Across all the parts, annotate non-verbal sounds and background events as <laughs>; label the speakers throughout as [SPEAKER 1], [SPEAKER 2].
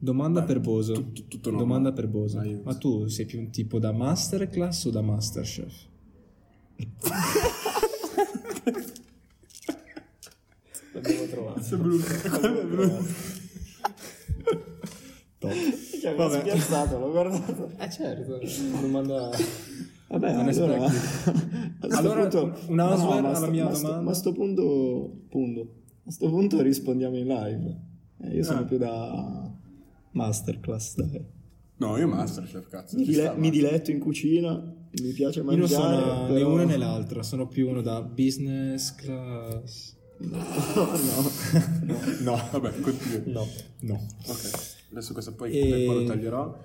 [SPEAKER 1] Domanda
[SPEAKER 2] Vai,
[SPEAKER 1] per Boso.
[SPEAKER 2] tu- tu- tutto no.
[SPEAKER 1] Domanda per Boso.
[SPEAKER 2] Vai, Boso.
[SPEAKER 1] Ma tu sei più un tipo da masterclass o da masterchef? L'abbiamo trovato.
[SPEAKER 3] Ci aveva
[SPEAKER 1] Vabbè.
[SPEAKER 3] spiazzato, l'ho guardato.
[SPEAKER 1] Eh certo, domanda...
[SPEAKER 3] Vabbè,
[SPEAKER 1] Me ne
[SPEAKER 3] allora,
[SPEAKER 1] sprechi.
[SPEAKER 3] a sto
[SPEAKER 1] Allora, una answer
[SPEAKER 3] ma
[SPEAKER 1] alla
[SPEAKER 3] sto-
[SPEAKER 1] mia
[SPEAKER 3] ma sto-
[SPEAKER 1] domanda?
[SPEAKER 3] ma a sto punto, punto. A sto punto rispondiamo in live. Eh, io sono
[SPEAKER 1] Ah.
[SPEAKER 3] più da masterclass, dai.
[SPEAKER 2] No, io Masterchef, cazzo.
[SPEAKER 3] Mi,
[SPEAKER 2] ci
[SPEAKER 3] dile-
[SPEAKER 2] sta,
[SPEAKER 3] mi diletto in cucina, mi piace
[SPEAKER 1] Io non
[SPEAKER 3] mangiare.
[SPEAKER 1] sono né
[SPEAKER 3] però- <laughs>
[SPEAKER 1] una né l'altra, sono più uno da business class...
[SPEAKER 2] ma- No, vabbè, continua.
[SPEAKER 1] No. No.
[SPEAKER 2] Ok, adesso questo poi,
[SPEAKER 1] E-
[SPEAKER 2] poi lo taglierò.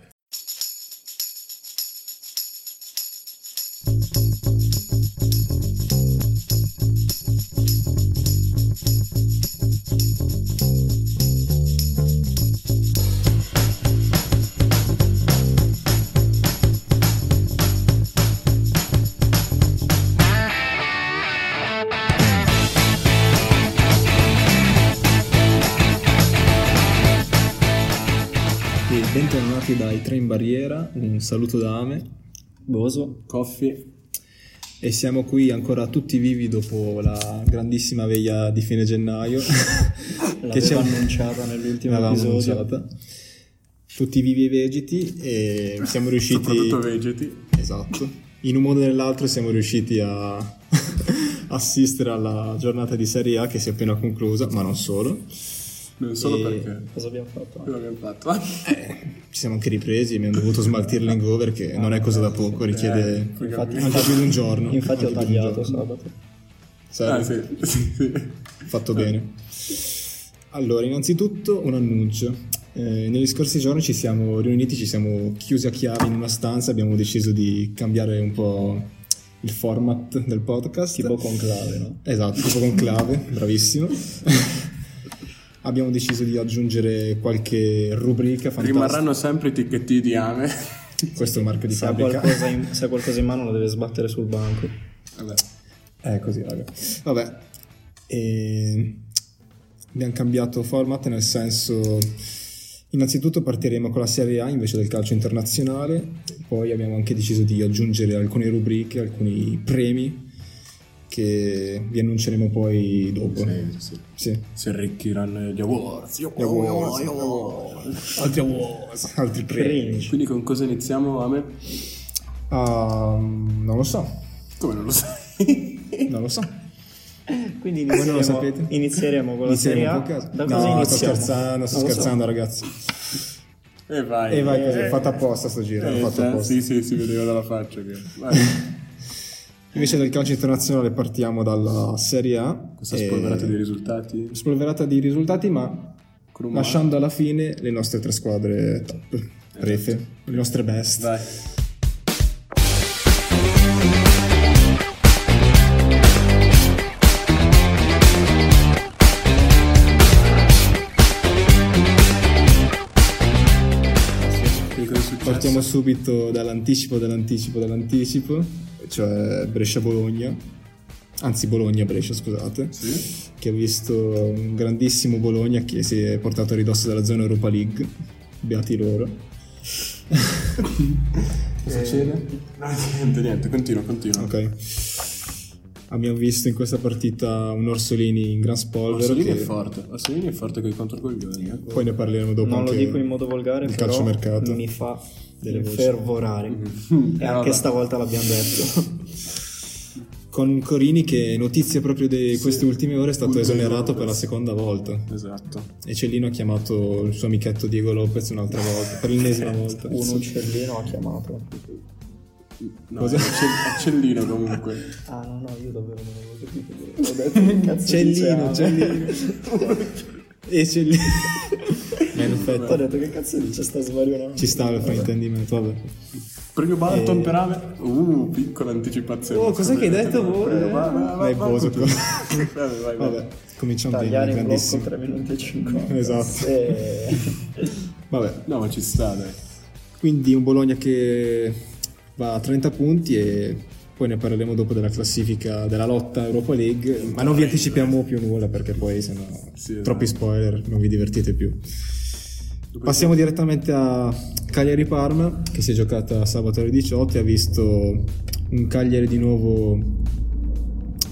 [SPEAKER 1] E bentornati dai Tre in Barriera, un saluto da Ame. Boso.
[SPEAKER 2] Coffee.
[SPEAKER 1] E siamo qui ancora tutti vivi dopo la grandissima veglia di fine gennaio.
[SPEAKER 3] L'avevo
[SPEAKER 1] ci ha-
[SPEAKER 3] annunciata nell'ultimo
[SPEAKER 1] L'avevamo
[SPEAKER 3] episodio.
[SPEAKER 1] annunciata. Tutti vivi e vegeti e siamo riusciti...
[SPEAKER 2] Soprattutto vegeti.
[SPEAKER 1] Esatto. In un modo o nell'altro siamo riusciti a <laughs> assistere alla giornata di Serie A che si è appena conclusa, ma non solo.
[SPEAKER 2] Non solo
[SPEAKER 1] E-
[SPEAKER 2] perché.
[SPEAKER 3] Cosa abbiamo fatto?
[SPEAKER 2] Quello abbiamo fatto. Ah,
[SPEAKER 1] Ci siamo anche ripresi, abbiamo dovuto smaltire l'ingover che non è cosa da poco, richiede
[SPEAKER 2] Ah, Eh,
[SPEAKER 3] infatti-
[SPEAKER 1] anche più di un giorno.
[SPEAKER 3] Infatti ho
[SPEAKER 1] Anche più di un
[SPEAKER 3] tagliato
[SPEAKER 1] giorno.
[SPEAKER 3] sabato.
[SPEAKER 1] Sai,
[SPEAKER 2] Ah, sì, sì, sì.
[SPEAKER 1] fatto bene. Allora, innanzitutto un annuncio. Eh, negli scorsi giorni ci siamo riuniti, ci siamo chiusi a chiave in una stanza, abbiamo deciso di cambiare un po' il format del podcast.
[SPEAKER 3] Tipo conclave, no?
[SPEAKER 1] Esatto, tipo con
[SPEAKER 3] <laughs>
[SPEAKER 1] clave, bravissimo. Abbiamo deciso di aggiungere qualche rubrica fantastica.
[SPEAKER 2] Rimarranno sempre i ticchettini di Ame.
[SPEAKER 1] Questo è il marchio di
[SPEAKER 3] Se ha,
[SPEAKER 1] fabbrica.
[SPEAKER 3] qualcosa in, se ha qualcosa in mano lo deve sbattere sul
[SPEAKER 1] <laughs>
[SPEAKER 3] banco.
[SPEAKER 2] Vabbè.
[SPEAKER 1] È così, raga. Vabbè. E... Abbiamo cambiato format nel senso... Innanzitutto partiremo con la Serie A invece del calcio internazionale, poi abbiamo anche deciso di aggiungere alcune rubriche, alcuni premi che vi annunceremo poi dopo.
[SPEAKER 2] Sì, sì.
[SPEAKER 1] Sì.
[SPEAKER 2] Si arricchiranno gli awards. Gli
[SPEAKER 1] awards.
[SPEAKER 2] gli awards.
[SPEAKER 1] Altri awards, <laughs> altri
[SPEAKER 3] Cringe.
[SPEAKER 2] Quindi con cosa iniziamo Ame?
[SPEAKER 1] Ah, non lo so,
[SPEAKER 2] Come non lo sai?
[SPEAKER 1] non lo so.
[SPEAKER 3] Quindi
[SPEAKER 1] Voi non
[SPEAKER 3] inizieremo,
[SPEAKER 1] lo sapete?
[SPEAKER 3] Eh, inizieremo con la
[SPEAKER 1] Inizieremo
[SPEAKER 3] Serie A.
[SPEAKER 1] un po' a caso.
[SPEAKER 3] Da
[SPEAKER 1] no,
[SPEAKER 3] cosa
[SPEAKER 1] sto
[SPEAKER 3] iniziamo?
[SPEAKER 1] scherzando, sto
[SPEAKER 3] Non lo so.
[SPEAKER 1] scherzando ragazzi.
[SPEAKER 2] e vai.
[SPEAKER 1] E vai così, ho fatto apposta sto giro,
[SPEAKER 2] Eh,
[SPEAKER 1] l'ho fatto
[SPEAKER 2] cioè,
[SPEAKER 1] apposta.
[SPEAKER 2] sì, sì, si vedeva dalla faccia. Che... Vai.
[SPEAKER 1] <laughs> Invece del calcio internazionale partiamo dalla Serie A.
[SPEAKER 2] Questa
[SPEAKER 1] e-
[SPEAKER 2] spolverata di risultati.
[SPEAKER 1] spolverata di risultati, ma
[SPEAKER 2] Con un
[SPEAKER 1] lasciando alla fine le nostre tre squadre top, refe, le nostre best.
[SPEAKER 2] Esatto. Vai. Quindi cosa è successo?
[SPEAKER 1] Partiamo subito dall'anticipo, dall'anticipo, dall'anticipo, cioè Brescia-Bologna, anzi Bologna-Brescia, scusate,
[SPEAKER 2] Sì.
[SPEAKER 1] che ha visto un grandissimo Bologna che si è portato a ridosso dalla zona Europa League, beati loro. Cosa succede?
[SPEAKER 2] Eh, No, niente, niente, continua, continua.
[SPEAKER 1] Ok. Abbiamo visto in questa partita un Orsolini in gran spolvero,
[SPEAKER 2] Orsolini
[SPEAKER 1] che
[SPEAKER 2] è forte, Orsolini è forte con i controcoglioni. eh.
[SPEAKER 1] poi ne parleremo dopo
[SPEAKER 3] Non lo
[SPEAKER 1] anche
[SPEAKER 3] dico in modo volgare,
[SPEAKER 1] del
[SPEAKER 3] però
[SPEAKER 1] calciomercato.
[SPEAKER 3] mi fa
[SPEAKER 1] Delle voci.
[SPEAKER 3] fervorare. E anche
[SPEAKER 2] vabbè.
[SPEAKER 3] stavolta l'abbiamo <laughs> detto.
[SPEAKER 1] Con Corini che notizie proprio di queste ultime ore è stato
[SPEAKER 2] Ultime
[SPEAKER 1] esonerato
[SPEAKER 2] ore.
[SPEAKER 1] per la seconda volta.
[SPEAKER 2] Esatto.
[SPEAKER 1] E Cellino ha chiamato il suo amichetto Diego Lopez un'altra volta, per l'ennesima
[SPEAKER 3] Eh,
[SPEAKER 1] volta.
[SPEAKER 3] Un uccellino ha chiamato.
[SPEAKER 2] No, è Cell- è Cellino comunque.
[SPEAKER 3] Ah no, no, io davvero non avevo capito. <laughs> Ho detto che cazzo
[SPEAKER 1] Cellino,
[SPEAKER 3] dice Ame.
[SPEAKER 1] Cellino.
[SPEAKER 3] <laughs>
[SPEAKER 1] e Cellino. <laughs> Ma in
[SPEAKER 3] Ho
[SPEAKER 1] effetti
[SPEAKER 3] detto che cazzo dice sta svarionando.
[SPEAKER 1] ci stava il fraintendimento, vabbè.
[SPEAKER 2] Premio Barton per Ame. Eh, Uh, piccola anticipazione.
[SPEAKER 1] Oh, cos'è che hai detto voi?
[SPEAKER 2] Premio Barton.
[SPEAKER 1] Dai, Boso, <laughs>
[SPEAKER 2] tu.
[SPEAKER 1] co-
[SPEAKER 2] Vabbè, vai, vai.
[SPEAKER 1] Vabbè, cominciamo bene,
[SPEAKER 3] Tagliare in blocco
[SPEAKER 1] grandissimo.
[SPEAKER 3] 3 minuti e 50.
[SPEAKER 1] Esatto.
[SPEAKER 3] E...
[SPEAKER 4] Eh.
[SPEAKER 1] <laughs> Vabbè,
[SPEAKER 2] No, ma ci sta, dai.
[SPEAKER 1] Quindi un Bologna che va a 30 punti e poi ne parleremo dopo della classifica della lotta Europa League, ma non vi anticipiamo più nulla perché poi sennò
[SPEAKER 2] Sì, esatto.
[SPEAKER 1] troppi spoiler, non vi divertite più. Passiamo direttamente a Cagliari-Parma, che si è giocata sabato alle 18 e ha visto un Cagliari di nuovo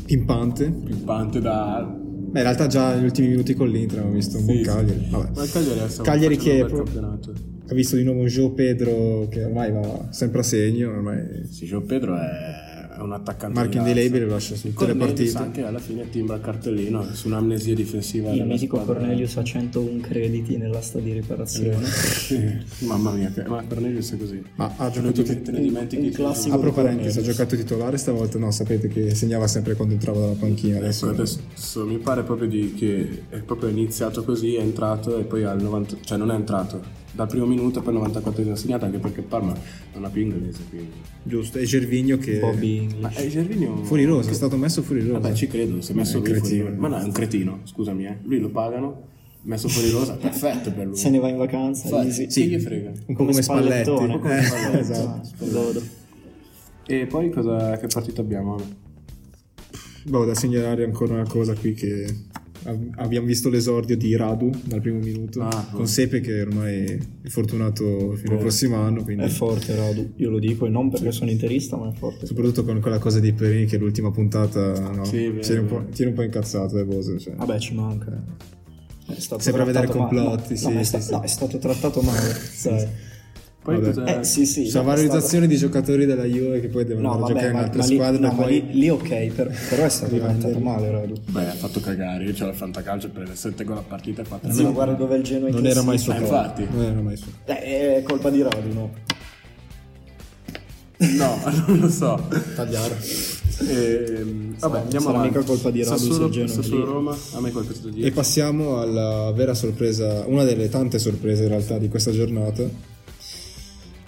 [SPEAKER 1] pimpante.
[SPEAKER 2] Pimpante da...
[SPEAKER 1] Beh, in realtà già negli ultimi minuti con l'Inter abbiamo visto un
[SPEAKER 2] Sì,
[SPEAKER 1] buon
[SPEAKER 2] sì.
[SPEAKER 1] Cagliari. Vabbè.
[SPEAKER 2] Ma il Cagliari adesso sta
[SPEAKER 1] Cagliari
[SPEAKER 2] facendo un
[SPEAKER 1] che-
[SPEAKER 2] bel campionato.
[SPEAKER 1] Ha visto di nuovo Joe Pedro che ormai va sempre a segno, ormai
[SPEAKER 2] Sì, Gio Pedro è è un attaccante
[SPEAKER 1] marchio
[SPEAKER 2] di
[SPEAKER 1] indelebile
[SPEAKER 2] razza.
[SPEAKER 1] lo lascia su tutte le
[SPEAKER 2] Cornelius
[SPEAKER 1] partite.
[SPEAKER 2] anche alla fine timbra il cartellino su un'amnesia difensiva
[SPEAKER 4] Il
[SPEAKER 2] della
[SPEAKER 4] mitico
[SPEAKER 2] squadra.
[SPEAKER 4] Cornelius ha 101 crediti nell'asta di riparazione.
[SPEAKER 2] Sì, <laughs> Mamma mia, che- ma Cornelius è così.
[SPEAKER 1] Ma ha
[SPEAKER 2] Credo
[SPEAKER 1] giocato
[SPEAKER 2] che te ne dimentichi
[SPEAKER 3] un
[SPEAKER 2] che-
[SPEAKER 3] classico-
[SPEAKER 1] Apro parentesi, ha giocato titolare stavolta, no, sapete che segnava sempre quando entrava dalla panchina, adesso
[SPEAKER 2] Ecco, adesso mi pare proprio di- che è proprio iniziato così, è entrato e poi al 90, cioè non è entrato dal primo minuto e poi al 94 ha segnato anche perché Parma non ha più inglese quindi.
[SPEAKER 1] giusto, e Gervigno che
[SPEAKER 4] Bobby English.
[SPEAKER 2] Ma eh, è Gervinho
[SPEAKER 1] fuoriroso, Mm. è stato messo fuoriroso.
[SPEAKER 2] Vabbè, ci credo, si è messo
[SPEAKER 1] Eh,
[SPEAKER 2] lui
[SPEAKER 1] cretino.
[SPEAKER 2] fuori. Ma no, è un cretino, scusami, eh. Lui lo pagano, messo fuori rosa, perfetto per lui.
[SPEAKER 4] Se ne va in vacanza,
[SPEAKER 2] Fa-
[SPEAKER 4] easy.
[SPEAKER 2] Sì, gli frega.
[SPEAKER 1] un po' come, Spalletti.
[SPEAKER 4] Spallettone,
[SPEAKER 1] <laughs>
[SPEAKER 4] come
[SPEAKER 1] Eh,
[SPEAKER 4] Spallettone.
[SPEAKER 1] esatto.
[SPEAKER 4] Godo.
[SPEAKER 2] E poi cosa che partita abbiamo?
[SPEAKER 1] Boh, da segnalare ancora una cosa qui che ab- abbiamo visto l'esordio di Radu dal primo minuto
[SPEAKER 2] Ah, Eh.
[SPEAKER 1] con Sepe che ormai è fortunato fino al prossimo anno, quindi
[SPEAKER 4] È forte Radu, io lo dico e non perché sono interista, ma è forte.
[SPEAKER 1] soprattutto con quella cosa di Perini che l'ultima puntata no,
[SPEAKER 2] Sì, vero.
[SPEAKER 1] tiene, un po', tiene un po' incazzato, eh, Bose, cioè.
[SPEAKER 4] Vabbè, ci manca. È stato
[SPEAKER 1] Sembra vedere
[SPEAKER 4] trattato male.
[SPEAKER 1] complotti,
[SPEAKER 4] No,
[SPEAKER 1] sì,
[SPEAKER 4] no, ma è
[SPEAKER 1] sì,
[SPEAKER 4] sta-
[SPEAKER 1] sì.
[SPEAKER 4] no, è stato trattato male. cioè.
[SPEAKER 2] Poi
[SPEAKER 1] Vabbè.
[SPEAKER 2] cosa...
[SPEAKER 4] Eh, sì, sì.
[SPEAKER 1] Cioè,
[SPEAKER 4] no, è stato-
[SPEAKER 1] valorizzazione di giocatori della Juve che poi devono
[SPEAKER 4] No,
[SPEAKER 1] andare a giocare
[SPEAKER 4] vabbè,
[SPEAKER 1] in
[SPEAKER 4] ma,
[SPEAKER 1] altre
[SPEAKER 4] ma lì,
[SPEAKER 1] squadre.
[SPEAKER 4] no,
[SPEAKER 1] e
[SPEAKER 4] ma
[SPEAKER 1] poi...
[SPEAKER 4] lì, lì ok, per- però è stato
[SPEAKER 1] Diventa-
[SPEAKER 4] trattato male Radu.
[SPEAKER 2] Beh, ha fatto cagare, io c'ho la fantacalcio per 7 gol a partita e 4
[SPEAKER 4] Zio, guarda dove è il Genoa in
[SPEAKER 1] non era mai
[SPEAKER 4] classifica.
[SPEAKER 1] suo
[SPEAKER 2] Eh,
[SPEAKER 1] colpo.
[SPEAKER 2] infatti.
[SPEAKER 1] Non era mai suo
[SPEAKER 4] Eh, è colpa di Radu, no?
[SPEAKER 2] No, <laughs> non lo so.
[SPEAKER 1] Tagliare.
[SPEAKER 2] Ehm, vabbè, andiamo
[SPEAKER 4] sarà
[SPEAKER 2] avanti.
[SPEAKER 4] mica colpa di Radu se il
[SPEAKER 2] Sassuolo,
[SPEAKER 4] Genoa è
[SPEAKER 2] Sassuolo
[SPEAKER 4] lì.
[SPEAKER 2] Roma, a me qualcosa da dire.
[SPEAKER 1] E passiamo alla vera sorpresa, una delle tante sorprese in realtà di questa giornata,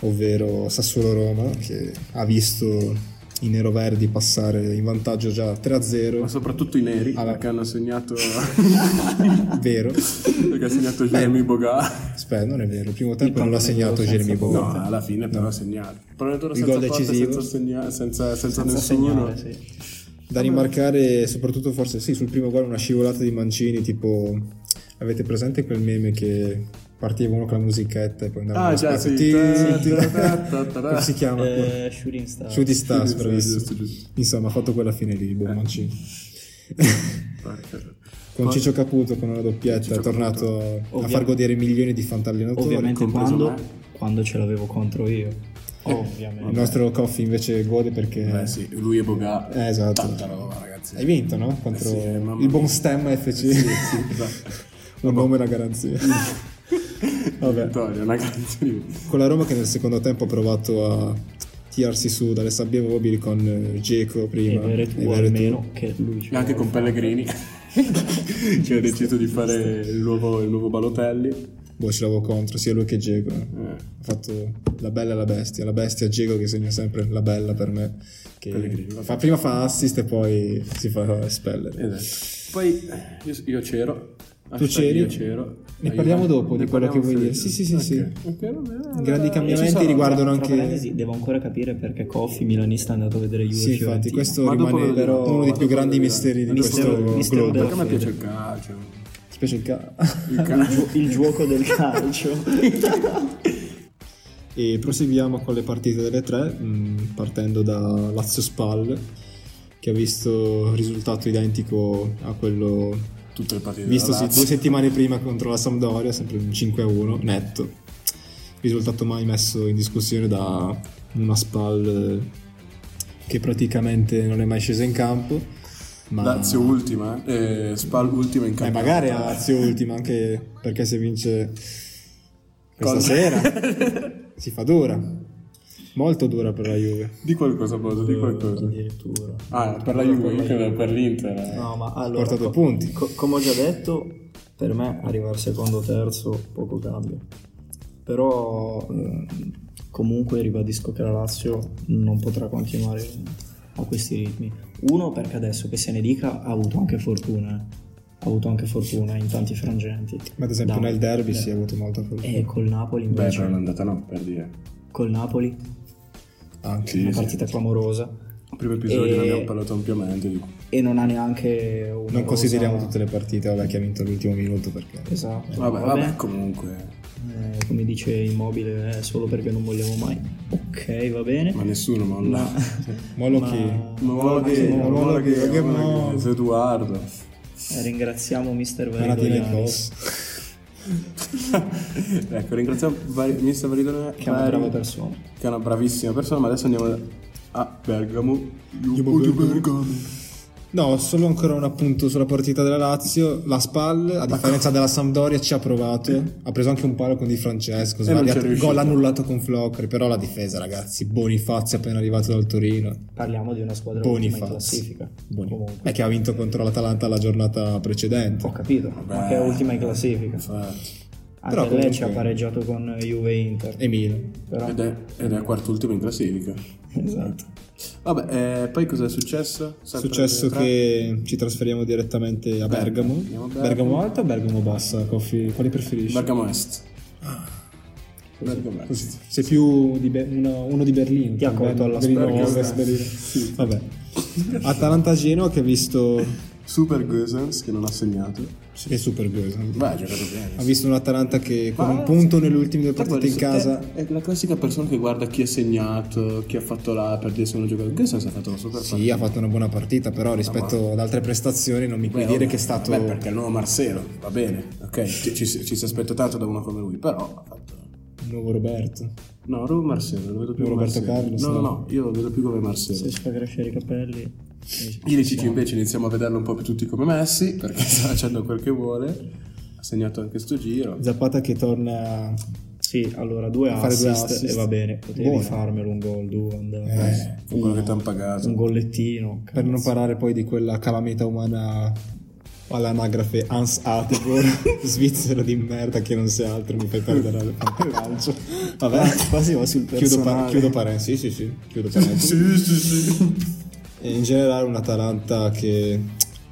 [SPEAKER 1] ovvero Sassuolo-Roma che ha visto i neroverdi passare in vantaggio già
[SPEAKER 2] Ma
[SPEAKER 1] 3-0,
[SPEAKER 2] soprattutto i neri,
[SPEAKER 1] Allora.
[SPEAKER 2] perché hanno segnato... <laughs>
[SPEAKER 1] vero?
[SPEAKER 2] perché ha segnato Jeremy Boga.
[SPEAKER 1] Aspetta, non è vero, il primo tempo non l'ha segnato Jeremy Bowen.
[SPEAKER 2] No, alla fine però ha segnato. Però è
[SPEAKER 1] Boh. Il
[SPEAKER 2] senza
[SPEAKER 1] gol
[SPEAKER 2] porta,
[SPEAKER 1] decisivo.
[SPEAKER 2] senza, segna- senza, senza
[SPEAKER 4] Senza
[SPEAKER 2] nessuno.
[SPEAKER 4] segnare, sì.
[SPEAKER 1] Da rimarcare soprattutto forse sì, sul primo gol una scivolata di Mancini, tipo avete presente quel meme che partiva uno con la musichetta e poi andava
[SPEAKER 2] Ah,
[SPEAKER 1] nello
[SPEAKER 2] già,
[SPEAKER 1] spazio?
[SPEAKER 2] sì.
[SPEAKER 1] Ti-
[SPEAKER 2] Ta-
[SPEAKER 1] ti-
[SPEAKER 2] ta-
[SPEAKER 1] <laughs>
[SPEAKER 2] ta- ta- ta-
[SPEAKER 1] Come si chiama?
[SPEAKER 4] Eh, shooting star.
[SPEAKER 1] Su di Stas,
[SPEAKER 2] Giusto,
[SPEAKER 1] bravissimo.
[SPEAKER 2] giusto, giusto.
[SPEAKER 1] Insomma, ha fatto quella fine lì,
[SPEAKER 2] Eh.
[SPEAKER 1] buon Mancini. Con
[SPEAKER 2] Poi-
[SPEAKER 1] Ciccio Caputo, con una doppietta, è
[SPEAKER 2] Ciccio
[SPEAKER 1] tornato a
[SPEAKER 4] Ovvia-
[SPEAKER 1] far godere milioni di fantallenatori.
[SPEAKER 4] Ovviamente
[SPEAKER 2] compreso
[SPEAKER 4] quando,
[SPEAKER 2] me.
[SPEAKER 4] quando ce l'avevo contro io.
[SPEAKER 2] Oh,
[SPEAKER 4] Ovviamente.
[SPEAKER 1] eh? Il nostro Coffee invece gode perché...
[SPEAKER 2] Beh Eh, sì, lui e Boga.
[SPEAKER 1] Eh, esatto.
[SPEAKER 2] Tanta roba, ragazzi.
[SPEAKER 1] Hai vinto, no? Contro
[SPEAKER 2] Eh sì, eh, mamma
[SPEAKER 1] il buon
[SPEAKER 2] mia.
[SPEAKER 1] stem FC.
[SPEAKER 2] Esatto.
[SPEAKER 1] Un nome e una
[SPEAKER 2] <laughs>
[SPEAKER 1] garanzia. Vabbè.
[SPEAKER 2] Vittoria, una canzone.
[SPEAKER 1] Con la Roma che nel secondo tempo ha provato a tirarsi su dalle sabbie mobili con eh, Dzeko
[SPEAKER 4] E
[SPEAKER 1] prima.
[SPEAKER 4] avere tu
[SPEAKER 1] e Veretout.
[SPEAKER 4] almeno che lui ci
[SPEAKER 2] E anche con Pellegrini, <laughs> che ha deciso di fare il nuovo, il nuovo Balotelli.
[SPEAKER 1] Boh, ce l'avevo contro, sia lui che Dzeko.
[SPEAKER 2] Eh,
[SPEAKER 1] Ha fatto la bella e la bestia. La bestia Dzeko che segna sempre la bella per me. che
[SPEAKER 2] Pellegrini, vabbè.
[SPEAKER 1] fa- prima fa assist e poi si fa espellere.
[SPEAKER 2] esatto. Poi eh, io, io c'ero. Hashtag
[SPEAKER 1] c'eri?
[SPEAKER 2] Io c'ero.
[SPEAKER 1] Ne
[SPEAKER 2] Ah,
[SPEAKER 1] parliamo
[SPEAKER 2] io-
[SPEAKER 1] dopo
[SPEAKER 2] ne
[SPEAKER 1] di quello che
[SPEAKER 2] parliamo
[SPEAKER 1] vuoi dire.
[SPEAKER 2] subito.
[SPEAKER 1] Sì, sì, sì, sì.
[SPEAKER 2] Ok. Ok, va bene, allora. eh,
[SPEAKER 1] Grandi cambiamenti riguardano anche...
[SPEAKER 4] devo ancora capire perché Coffi milanista è andato a vedere Juve
[SPEAKER 1] Sì,
[SPEAKER 4] Fiorentina.
[SPEAKER 1] infatti, questo
[SPEAKER 2] Ma dopo
[SPEAKER 1] rimane
[SPEAKER 2] lo dirò,
[SPEAKER 1] uno dei
[SPEAKER 2] ma
[SPEAKER 1] più
[SPEAKER 2] dopo
[SPEAKER 1] grandi
[SPEAKER 2] lo dirò.
[SPEAKER 1] misteri di
[SPEAKER 4] Mistero-
[SPEAKER 1] questo
[SPEAKER 4] mistero
[SPEAKER 1] globo.
[SPEAKER 4] della-
[SPEAKER 2] Perché a me piace il calcio.
[SPEAKER 1] Ti piace il ca- <laughs>
[SPEAKER 2] Il calcio.
[SPEAKER 4] il gioco del
[SPEAKER 2] <laughs>
[SPEAKER 4] calcio.
[SPEAKER 1] E proseguiamo con le partite delle tre, mh, partendo da Lazio Spal, che ha visto risultato identico a quello
[SPEAKER 2] Tutte le partite
[SPEAKER 1] visto
[SPEAKER 2] della Lazio.
[SPEAKER 1] due settimane prima contro la Sampdoria, sempre un 5-1 netto, risultato mai messo in discussione da una Spal eh, che praticamente non è mai scesa in campo. Ma
[SPEAKER 2] Lazio ultima, eh, Spal ultima in
[SPEAKER 1] Eh,
[SPEAKER 2] campionato.
[SPEAKER 1] magari la Lazio ultima, anche perché se vince questa
[SPEAKER 2] Cosa? <laughs>
[SPEAKER 1] sera si fa dura. Molto dura per la Juve.
[SPEAKER 2] Di qualcosa, Boso, di qualcosa.
[SPEAKER 4] Addirittura.
[SPEAKER 2] Ah, per la Juve, io credo per l'Inter. eh.
[SPEAKER 4] No, ma allora,
[SPEAKER 1] Porta due punti.
[SPEAKER 4] co- come ho già detto, per me arrivare secondo o terzo poco cambia. Però ehm, comunque ribadisco che la Lazio non potrà continuare a questi ritmi. Uno perché adesso che se ne dica ha avuto anche fortuna, eh. ha avuto anche fortuna in tanti frangenti.
[SPEAKER 1] Ma ad esempio
[SPEAKER 4] No.
[SPEAKER 1] nel derby si è avuto molta fortuna.
[SPEAKER 2] Eh,
[SPEAKER 4] E col Napoli
[SPEAKER 2] Beh,
[SPEAKER 4] invece,
[SPEAKER 2] però l'andata no, per dire.
[SPEAKER 4] col Napoli,
[SPEAKER 1] Anche.
[SPEAKER 2] Sì,
[SPEAKER 4] una
[SPEAKER 2] sì.
[SPEAKER 4] partita clamorosa
[SPEAKER 2] Primo episodio
[SPEAKER 4] E-
[SPEAKER 2] ne abbiamo parlato ampiamente. di-
[SPEAKER 4] e non ha
[SPEAKER 2] eh,
[SPEAKER 4] neanche una
[SPEAKER 1] Non
[SPEAKER 4] rosa-
[SPEAKER 2] Eh,
[SPEAKER 1] consideriamo tutte le partite, vabbè, che ha vinto all'ultimo minuto perché...
[SPEAKER 4] Esatto.
[SPEAKER 2] Vabbè, vabbè, comunque.
[SPEAKER 4] eh, come dice Immobile, è solo perché non vogliamo mai. Ok, va bene.
[SPEAKER 2] Ma nessuno, ma un-
[SPEAKER 4] <laughs> Ma-
[SPEAKER 1] Molo
[SPEAKER 4] ma-
[SPEAKER 1] che-
[SPEAKER 2] Monologhi,
[SPEAKER 1] Monologhi,
[SPEAKER 2] monologhi,
[SPEAKER 1] che
[SPEAKER 2] monologhi,
[SPEAKER 1] mo-
[SPEAKER 2] Edoardo.
[SPEAKER 4] eh, ringraziamo Mr.
[SPEAKER 1] Maratina e
[SPEAKER 4] Verdolianis
[SPEAKER 2] <laughs> ecco, ringraziamo Vari- Mr. Varidone
[SPEAKER 4] che è una brava persona.
[SPEAKER 2] che è una bravissima persona, ma adesso andiamo a Bergamo.
[SPEAKER 1] No, solo ancora un appunto sulla partita della Lazio. La Spal, a differenza della Sampdoria, ci ha provato. Ha preso anche un palo con Di Francesco.
[SPEAKER 2] Eh, non
[SPEAKER 1] sbagliato-
[SPEAKER 2] c'è riuscito.
[SPEAKER 1] Gol annullato con Flocri. Però la difesa, ragazzi. Bonifazio appena arrivato dal Torino.
[SPEAKER 4] Parliamo di una squadra ultima in
[SPEAKER 1] Bonifazio.
[SPEAKER 4] classifica.
[SPEAKER 1] Bonifazio.
[SPEAKER 4] Comunque.
[SPEAKER 1] È che ha vinto contro l'Atalanta la giornata precedente.
[SPEAKER 4] Ho capito, ma che è ultima in classifica.
[SPEAKER 2] Infatti.
[SPEAKER 4] Anche
[SPEAKER 1] Però
[SPEAKER 4] lei ci
[SPEAKER 1] comunque-
[SPEAKER 4] ha pareggiato con Juve e Inter.
[SPEAKER 1] E Milan.
[SPEAKER 4] Però...
[SPEAKER 2] Ed è, ed è quart'ultimo in classifica.
[SPEAKER 4] Esatto.
[SPEAKER 2] Vabbè, eh, poi cos'è successo?
[SPEAKER 1] È
[SPEAKER 2] Sempre
[SPEAKER 1] successo
[SPEAKER 2] tra-
[SPEAKER 1] che ci trasferiamo direttamente a Bergamo.
[SPEAKER 2] Andiamo a
[SPEAKER 1] Bergamo,
[SPEAKER 2] Bergamo.
[SPEAKER 1] alta o Bergamo bassa? Coffi? Quali preferisci?
[SPEAKER 2] Bergamo Est. Ah. Bergamo Est.
[SPEAKER 1] Così. Sei più di Be- uno, uno di Berlino.
[SPEAKER 4] Ti ha colto alla
[SPEAKER 1] Berlino,
[SPEAKER 4] Spalga.
[SPEAKER 1] Ovest, Berlino. Vabbè. Atalanta-Genoa che ha visto...
[SPEAKER 2] Super Gosens che non ha segnato.
[SPEAKER 1] Sì. È super Goes.
[SPEAKER 2] Beh, ha giocato bene. Ah.
[SPEAKER 1] Ha visto un'Atalanta che con un punto nelle ultime
[SPEAKER 2] Cioè,
[SPEAKER 1] due partite in casa...
[SPEAKER 2] È la classica persona che guarda chi ha segnato, chi ha fatto la per dire se uno giocatore. Gosens ha fatto una super
[SPEAKER 1] Sì, ha fatto una buona partita, però rispetto ad altre prestazioni non mi puoi
[SPEAKER 2] Ah, Beh,
[SPEAKER 1] dire
[SPEAKER 2] vabbè,
[SPEAKER 1] che è stato...
[SPEAKER 2] vabbè, perché è il nuovo Marcelo, va bene, ok, ci, ci si- ci si aspetta tanto da uno come lui, però ha fatto...
[SPEAKER 1] un nuovo Roberto.
[SPEAKER 2] No, Ru Marcelo, lo vedo più come
[SPEAKER 1] Roberto
[SPEAKER 2] Marcelo.
[SPEAKER 1] Carlos,
[SPEAKER 2] no, no,
[SPEAKER 1] no.
[SPEAKER 2] no, io lo vedo più come Marcelo.
[SPEAKER 4] Se ci fa crescere i capelli...
[SPEAKER 2] Ilicic invece iniziamo a vederlo un po' più tutti come Messi, perché <laughs> sta facendo quel che vuole, ha segnato anche sto giro.
[SPEAKER 1] Zapata che torna...
[SPEAKER 4] Sì, allora due
[SPEAKER 1] Fare
[SPEAKER 4] assist,
[SPEAKER 1] due assist.
[SPEAKER 4] e va bene, potevi
[SPEAKER 1] Buono.
[SPEAKER 4] farmelo un gol, due, andava.
[SPEAKER 1] Eh,
[SPEAKER 2] Con quello che ti hanno pagato.
[SPEAKER 4] un gollettino.
[SPEAKER 1] per non parlare poi di quella calamita umana all'anagrafe Hans <laughs> Ategor, svizzero di merda che non sei altro, mi fai perdere <laughs> il calcio. Vabbè,
[SPEAKER 4] quasi va sul
[SPEAKER 1] chiudo, par-
[SPEAKER 4] personale.
[SPEAKER 1] chiudo parentesi, sì sì sì, <laughs> chiudo parentesi.
[SPEAKER 2] Sì, sì, sì.
[SPEAKER 1] E in generale un'Atalanta che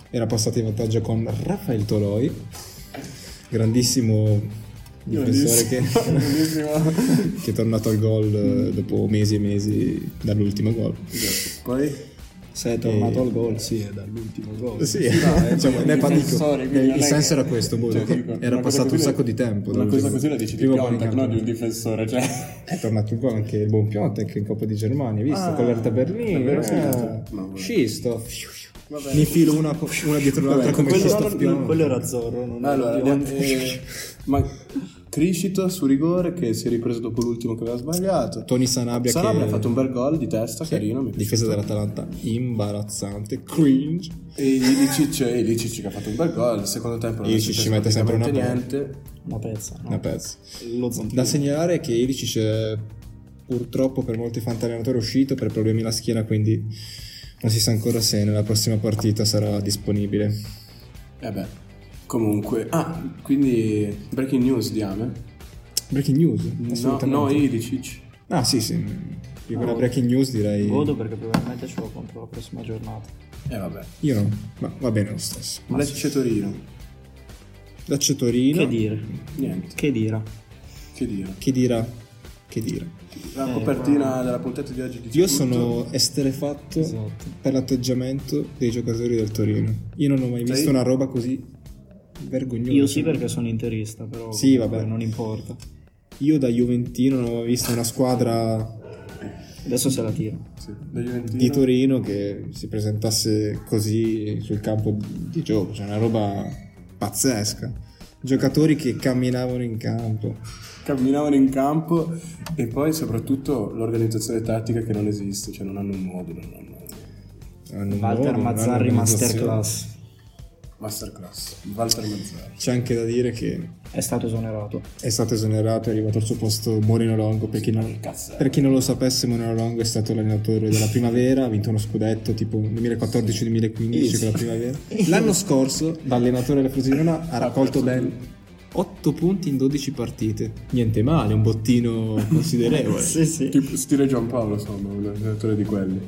[SPEAKER 1] era passata in vantaggio con Rafael Toloi, grandissimo difensore che,
[SPEAKER 2] <laughs>
[SPEAKER 1] <laughs> che è tornato al gol eh, dopo mesi e mesi dall'ultimo gol.
[SPEAKER 2] Poi...
[SPEAKER 4] Se è tornato
[SPEAKER 1] E-
[SPEAKER 4] al gol, sì, è dall'ultimo gol.
[SPEAKER 1] Sì, <laughs> diciamo, ne parlo-
[SPEAKER 2] difensore, quindi non
[SPEAKER 1] il
[SPEAKER 2] è
[SPEAKER 1] senso
[SPEAKER 2] che-
[SPEAKER 1] era questo, boh,
[SPEAKER 2] Cioè,
[SPEAKER 1] che
[SPEAKER 2] dico, una
[SPEAKER 1] era
[SPEAKER 2] cosa
[SPEAKER 1] passato un
[SPEAKER 2] così-
[SPEAKER 1] sacco di tempo.
[SPEAKER 2] Una cosa così la dici di Piontek,
[SPEAKER 1] Piontek,
[SPEAKER 2] no? Di un difensore, cioè...
[SPEAKER 1] È tornato un po' anche il buon Piontek in Coppa di Germania, hai visto?
[SPEAKER 2] Ah,
[SPEAKER 1] con l'Erta Berlino,
[SPEAKER 2] davvero
[SPEAKER 1] eh,
[SPEAKER 2] segnato? No, vabbè.
[SPEAKER 1] scisto. Mi filo una, co- una dietro l'altra come Christoph
[SPEAKER 4] quello,
[SPEAKER 1] Piontek.
[SPEAKER 4] quello era Zorro, non
[SPEAKER 2] Allora,
[SPEAKER 4] era
[SPEAKER 2] abbiamo-
[SPEAKER 4] Piontek.
[SPEAKER 2] eh, ma Criscito su rigore che si è ripreso dopo l'ultimo che aveva sbagliato.
[SPEAKER 1] Tony Sanabria,
[SPEAKER 2] Sanabria
[SPEAKER 1] che
[SPEAKER 2] ha fatto un bel gol di testa, carino. Mi piace.
[SPEAKER 1] difesa dell'Atalanta imbarazzante, cringe.
[SPEAKER 2] E Ilicic, Ilicic che ha fatto un bel gol. Secondo tempo non è
[SPEAKER 1] Ilicic ci
[SPEAKER 2] successo
[SPEAKER 1] mette sempre una
[SPEAKER 2] praticamente niente.
[SPEAKER 4] Una pezza,
[SPEAKER 2] Ah.
[SPEAKER 4] no?
[SPEAKER 1] Una pezza.
[SPEAKER 4] Lo zampino.
[SPEAKER 1] Da segnalare è che Ilicic è purtroppo per molti fantallenatori è uscito per problemi alla schiena, quindi non si sa ancora se nella prossima partita sarà disponibile.
[SPEAKER 2] Eh beh, comunque. Ah, quindi breaking news di Ame.
[SPEAKER 1] Breaking news?
[SPEAKER 2] No,
[SPEAKER 1] Assolutamente.
[SPEAKER 2] no Ilicic.
[SPEAKER 1] Ah sì sì, io quella breaking news direi...
[SPEAKER 4] Godo perché probabilmente ce l'ho contro la prossima giornata.
[SPEAKER 2] Eh vabbè.
[SPEAKER 1] Io no, ma va bene lo stesso.
[SPEAKER 2] Lecce Torino.
[SPEAKER 1] Daccio
[SPEAKER 4] Che
[SPEAKER 1] Torino,
[SPEAKER 4] dire?
[SPEAKER 2] Niente,
[SPEAKER 4] Che dire?
[SPEAKER 2] che dire.
[SPEAKER 1] che dirà? Che dirà?
[SPEAKER 2] La copertina della puntata di oggi dice
[SPEAKER 1] Io
[SPEAKER 2] tutto.
[SPEAKER 1] sono esterefatto
[SPEAKER 4] Esatto.
[SPEAKER 1] per l'atteggiamento dei giocatori del Torino. Io non ho mai visto
[SPEAKER 2] Sei-
[SPEAKER 1] una roba così vergognosa.
[SPEAKER 4] Io sì perché sono interista, però
[SPEAKER 1] Sì,
[SPEAKER 4] comunque
[SPEAKER 1] vabbè.
[SPEAKER 4] non importa.
[SPEAKER 1] Io da Juventino non ho mai visto una squadra
[SPEAKER 4] Adesso se la tiro.
[SPEAKER 2] Sì, da Juventino.
[SPEAKER 1] di Torino che si presentasse così sul campo di gioco, cioè una roba pazzesca. Giocatori che camminavano in campo.
[SPEAKER 2] camminavano in campo e poi soprattutto l'organizzazione tattica che non esiste, cioè non hanno un modulo, non hanno
[SPEAKER 1] Hanno un
[SPEAKER 4] Walter
[SPEAKER 1] modo, non hanno
[SPEAKER 4] Mazzarri
[SPEAKER 1] organizzazione.
[SPEAKER 4] Masterclass.
[SPEAKER 2] masterclass, Walter Mazzara.
[SPEAKER 1] C'è anche da dire che
[SPEAKER 4] È stato esonerato.
[SPEAKER 1] è stato esonerato, è arrivato al suo posto Moreno Longo, per chi non,
[SPEAKER 2] Cazzo.
[SPEAKER 1] Per chi non lo sapesse, Manuel Longo è stato l'allenatore della primavera, ha vinto uno scudetto tipo 2014-2015 con la
[SPEAKER 4] <laughs>
[SPEAKER 1] primavera. L'anno scorso, da allenatore della Frosinone, ha raccolto ben 8 punti in 12 partite. Niente male, un bottino
[SPEAKER 4] <laughs>
[SPEAKER 1] considerevole.
[SPEAKER 4] Sì, sì.
[SPEAKER 2] Tipo stile Giampaolo, insomma, un allenatore di quelli.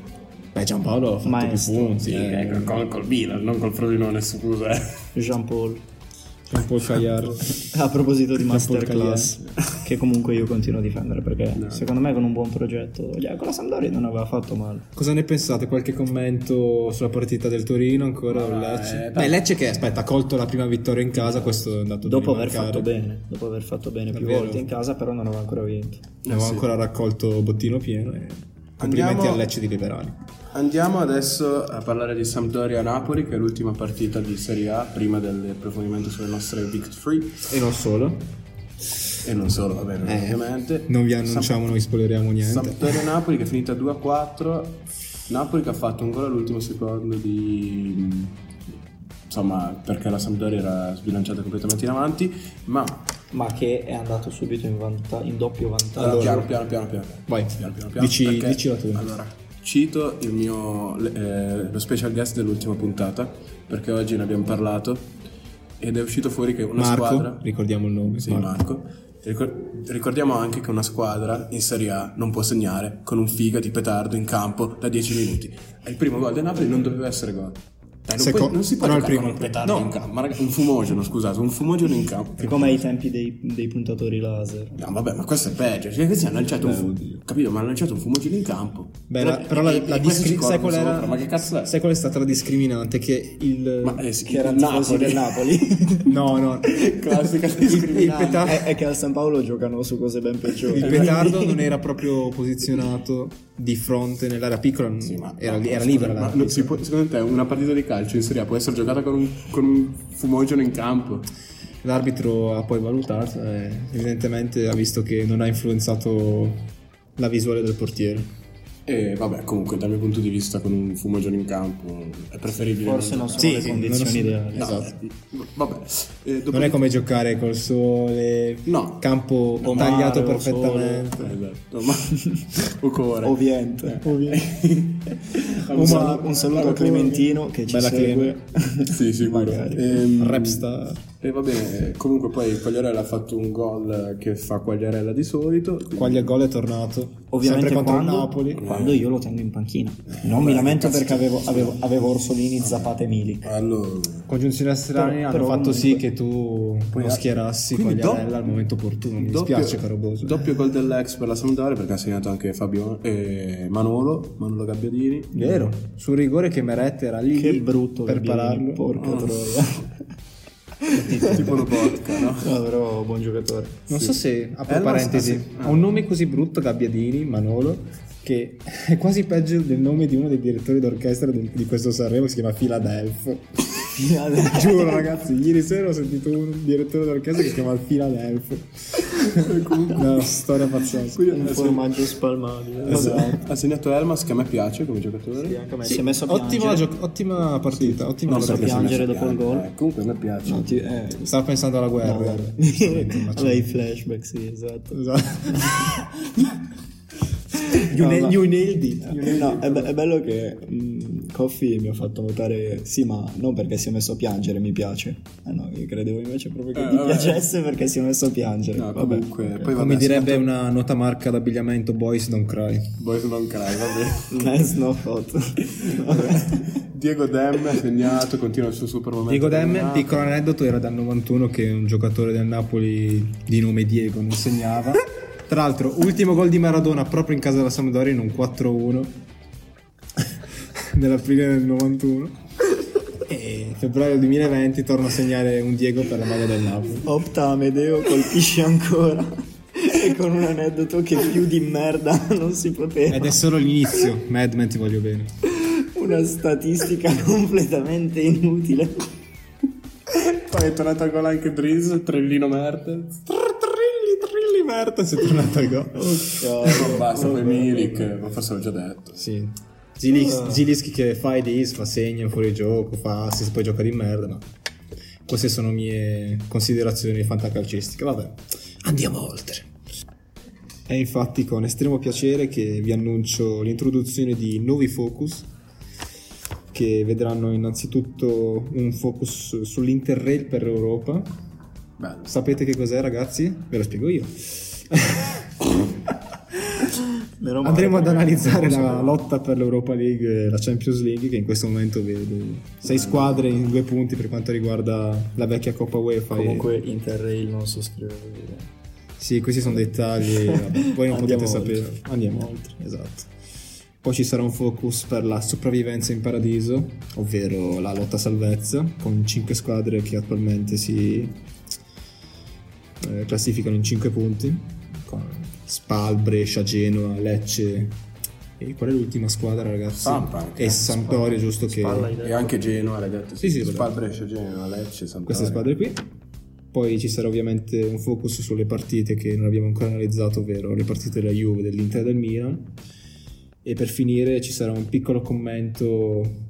[SPEAKER 1] Beh, Giampaolo ha fatto
[SPEAKER 4] Maestro. ecco.
[SPEAKER 1] più punti. eh.
[SPEAKER 2] col, col Milan, non col Frosinone, scusa.
[SPEAKER 4] Jean Paul.
[SPEAKER 1] Campo Cagliari.
[SPEAKER 4] A proposito di
[SPEAKER 1] Campo
[SPEAKER 4] masterclass, che comunque io continuo a difendere perché
[SPEAKER 2] No.
[SPEAKER 4] secondo me con un buon progetto, cioè, con la Sampdoria non aveva fatto male.
[SPEAKER 1] Cosa ne pensate? Qualche commento sulla partita del Torino ancora?
[SPEAKER 4] Ah,
[SPEAKER 1] o Lecce?
[SPEAKER 2] eh,
[SPEAKER 1] Beh, Lecce che aspetta, ha colto la prima vittoria in casa, questo è andato
[SPEAKER 4] Dopo
[SPEAKER 1] da
[SPEAKER 4] aver fatto
[SPEAKER 1] rimarcare.
[SPEAKER 4] bene, dopo aver fatto bene più
[SPEAKER 1] Davvero?
[SPEAKER 4] volte in casa, però non aveva ancora vinto.
[SPEAKER 1] Ne aveva ancora raccolto bottino pieno e complimenti
[SPEAKER 2] Eh Andiamo-
[SPEAKER 1] al Lecce di Liberali.
[SPEAKER 2] Andiamo adesso a parlare di Sampdoria-Napoli, che è l'ultima partita di Serie A prima dell'approfondimento sulle nostre Big Three.
[SPEAKER 1] E non solo.
[SPEAKER 2] E non solo, va bene, ovviamente.
[SPEAKER 1] Eh. Non vi annunciamo, non vi spoileriamo niente.
[SPEAKER 2] Sampdoria-Napoli che è finita 2-4. Napoli che ha fatto un gol all'ultimo secondo di... Insomma, perché la Sampdoria era sbilanciata completamente in avanti, ma
[SPEAKER 4] Ma che è andato subito in, vanta- in doppio vantaggio.
[SPEAKER 2] Allora, piano, piano, piano, piano.
[SPEAKER 1] Vai.
[SPEAKER 2] Piano, piano, piano,
[SPEAKER 1] Dici-
[SPEAKER 2] perché-
[SPEAKER 1] dici la tua.
[SPEAKER 2] Allora, cito il mio eh, lo special guest dell'ultima puntata, perché oggi ne abbiamo parlato ed è uscito fuori che una
[SPEAKER 1] Marco,
[SPEAKER 2] squadra...
[SPEAKER 1] ricordiamo il nome.
[SPEAKER 2] Sì,
[SPEAKER 1] Marco.
[SPEAKER 2] Marco. Ricor- Ricordiamo anche che una squadra in Serie A non può segnare con un figa di petardo in campo da 10 minuti. E Il primo gol del Napoli non doveva essere gol. Dai, non,
[SPEAKER 1] Seco-
[SPEAKER 2] puoi- non si può
[SPEAKER 1] però il
[SPEAKER 2] giocare
[SPEAKER 1] primo-
[SPEAKER 2] con un petardo
[SPEAKER 1] no.
[SPEAKER 2] in campo, ma raga- un fumogeno, scusate, un fumogeno in campo.
[SPEAKER 4] È come ai tempi dei, dei puntatori laser.
[SPEAKER 2] No, vabbè, ma questo è peggio. Cioè, questi hanno lanciato un fu- capito, ma hanno lanciato un fumogeno in campo.
[SPEAKER 1] Beh, la- però la, la
[SPEAKER 2] disc
[SPEAKER 1] discri- sai qual era-
[SPEAKER 2] Ma che cazzo è?
[SPEAKER 1] sai qual è stata la discriminante? Che il...
[SPEAKER 2] ma eh, sì,
[SPEAKER 4] Che era
[SPEAKER 2] il
[SPEAKER 4] il tifosi del
[SPEAKER 2] Napoli.
[SPEAKER 4] Napoli.
[SPEAKER 1] <laughs> No, no.
[SPEAKER 2] Classica
[SPEAKER 1] il, il
[SPEAKER 2] discriminante. Eh,
[SPEAKER 1] petardo...
[SPEAKER 4] è, è che al San Paolo giocano su cose ben peggiori.
[SPEAKER 1] eh, Il petardo non era proprio posizionato di fronte nell'area piccola,
[SPEAKER 2] Sì, ma-
[SPEAKER 1] era,
[SPEAKER 2] ma-
[SPEAKER 1] era
[SPEAKER 2] scusa,
[SPEAKER 1] libera.
[SPEAKER 2] Ma
[SPEAKER 1] l'area
[SPEAKER 2] non si può- secondo te una partita di calcio in Serie A può essere giocata con un, con un fumogeno in campo?
[SPEAKER 1] piccola. L'arbitro ha poi valutato e evidentemente ha visto che non ha influenzato la visuale del portiere.
[SPEAKER 2] E vabbè, comunque, dal mio punto di vista, con un fumogeno in campo è preferibile.
[SPEAKER 4] Forse non sono
[SPEAKER 1] Sì,
[SPEAKER 4] le
[SPEAKER 1] sì, non
[SPEAKER 4] condizioni
[SPEAKER 1] so-
[SPEAKER 4] ideali.
[SPEAKER 2] No,
[SPEAKER 1] Esatto.
[SPEAKER 2] eh, Vabbè, Eh, dopo-
[SPEAKER 1] Non è come giocare col sole,
[SPEAKER 2] No.
[SPEAKER 1] campo
[SPEAKER 2] No,
[SPEAKER 1] tagliato
[SPEAKER 4] mare, o sole.
[SPEAKER 1] perfettamente.
[SPEAKER 2] Eh,
[SPEAKER 4] <laughs>
[SPEAKER 1] <laughs>
[SPEAKER 2] esatto, ma... o cuore.
[SPEAKER 1] Eh.
[SPEAKER 4] Ovviamente.
[SPEAKER 2] Ma-
[SPEAKER 4] Un, saluto, un saluto a Clementino che ci
[SPEAKER 1] Bella
[SPEAKER 4] segue. <laughs>
[SPEAKER 2] Sì, sicuro.
[SPEAKER 4] Magari.
[SPEAKER 2] Ehm,
[SPEAKER 1] Rap star.
[SPEAKER 2] E va bene, eh, comunque poi Quagliarella ha fatto un gol eh, che fa Quagliarella di solito.
[SPEAKER 1] Quaglia gol è tornato.
[SPEAKER 4] Ovviamente
[SPEAKER 1] sempre contro il
[SPEAKER 4] quando,
[SPEAKER 1] Napoli.
[SPEAKER 4] quando io lo tengo in panchina. Non mi lamento perché avevo, avevo- avevo Orsolini, Zapata e Milik.
[SPEAKER 2] Allora,
[SPEAKER 1] Congiunzione estranee
[SPEAKER 4] Però-
[SPEAKER 1] hanno
[SPEAKER 4] però
[SPEAKER 1] fatto sì
[SPEAKER 4] comunque-
[SPEAKER 1] che tu non schierassi
[SPEAKER 2] Quindi
[SPEAKER 1] Quagliarella
[SPEAKER 2] do-
[SPEAKER 1] al momento opportuno. Mi
[SPEAKER 2] doppio-
[SPEAKER 1] dispiace, caro Boso.
[SPEAKER 2] Doppio gol dell'ex per la Sampdoria perché ha segnato anche Fabio eh, Manolo, Manolo Gabbiadini.
[SPEAKER 1] Vero, sul rigore che Meret era lì
[SPEAKER 4] Mm. Che brutto
[SPEAKER 1] per pararlo.
[SPEAKER 4] Gabbiadini,
[SPEAKER 1] Ah.
[SPEAKER 4] Porca troia.
[SPEAKER 2] tipo una
[SPEAKER 1] <laughs>
[SPEAKER 2] vodka, no?
[SPEAKER 4] <laughs> No, però buon giocatore.
[SPEAKER 1] Non so se, apro
[SPEAKER 2] Eh, no,
[SPEAKER 1] parentesi,
[SPEAKER 2] sta- sì.
[SPEAKER 1] ha un nome così brutto Gabbiadini, Manolo, che <laughs> è quasi peggio del nome di uno dei direttori d'orchestra del- di questo Sanremo che si chiama
[SPEAKER 4] <laughs>
[SPEAKER 1] Philadelph. Giuro ragazzi, ieri sera ho sentito un direttore d'orchestra che si chiama
[SPEAKER 4] <laughs>
[SPEAKER 1] Philadelph. Una storia pazzesca.
[SPEAKER 2] Quindi
[SPEAKER 4] Un
[SPEAKER 2] adesso-
[SPEAKER 4] formaggio spalmabile.
[SPEAKER 1] Esatto.
[SPEAKER 2] Ha segnato Elmas che a me piace come giocatore.
[SPEAKER 4] Anche a me.
[SPEAKER 1] Sì,
[SPEAKER 4] si è messo a
[SPEAKER 1] ottima,
[SPEAKER 4] piangere.
[SPEAKER 1] gio- ottima partita, ottima
[SPEAKER 4] non so
[SPEAKER 1] partita.
[SPEAKER 2] Perché
[SPEAKER 4] piangere
[SPEAKER 2] si è messo
[SPEAKER 4] dopo il
[SPEAKER 2] piano,
[SPEAKER 4] gol.
[SPEAKER 2] eh, comunque a me piace.
[SPEAKER 4] No, ti- eh,
[SPEAKER 1] Stava pensando alla guerra. guarda.
[SPEAKER 4] <laughs> Vabbè, i flashback, sì, esatto.
[SPEAKER 1] Esatto. <laughs>
[SPEAKER 4] No, ma-
[SPEAKER 1] nailed it.
[SPEAKER 4] No,
[SPEAKER 3] È, be- è bello che mh, Coffee mi ha fatto notare, sì ma non perché si è messo a piangere, mi piace. Ah no, io credevo invece proprio che
[SPEAKER 2] Eh,
[SPEAKER 3] ti
[SPEAKER 2] vabbè.
[SPEAKER 3] piacesse perché si è messo a piangere.
[SPEAKER 2] No,
[SPEAKER 3] Vabbè.
[SPEAKER 2] comunque, poi
[SPEAKER 3] <laughs>
[SPEAKER 2] vabbè,
[SPEAKER 1] Come direbbe una nota marca d'abbigliamento, boys don't cry.
[SPEAKER 2] Boys Don't Cry, vabbè.
[SPEAKER 3] Nice Eh, no <laughs> hot.
[SPEAKER 2] Diego Demme ha segnato, continua il suo super momento.
[SPEAKER 1] Diego Demme,
[SPEAKER 2] Ah,
[SPEAKER 1] piccolo aneddoto, era dal 91 che un giocatore del Napoli di nome Diego non
[SPEAKER 4] <laughs>
[SPEAKER 1] segnava. Tra l'altro, ultimo gol di Maradona proprio in casa della Sampdoria in un 4-1 <laughs> dell'aprile del 91. E febbraio 2020 torna a segnare un Diego per la maglia del Napoli.
[SPEAKER 4] Opta Amedeo colpisce ancora. e con un aneddoto che più di merda
[SPEAKER 3] <laughs>
[SPEAKER 4] non si poteva.
[SPEAKER 1] Ed è solo l'inizio, Madman ti voglio bene.
[SPEAKER 4] Una
[SPEAKER 3] <laughs>
[SPEAKER 4] statistica completamente inutile.
[SPEAKER 2] Poi è tornato a gol anche Drizz, Trellino Mertens.
[SPEAKER 1] Trilli, trilli, Merta si è tornato al gol.
[SPEAKER 2] Non Eh, basta, poi Milik, ma forse l'ho già detto.
[SPEAKER 1] Sì. Ah. Zilis- Zilischi che fa i dis, fa segno fuori gioco, fa assist, poi gioca di merda, ma queste sono mie considerazioni fantacalcistiche. Vabbè, andiamo oltre. È infatti con estremo piacere che vi annuncio l'introduzione di nuovi focus che vedranno innanzitutto un focus sull'Interrail per l'Europa.
[SPEAKER 2] Bello.
[SPEAKER 1] Sapete che cos'è ragazzi? Ve lo spiego io.
[SPEAKER 4] Meno male,
[SPEAKER 1] Andremo ad
[SPEAKER 4] perché-
[SPEAKER 1] analizzare
[SPEAKER 4] non
[SPEAKER 1] la
[SPEAKER 4] sapevo.
[SPEAKER 1] lotta per l'Europa League e la Champions League che in questo momento vede sei squadre in due punti per quanto riguarda la vecchia Coppa UEFA. e-
[SPEAKER 4] Comunque Interrail non si scrive così. eh.
[SPEAKER 1] Sì, questi sono dettagli, vabbè, voi non
[SPEAKER 4] Andiamo
[SPEAKER 1] potete
[SPEAKER 4] oltre.
[SPEAKER 1] sapere. Andiamo oltre, esatto. Poi ci sarà un focus per la sopravvivenza in paradiso, ovvero la lotta salvezza, con 5 squadre che attualmente si eh, classificano in 5 punti, con Spal, Brescia, Genoa, Lecce e qual è l'ultima squadra ragazzi?
[SPEAKER 2] Sampa anche, eh,
[SPEAKER 1] E Sampdoria, giusto che...
[SPEAKER 4] Spalla idea.
[SPEAKER 2] E anche Genoa, l'hai detto?
[SPEAKER 1] Sì, sì,
[SPEAKER 2] Spal Brescia, Genoa, Lecce, Sampdoria.
[SPEAKER 1] queste squadre qui. Poi ci sarà ovviamente un focus sulle partite che non abbiamo ancora analizzato, ovvero le partite della Juve, dell'Inter e del Milan. E per finire ci sarà un piccolo commento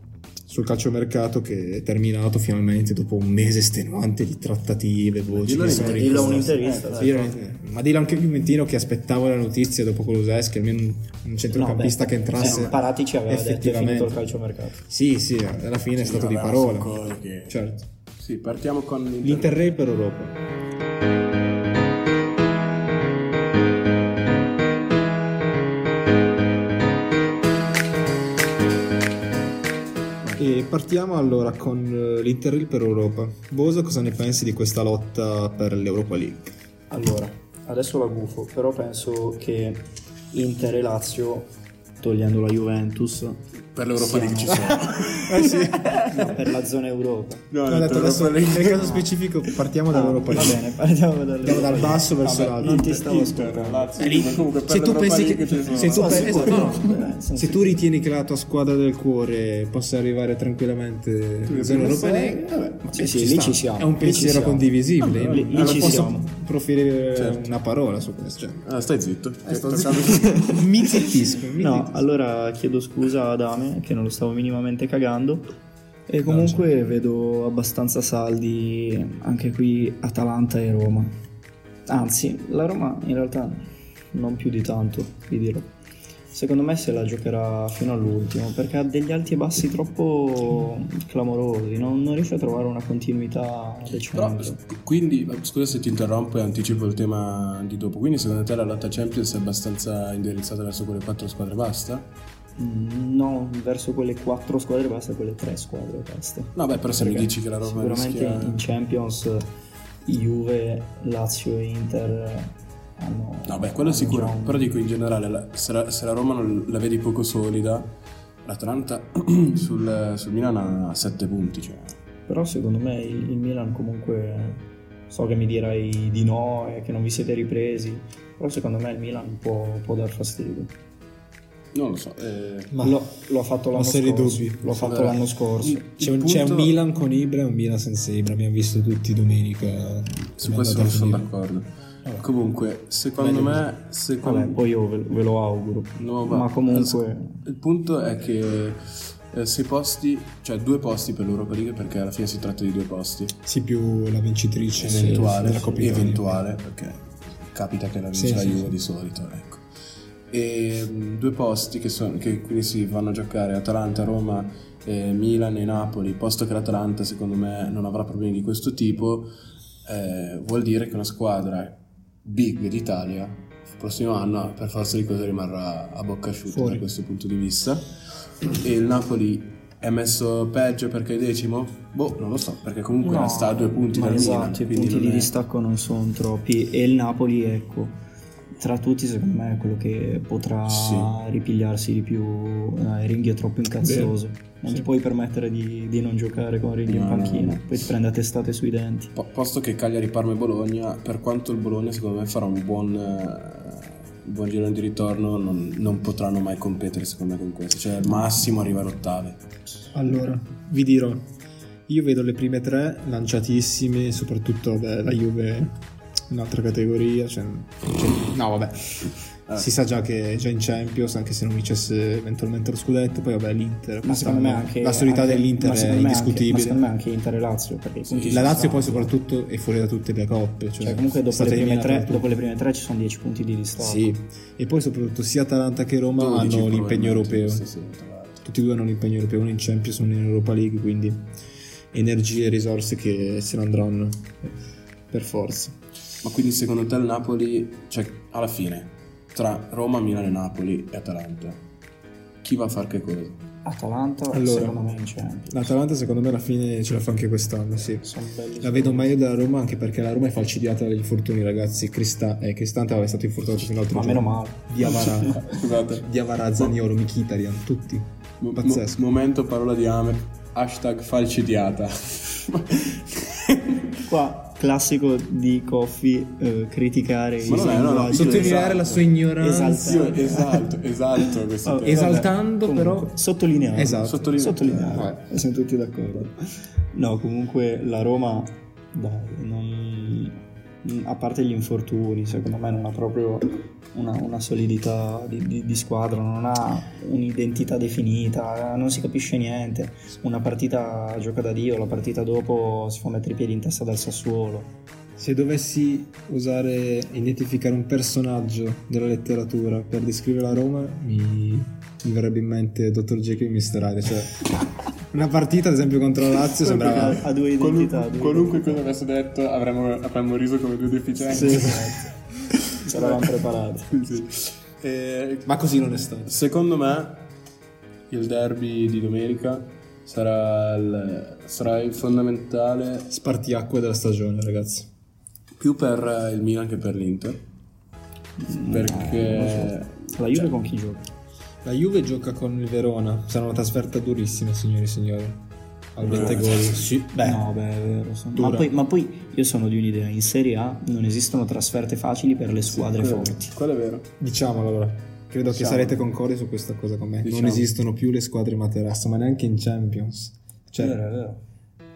[SPEAKER 1] sul calciomercato che è terminato finalmente dopo un mese estenuante di trattative, voci.
[SPEAKER 2] Dillo
[SPEAKER 1] che
[SPEAKER 2] in-
[SPEAKER 1] sono
[SPEAKER 2] dillo
[SPEAKER 4] Dillo a un
[SPEAKER 1] rimasti-
[SPEAKER 4] interista.
[SPEAKER 1] Sì, veramente. ma dillo anche il Juventino che aspettava la notizia dopo Kuluseschi, almeno un- un centrocampista che entrasse.
[SPEAKER 4] Eh, Parati ci aveva detto è
[SPEAKER 1] effettivamente.
[SPEAKER 4] finito il calciomercato.
[SPEAKER 1] Sì, sì, alla fine è
[SPEAKER 2] Sì,
[SPEAKER 1] stato di
[SPEAKER 2] vabbè,
[SPEAKER 1] parola.
[SPEAKER 2] sono cose che-
[SPEAKER 1] Certo.
[SPEAKER 2] Sì, partiamo con l'Inter.
[SPEAKER 1] L'Interrail per Europa. E partiamo allora con eh, l'Interrail per Europa. Bosa, cosa ne pensi di questa lotta per l'Europa League?
[SPEAKER 4] Allora, adesso la gufo, però penso che Inter e Lazio, togliendo la Juventus,
[SPEAKER 2] Per l'Europa League
[SPEAKER 1] <laughs>
[SPEAKER 2] ci sono.
[SPEAKER 1] Eh sì,
[SPEAKER 4] ma <laughs> per la zona Europa.
[SPEAKER 2] No,
[SPEAKER 1] ho detto adesso
[SPEAKER 2] Europa League.
[SPEAKER 1] nel
[SPEAKER 4] <laughs>
[SPEAKER 1] caso specifico partiamo dall'Europa
[SPEAKER 4] Ah, Va
[SPEAKER 1] League.
[SPEAKER 4] bene, partiamo dalle
[SPEAKER 1] Andiamo dal basso verso
[SPEAKER 2] Vabbè,
[SPEAKER 1] l'alto.
[SPEAKER 4] non ti stavo
[SPEAKER 2] Inter, Lazio,
[SPEAKER 1] Eh, lì-
[SPEAKER 2] Juve, comunque per
[SPEAKER 1] se tu
[SPEAKER 2] l'Europa
[SPEAKER 1] pensi
[SPEAKER 2] League
[SPEAKER 1] che- se
[SPEAKER 2] ci sono.
[SPEAKER 1] tu-
[SPEAKER 4] No,
[SPEAKER 1] Beh,
[SPEAKER 4] sicuro,
[SPEAKER 1] no,
[SPEAKER 4] no, eh, sono
[SPEAKER 1] Se tu ritieni che la tua squadra del cuore possa arrivare tranquillamente in zona Europa League,
[SPEAKER 4] vabbè, sì,
[SPEAKER 1] eh,
[SPEAKER 4] sì, lì
[SPEAKER 1] sta.
[SPEAKER 4] ci siamo.
[SPEAKER 1] È un
[SPEAKER 4] lì ci
[SPEAKER 1] pensiero
[SPEAKER 4] siamo.
[SPEAKER 1] condivisibile.
[SPEAKER 4] Vabbè, lì- lì
[SPEAKER 1] non
[SPEAKER 4] ci
[SPEAKER 1] posso
[SPEAKER 4] siamo.
[SPEAKER 1] proferire
[SPEAKER 2] Certo.
[SPEAKER 1] una parola su questo.
[SPEAKER 4] <laughs>
[SPEAKER 1] Cioè,
[SPEAKER 2] Ah, stai zitto. Che-
[SPEAKER 1] sto
[SPEAKER 2] per
[SPEAKER 1] <laughs>
[SPEAKER 2] caso-
[SPEAKER 1] zitto. mi zittisco. mi
[SPEAKER 4] No,
[SPEAKER 1] zittisco.
[SPEAKER 4] allora chiedo scusa ad Ame che non lo stavo minimamente cagando. E comunque vedo abbastanza saldi anche qui Atalanta e Roma. Anzi, la Roma in realtà non più di tanto, vi dirò. Secondo me se la giocherà fino all'ultimo perché ha degli alti e bassi troppo clamorosi, non, non riesce a trovare una continuità
[SPEAKER 2] Però,
[SPEAKER 4] decente.
[SPEAKER 2] quindi, scusa se ti interrompo e anticipo il tema di dopo. Quindi, secondo te la lotta Champions è abbastanza indirizzata verso quelle quattro squadre? Basta?
[SPEAKER 4] Mm, No, verso quelle quattro squadre basta, quelle tre squadre basta.
[SPEAKER 2] No, beh, però se mi
[SPEAKER 4] Perché
[SPEAKER 2] dici che la Roma
[SPEAKER 4] sicuramente
[SPEAKER 2] rischia...
[SPEAKER 4] in Champions Juve, Lazio e Inter eh, hanno
[SPEAKER 2] No, beh, quello è
[SPEAKER 4] hanno già
[SPEAKER 2] sicuro.
[SPEAKER 4] un-
[SPEAKER 2] Però dico in generale, la- se, la, se la Roma non la vedi poco solida, l'Atalanta <clears throat> sul, sul Milan ha 7 punti. Cioè.
[SPEAKER 4] però secondo me il, il Milan comunque so che mi dirai di no e che non vi siete ripresi, però secondo me il Milan può, può dar fastidio.
[SPEAKER 2] Non lo so. eh,
[SPEAKER 1] Ma
[SPEAKER 4] lo, lo ha fatto l'anno
[SPEAKER 1] seri
[SPEAKER 4] scorso.
[SPEAKER 1] dubbi.
[SPEAKER 4] L'ho fatto
[SPEAKER 2] Allora,
[SPEAKER 4] l'anno scorso.
[SPEAKER 2] il-
[SPEAKER 1] c'è,
[SPEAKER 2] il
[SPEAKER 1] un, c'è un
[SPEAKER 2] punto-
[SPEAKER 1] Milan con Ibra e un Milan senza Ibra. Abbiamo visto tutti domenica.
[SPEAKER 2] Su
[SPEAKER 1] come è andata a
[SPEAKER 2] questo non sono
[SPEAKER 1] finire.
[SPEAKER 2] d'accordo. Comunque, secondo
[SPEAKER 1] Meglio
[SPEAKER 2] me, secondo
[SPEAKER 4] Vabbè, poi io ve, ve lo auguro.
[SPEAKER 2] No, va-
[SPEAKER 4] ma comunque
[SPEAKER 2] Il punto è che eh, sei posti, cioè due posti per l'Europa League, perché alla fine si tratta di due posti.
[SPEAKER 1] Sì, più la vincitrice
[SPEAKER 2] eventuale,
[SPEAKER 1] della Coppa Italia.
[SPEAKER 2] eventuale, perché capita che la vince
[SPEAKER 1] Sì,
[SPEAKER 2] la
[SPEAKER 1] sì,
[SPEAKER 2] Juve
[SPEAKER 1] sì.
[SPEAKER 2] di solito, ecco. E mh, due posti che, sono- che quindi si vanno a giocare Atalanta, Roma, eh, Milan e Napoli, posto che l'Atalanta secondo me non avrà problemi di questo tipo, eh, vuol dire che una squadra big d'Italia il prossimo anno per forza di cose rimarrà a bocca asciutta
[SPEAKER 1] Fuori.
[SPEAKER 2] da questo punto di vista. E il Napoli è messo peggio perché è decimo? Boh, non lo so, perché comunque
[SPEAKER 4] No,
[SPEAKER 2] sta a due punti
[SPEAKER 4] ma
[SPEAKER 2] dal
[SPEAKER 4] esatto,
[SPEAKER 2] Milan,
[SPEAKER 4] i
[SPEAKER 2] quindi
[SPEAKER 4] punti
[SPEAKER 2] non
[SPEAKER 4] di
[SPEAKER 2] è-
[SPEAKER 4] distacco non sono troppi e il Napoli ecco tra tutti secondo me è quello che potrà
[SPEAKER 2] Sì.
[SPEAKER 4] ripigliarsi di più eh, Ringhi è troppo incazzoso non ti puoi permettere di, di non giocare con Ringhi in
[SPEAKER 2] No, no,
[SPEAKER 4] panchina
[SPEAKER 2] no.
[SPEAKER 4] poi ti prende a testate sui denti
[SPEAKER 2] Po- posto che Cagliari, Parma e Bologna, per quanto il Bologna secondo me farà un buon, eh, un buon girone di ritorno, non, non potranno mai competere secondo me con questo, cioè al massimo arrivare ottave.
[SPEAKER 1] Allora, vi dirò, io vedo le prime tre lanciatissime, soprattutto vabbè, la Juve, un'altra categoria, cioè, cioè, no vabbè,
[SPEAKER 4] Eh.
[SPEAKER 1] si sa già che è già in Champions, anche se non vincesse eventualmente lo scudetto, poi vabbè l'Inter,
[SPEAKER 4] ma secondo me
[SPEAKER 1] quest'anno
[SPEAKER 4] anche
[SPEAKER 1] la solidità
[SPEAKER 4] anche-
[SPEAKER 1] dell'Inter
[SPEAKER 4] ma
[SPEAKER 1] è
[SPEAKER 4] secondo me anche- ma
[SPEAKER 1] indiscutibile.
[SPEAKER 4] secondo me anche Inter e Lazio perché i punti
[SPEAKER 1] la
[SPEAKER 4] ci
[SPEAKER 1] Lazio
[SPEAKER 4] stanno.
[SPEAKER 1] poi soprattutto è fuori da tutte le coppe, cioè,
[SPEAKER 4] Cioè, comunque dopo
[SPEAKER 1] state
[SPEAKER 4] le, prime
[SPEAKER 1] eliminate da
[SPEAKER 4] tre,
[SPEAKER 1] tutte.
[SPEAKER 4] dopo le prime tre ci sono 10 punti di distacco
[SPEAKER 1] Sì, e poi soprattutto sia Atalanta che Roma
[SPEAKER 2] 12
[SPEAKER 1] hanno l'impegno
[SPEAKER 2] probabilmente,
[SPEAKER 1] europeo.
[SPEAKER 2] sì, sì, tra l'altro.
[SPEAKER 1] tutti e due hanno un impegno europeo, uno in Champions, uno in Europa League, quindi energie e risorse che se ne andranno per forza.
[SPEAKER 2] Ma quindi secondo te il Napoli, cioè alla fine, tra Roma, Milano e Napoli e Atalanta. Chi va a far che cosa?
[SPEAKER 5] Atalanta
[SPEAKER 1] Allora.
[SPEAKER 5] secondo me in Champions.
[SPEAKER 1] L'Atalanta secondo me alla fine ce la fa anche quest'anno, sì.
[SPEAKER 5] Sono belli.
[SPEAKER 1] La vedo meglio della Roma anche perché la Roma è falcidiata dagli infortuni, ragazzi. Crista- eh, Cristante è stato infortunato fino all'altro
[SPEAKER 5] Ma
[SPEAKER 1] giorno.
[SPEAKER 5] meno male.
[SPEAKER 1] Diavara,
[SPEAKER 2] <laughs> Scusate. Boh,
[SPEAKER 1] Diavara, Zaniolo, Mkhitaryan, tutti.
[SPEAKER 2] Mo-
[SPEAKER 1] Pazzesco.
[SPEAKER 2] mo- momento parola di Amer. Hashtag
[SPEAKER 1] <laughs>
[SPEAKER 2] falcidiata.
[SPEAKER 4] Qua, classico di Coffee, eh, criticare i
[SPEAKER 2] Ma non è, no, no,
[SPEAKER 4] linguaggi.
[SPEAKER 1] Sottolineare la sua ignoranza.
[SPEAKER 4] Esatto.
[SPEAKER 2] Io esalto, esalto questo
[SPEAKER 4] Oh,
[SPEAKER 2] tema.
[SPEAKER 1] esatto. Esaltando,
[SPEAKER 4] Comunque,
[SPEAKER 1] però-
[SPEAKER 4] Sottolineare.
[SPEAKER 1] Esatto.
[SPEAKER 2] Sottolineo-
[SPEAKER 4] Sottolineare.
[SPEAKER 1] Eh,
[SPEAKER 4] Siamo tutti d'accordo. No, comunque la Roma, dai, non... mm, A parte gli infortuni, secondo me non ha proprio una, una solidità di, di- di squadra, non ha un'identità definita, eh, non si capisce niente. Una partita gioca da Dio, la partita dopo si fa mettere i piedi in testa dal Sassuolo.
[SPEAKER 1] Se dovessi usare, identificare un personaggio della letteratura per descrivere la Roma, mi, mi verrebbe in mente Dr. Jekyll e Mr. Hyde. Cioè, una partita, ad esempio, contro la Lazio sembrava...
[SPEAKER 4] Ha due identità.
[SPEAKER 2] Qualunque,
[SPEAKER 4] due
[SPEAKER 2] qualunque cosa avesse detto avremmo, avremmo riso come due deficienti. <laughs>
[SPEAKER 4] Sì, esatto. Ce l'avevamo preparata.
[SPEAKER 2] Sì. Eh,
[SPEAKER 1] Ma così non è stato.
[SPEAKER 2] Secondo me il derby di domenica sarà il, sarà il fondamentale
[SPEAKER 1] Spartiacque della stagione, ragazzi.
[SPEAKER 2] più per il Milan che per l'Inter. Perché
[SPEAKER 4] Mm. La Juve con chi gioca?
[SPEAKER 1] La Juve gioca con il Verona. Sarà una trasferta durissima, signori e signori. Al
[SPEAKER 2] cioè,
[SPEAKER 1] 20 gol. Sì,
[SPEAKER 4] No, beh, è vero. sono- Ma
[SPEAKER 1] Dura.
[SPEAKER 4] poi, ma poi io sono di un'idea: in Serie A non esistono trasferte facili per le squadre
[SPEAKER 2] quello,
[SPEAKER 4] forti.
[SPEAKER 2] quello è vero.
[SPEAKER 1] Diciamolo allora. Credo che
[SPEAKER 2] Diciamo.
[SPEAKER 1] sarete concordi su questa cosa con me.
[SPEAKER 2] Diciamo.
[SPEAKER 1] Non esistono più le squadre materasso, ma neanche in Champions. Cioè,
[SPEAKER 4] vero.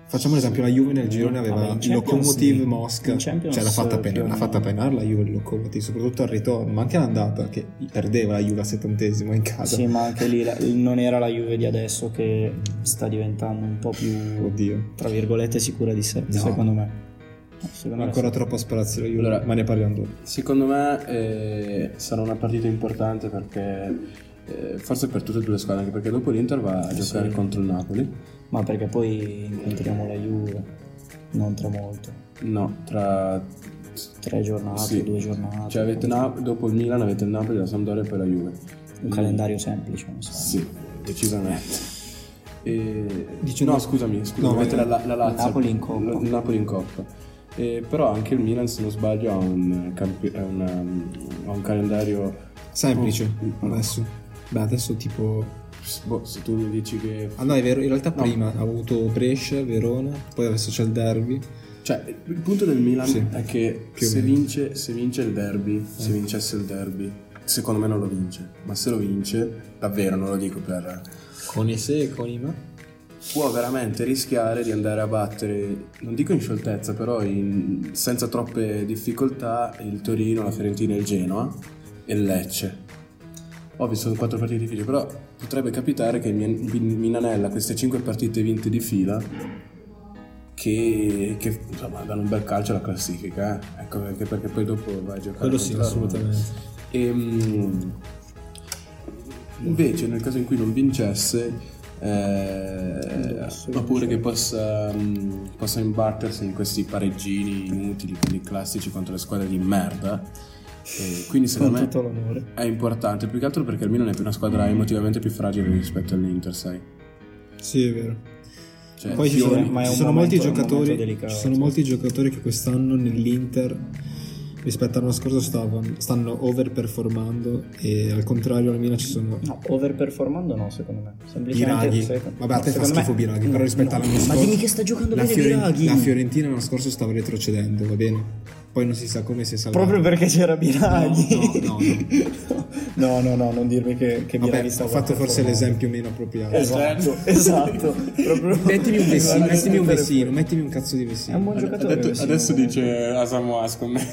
[SPEAKER 1] facciamo l'esempio: la Juve nel girone
[SPEAKER 4] Vabbè,
[SPEAKER 1] aveva
[SPEAKER 4] in
[SPEAKER 1] il
[SPEAKER 4] Champions
[SPEAKER 1] Locomotive
[SPEAKER 4] sì.
[SPEAKER 1] Mosca,
[SPEAKER 4] In Champions,
[SPEAKER 1] cioè l'ha fatta,
[SPEAKER 4] eh, più
[SPEAKER 1] pena,
[SPEAKER 4] o
[SPEAKER 1] l'ha
[SPEAKER 4] meno.
[SPEAKER 1] fatta penare la Juve il Locomotive, soprattutto al ritorno, ma anche all'andata che perdeva la Juve al settantesimo in casa.
[SPEAKER 4] Sì, ma anche lì la- non era la Juve di adesso che sta diventando un po' più,
[SPEAKER 1] Oddio,
[SPEAKER 4] tra virgolette, sicura di sé,
[SPEAKER 1] No.
[SPEAKER 4] secondo me. Secondo me
[SPEAKER 1] ancora troppo spazio la Juve,
[SPEAKER 2] Allora-
[SPEAKER 1] ma ne parliamo dopo.
[SPEAKER 2] Secondo me eh, sarà una partita importante perché eh, forse per tutte e due le squadre, anche perché dopo l'Inter va
[SPEAKER 1] Eh,
[SPEAKER 2] a giocare contro il Napoli.
[SPEAKER 4] Ma perché poi incontriamo la Juve, non tra molto,
[SPEAKER 2] No, tra
[SPEAKER 4] tre giornate,
[SPEAKER 2] Sì.
[SPEAKER 4] due giornate.
[SPEAKER 2] cioè avete Na- dopo il Milan avete il Napoli, la Sampdoria e poi la Juve.
[SPEAKER 4] Un calendario semplice, non so.
[SPEAKER 2] Sì, decisamente. E-
[SPEAKER 1] Dice-
[SPEAKER 2] no, scusami, scusami,
[SPEAKER 1] No,
[SPEAKER 2] avete la,
[SPEAKER 1] vai.
[SPEAKER 2] la, la Lazio.
[SPEAKER 4] Napoli in Coppa.
[SPEAKER 2] La- il Napoli in Coppa. Eh, però anche il Milan, se non sbaglio, ha un, eh, campi- ha un, um, ha un calendario...
[SPEAKER 1] Semplice,
[SPEAKER 2] Oh.
[SPEAKER 1] adesso. Beh, adesso tipo
[SPEAKER 2] Boh, se tu mi dici che...
[SPEAKER 1] Ah no, è vero, in realtà
[SPEAKER 2] No.
[SPEAKER 1] prima ha avuto Brescia, Verona, poi adesso c'è il derby.
[SPEAKER 2] Cioè, il punto del Milan
[SPEAKER 1] Sì,
[SPEAKER 2] è che
[SPEAKER 1] più o
[SPEAKER 2] se
[SPEAKER 1] meno. Eh.
[SPEAKER 2] vince, se vince il derby, se vincesse il derby, secondo me non lo vince. Ma se lo vince, davvero, non lo dico per...
[SPEAKER 1] Con i se e con i ma.
[SPEAKER 2] può veramente rischiare di andare a battere, non dico in scioltezza, però in- senza troppe difficoltà, il Torino, la Fiorentina, il Genoa e il Lecce. Ovvio, sono quattro partite difficili, però potrebbe capitare che il Min- Min- Minanella queste cinque partite vinte di fila che, che, insomma danno un bel calcio alla classifica, eh. ecco perché, perché poi dopo vai a giocare.
[SPEAKER 1] Quello sì,
[SPEAKER 2] contro la Roma.
[SPEAKER 1] assolutamente.
[SPEAKER 2] Ehm, invece, nel caso in cui non vincesse, eh, oppure che possa, mm, possa imbattersi in questi pareggini inutili, quelli classici contro le squadre di merda. eh, quindi, secondo me,
[SPEAKER 4] Tutto Mm. l'onore.
[SPEAKER 2] è importante. Più che altro perché il Milan è una squadra emotivamente più fragile rispetto all'Inter, sai.
[SPEAKER 1] Sì, è vero.
[SPEAKER 2] Cioè,
[SPEAKER 1] Poi ci sono,
[SPEAKER 2] Fiori-
[SPEAKER 4] ma è
[SPEAKER 1] ci
[SPEAKER 4] un
[SPEAKER 1] sono
[SPEAKER 4] momento-
[SPEAKER 1] molti
[SPEAKER 4] è un
[SPEAKER 1] giocatori.
[SPEAKER 4] momento delicato.
[SPEAKER 1] Ci sono molti giocatori che quest'anno nell'Inter rispetto all'anno scorso stavano- stanno overperformando e al contrario al Milan ci sono
[SPEAKER 4] No, overperformando no, secondo me. Semplicemente
[SPEAKER 1] Biraghi.
[SPEAKER 4] secondo-
[SPEAKER 1] Vabbè, a te
[SPEAKER 4] no,
[SPEAKER 1] fa
[SPEAKER 4] secondo
[SPEAKER 1] schifo
[SPEAKER 4] me-
[SPEAKER 1] Biraghi,
[SPEAKER 4] no,
[SPEAKER 1] però rispetto
[SPEAKER 4] no.
[SPEAKER 1] all'anno scorso.
[SPEAKER 4] Ma dimmi che sta giocando
[SPEAKER 1] la
[SPEAKER 4] bene
[SPEAKER 1] Fioren-
[SPEAKER 4] Biraghi.
[SPEAKER 1] La Fiorentina l'anno scorso stava retrocedendo, va bene? Poi non si sa come si è salvato.
[SPEAKER 4] Proprio perché c'era Biraghi.
[SPEAKER 1] No, no, no.
[SPEAKER 4] <laughs> No, no, no, non dirmi che, che
[SPEAKER 1] Vabbè,
[SPEAKER 4] Biraghi sta
[SPEAKER 1] ho fatto forse l'esempio meno appropriato.
[SPEAKER 4] Esatto, esatto. Proprio-
[SPEAKER 1] Mettimi
[SPEAKER 4] <laughs>
[SPEAKER 1] un vessino,
[SPEAKER 4] Esatto.
[SPEAKER 1] mettimi un vessino, mettimi un cazzo di
[SPEAKER 4] È un
[SPEAKER 1] vessino.
[SPEAKER 4] buon giocatore.
[SPEAKER 2] Adesso-
[SPEAKER 4] sì,
[SPEAKER 2] adesso
[SPEAKER 4] comunque.
[SPEAKER 2] dice Asamoah con me.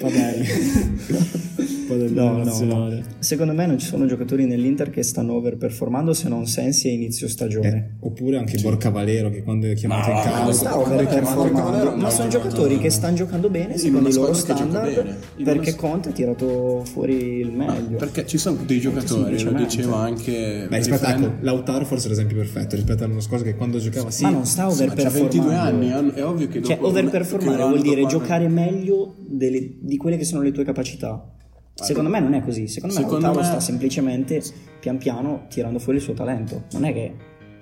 [SPEAKER 4] Va bene. <laughs>
[SPEAKER 1] Poi del
[SPEAKER 4] No, no,
[SPEAKER 1] nazionale.
[SPEAKER 4] Secondo me non ci sono giocatori nell'Inter che stanno overperformando se non Sensi a inizio stagione.
[SPEAKER 1] Eh, oppure anche Borca Valero che quando è chiamato in
[SPEAKER 4] Non
[SPEAKER 1] campo
[SPEAKER 4] sta
[SPEAKER 2] Cavallero
[SPEAKER 4] overperformando,
[SPEAKER 2] non
[SPEAKER 4] ma
[SPEAKER 2] ha
[SPEAKER 4] sono
[SPEAKER 2] giocato-
[SPEAKER 4] giocatori che stanno giocando bene
[SPEAKER 2] <laughs> In
[SPEAKER 4] secondo
[SPEAKER 2] una
[SPEAKER 4] i loro
[SPEAKER 2] squadra che gioca
[SPEAKER 4] standard
[SPEAKER 2] bene. In
[SPEAKER 4] perché
[SPEAKER 2] una-
[SPEAKER 4] Conte ha tirato fuori il meglio.
[SPEAKER 2] Perché ci sono dei giocatori, lo
[SPEAKER 4] Semplicemente.
[SPEAKER 2] diceva anche.
[SPEAKER 1] Beh, rispetto
[SPEAKER 2] Rifen-
[SPEAKER 1] ecco, Lautaro forse è l'esempio perfetto rispetto all'anno scorso che quando giocava sì,
[SPEAKER 4] ma non sta
[SPEAKER 2] Sì, ma c'ha
[SPEAKER 4] overperformando.
[SPEAKER 2] 22 anni, an- è ovvio che dopo
[SPEAKER 4] Cioè, overperformare Cioè, vuol dire
[SPEAKER 2] quando-
[SPEAKER 4] giocare meglio delle- di quelle che sono le tue capacità. Secondo me non è così, secondo me
[SPEAKER 2] Ah, Secondo
[SPEAKER 4] Lautaro
[SPEAKER 2] me-
[SPEAKER 4] sta semplicemente pian piano tirando fuori il suo talento, non è che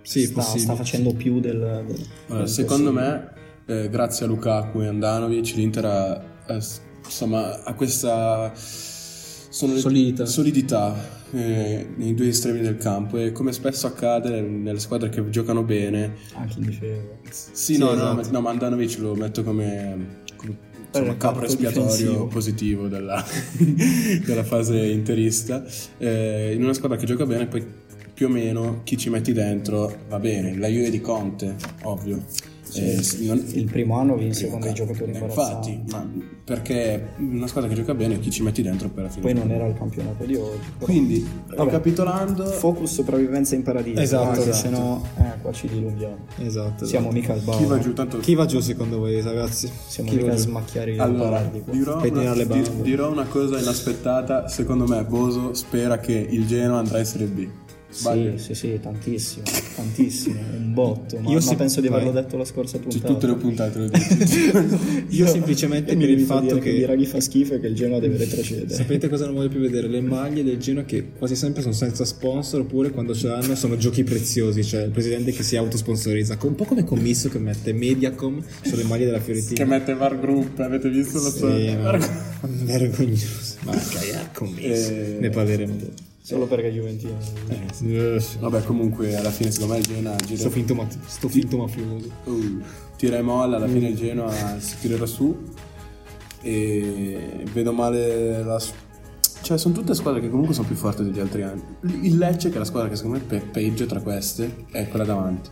[SPEAKER 1] Sì,
[SPEAKER 4] sta,
[SPEAKER 1] possibile.
[SPEAKER 4] sta facendo più del... del-
[SPEAKER 2] Allora,
[SPEAKER 4] del
[SPEAKER 2] Eh, secondo
[SPEAKER 4] possibile.
[SPEAKER 2] me, eh, grazie a Lukaku e Andanovic, l'Inter ha, ha- insomma, ha questa sono-
[SPEAKER 1] Solidità.
[SPEAKER 2] solidità, eh, nei due estremi del campo e come spesso accade nelle squadre che giocano bene.
[SPEAKER 4] Anche in difesa.
[SPEAKER 2] Sì,
[SPEAKER 1] Sì,
[SPEAKER 2] no, no,
[SPEAKER 1] esatto.
[SPEAKER 2] ma- no, ma Andanovic lo metto come, come
[SPEAKER 4] Beh,
[SPEAKER 2] insomma, capo
[SPEAKER 4] parto
[SPEAKER 2] espiatorio
[SPEAKER 4] difensivo.
[SPEAKER 2] positivo della, <laughs> della fase interista. Eh, in una squadra che gioca bene poi più o meno chi ci metti dentro va bene. La Juve di Conte, ovvio. Eh,
[SPEAKER 4] Sì,
[SPEAKER 2] non-
[SPEAKER 4] cioè, il primo anno vinse con dei
[SPEAKER 2] Lukaku.
[SPEAKER 4] giocatori
[SPEAKER 2] Eh,
[SPEAKER 4] imbarazzanti.
[SPEAKER 2] Infatti, ma perché una squadra che gioca bene chi ci metti dentro per la fine.
[SPEAKER 4] Poi non era il campionato di oggi. però-
[SPEAKER 2] Quindi,
[SPEAKER 4] Vabbè.
[SPEAKER 2] ricapitolando...
[SPEAKER 4] Focus sopravvivenza in paradiso.
[SPEAKER 1] Esatto,
[SPEAKER 4] anche
[SPEAKER 1] esatto.
[SPEAKER 4] se no, eh, qua ci dilunghiamo.
[SPEAKER 1] Esatto.
[SPEAKER 4] Siamo
[SPEAKER 1] esatto.
[SPEAKER 4] mica al bar.
[SPEAKER 2] chi va giù tanto
[SPEAKER 1] Chi va giù secondo voi, ragazzi?
[SPEAKER 4] Siamo
[SPEAKER 1] Chi
[SPEAKER 4] mica
[SPEAKER 1] va
[SPEAKER 4] a
[SPEAKER 1] giù?
[SPEAKER 4] smacchiare i
[SPEAKER 2] Allora,
[SPEAKER 4] leopardi qua.
[SPEAKER 2] dirò
[SPEAKER 1] Pettinare
[SPEAKER 2] una,
[SPEAKER 1] le
[SPEAKER 2] di-
[SPEAKER 1] bande.
[SPEAKER 2] dirò una cosa inaspettata. Secondo me, Boso spera che il Genoa andrà in Serie B. Sbaglio?
[SPEAKER 4] Sì, sì, sì, tantissimo, tantissimo, un botto. Ma,
[SPEAKER 1] Io
[SPEAKER 4] ma
[SPEAKER 1] sì-
[SPEAKER 4] penso di averlo
[SPEAKER 1] vai.
[SPEAKER 4] detto la scorsa
[SPEAKER 2] Cioè,
[SPEAKER 4] puntata.
[SPEAKER 2] tutte le
[SPEAKER 1] <laughs>
[SPEAKER 2] puntate lo dico.
[SPEAKER 4] <laughs>
[SPEAKER 1] Io semplicemente
[SPEAKER 4] mi
[SPEAKER 1] per il
[SPEAKER 4] limito a
[SPEAKER 1] fatto
[SPEAKER 4] dire
[SPEAKER 1] che-
[SPEAKER 4] Biraghi fa schifo e che il Genoa deve retrocedere.
[SPEAKER 1] Sapete cosa non voglio più vedere? Le maglie del Genoa che quasi sempre sono senza sponsor oppure quando ce l'hanno sono giochi preziosi, cioè il presidente che si autosponsorizza, un po' come commisso che mette Mediacom sulle maglie della
[SPEAKER 2] che
[SPEAKER 1] Fiorentina.
[SPEAKER 2] mette Var Group. Avete visto la sua?
[SPEAKER 1] Sì, ma- vergognoso. Ma ok, è commisso.
[SPEAKER 2] Eh.
[SPEAKER 1] Ne parleremo dopo.
[SPEAKER 4] Solo perché Juventino.
[SPEAKER 1] Eh, sì.
[SPEAKER 2] Vabbè, comunque, alla fine, secondo me, il Genoa gira.
[SPEAKER 1] Sto finto, ma- sto finto mafioso.
[SPEAKER 2] Uh, tira e molla. Alla fine, il Genoa si tirerà su. E vedo male la. s- Cioè, sono tutte squadre che comunque sono più forti degli altri anni. Il Lecce, che è la squadra che secondo me è pe- peggio tra queste, è quella davanti.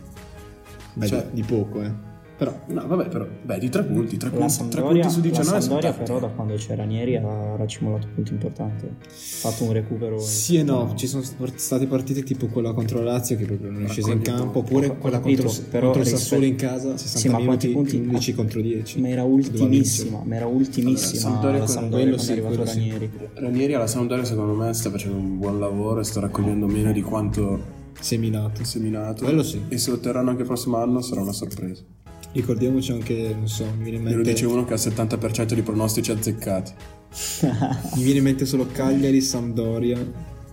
[SPEAKER 1] Beh,
[SPEAKER 2] Cioè-
[SPEAKER 1] di di poco, eh. Però
[SPEAKER 2] No, vabbè, però, beh, di tre punti, tre
[SPEAKER 4] La
[SPEAKER 2] punti, tre
[SPEAKER 4] Sampdoria,
[SPEAKER 2] punti su 19 sono
[SPEAKER 4] la Sampdoria
[SPEAKER 2] tanti.
[SPEAKER 4] però da quando c'è Ranieri ha racimolato punti importanti. Ha fatto un recupero.
[SPEAKER 1] Sì e no, ci sono spor- state partite tipo quella contro la Lazio che proprio non è scesa in
[SPEAKER 2] Raccogliamo.
[SPEAKER 1] campo, oppure
[SPEAKER 4] Ho
[SPEAKER 1] quella
[SPEAKER 4] capito,
[SPEAKER 1] contro, il-
[SPEAKER 4] però
[SPEAKER 1] contro il
[SPEAKER 4] rispetto-
[SPEAKER 1] Sassuolo in casa, 60
[SPEAKER 4] Sì, ma quanti
[SPEAKER 1] minuti,
[SPEAKER 4] punti- Ah,
[SPEAKER 1] 11 contro 10.
[SPEAKER 4] Ma era
[SPEAKER 1] Doveva
[SPEAKER 4] ultimissima,
[SPEAKER 1] vincere.
[SPEAKER 4] ma era
[SPEAKER 2] Allora,
[SPEAKER 4] ultimissima
[SPEAKER 2] Sampdoria
[SPEAKER 4] la
[SPEAKER 2] con
[SPEAKER 4] Sampdoria
[SPEAKER 1] quello
[SPEAKER 4] quando
[SPEAKER 1] sì,
[SPEAKER 4] è arrivato
[SPEAKER 1] quello sì.
[SPEAKER 4] Ranieri.
[SPEAKER 2] Ranieri alla Sampdoria secondo me sta facendo un buon lavoro e sta raccogliendo meno di quanto
[SPEAKER 1] Seminato.
[SPEAKER 2] seminato.
[SPEAKER 1] Quello sì.
[SPEAKER 2] E se otterranno anche il prossimo anno sarà una sorpresa.
[SPEAKER 1] Ricordiamoci anche, non so, mi viene in
[SPEAKER 2] Me lo
[SPEAKER 1] mente,
[SPEAKER 2] dice uno che ha il 70% di pronostici azzeccati.
[SPEAKER 1] mi viene in mente solo Cagliari Sampdoria,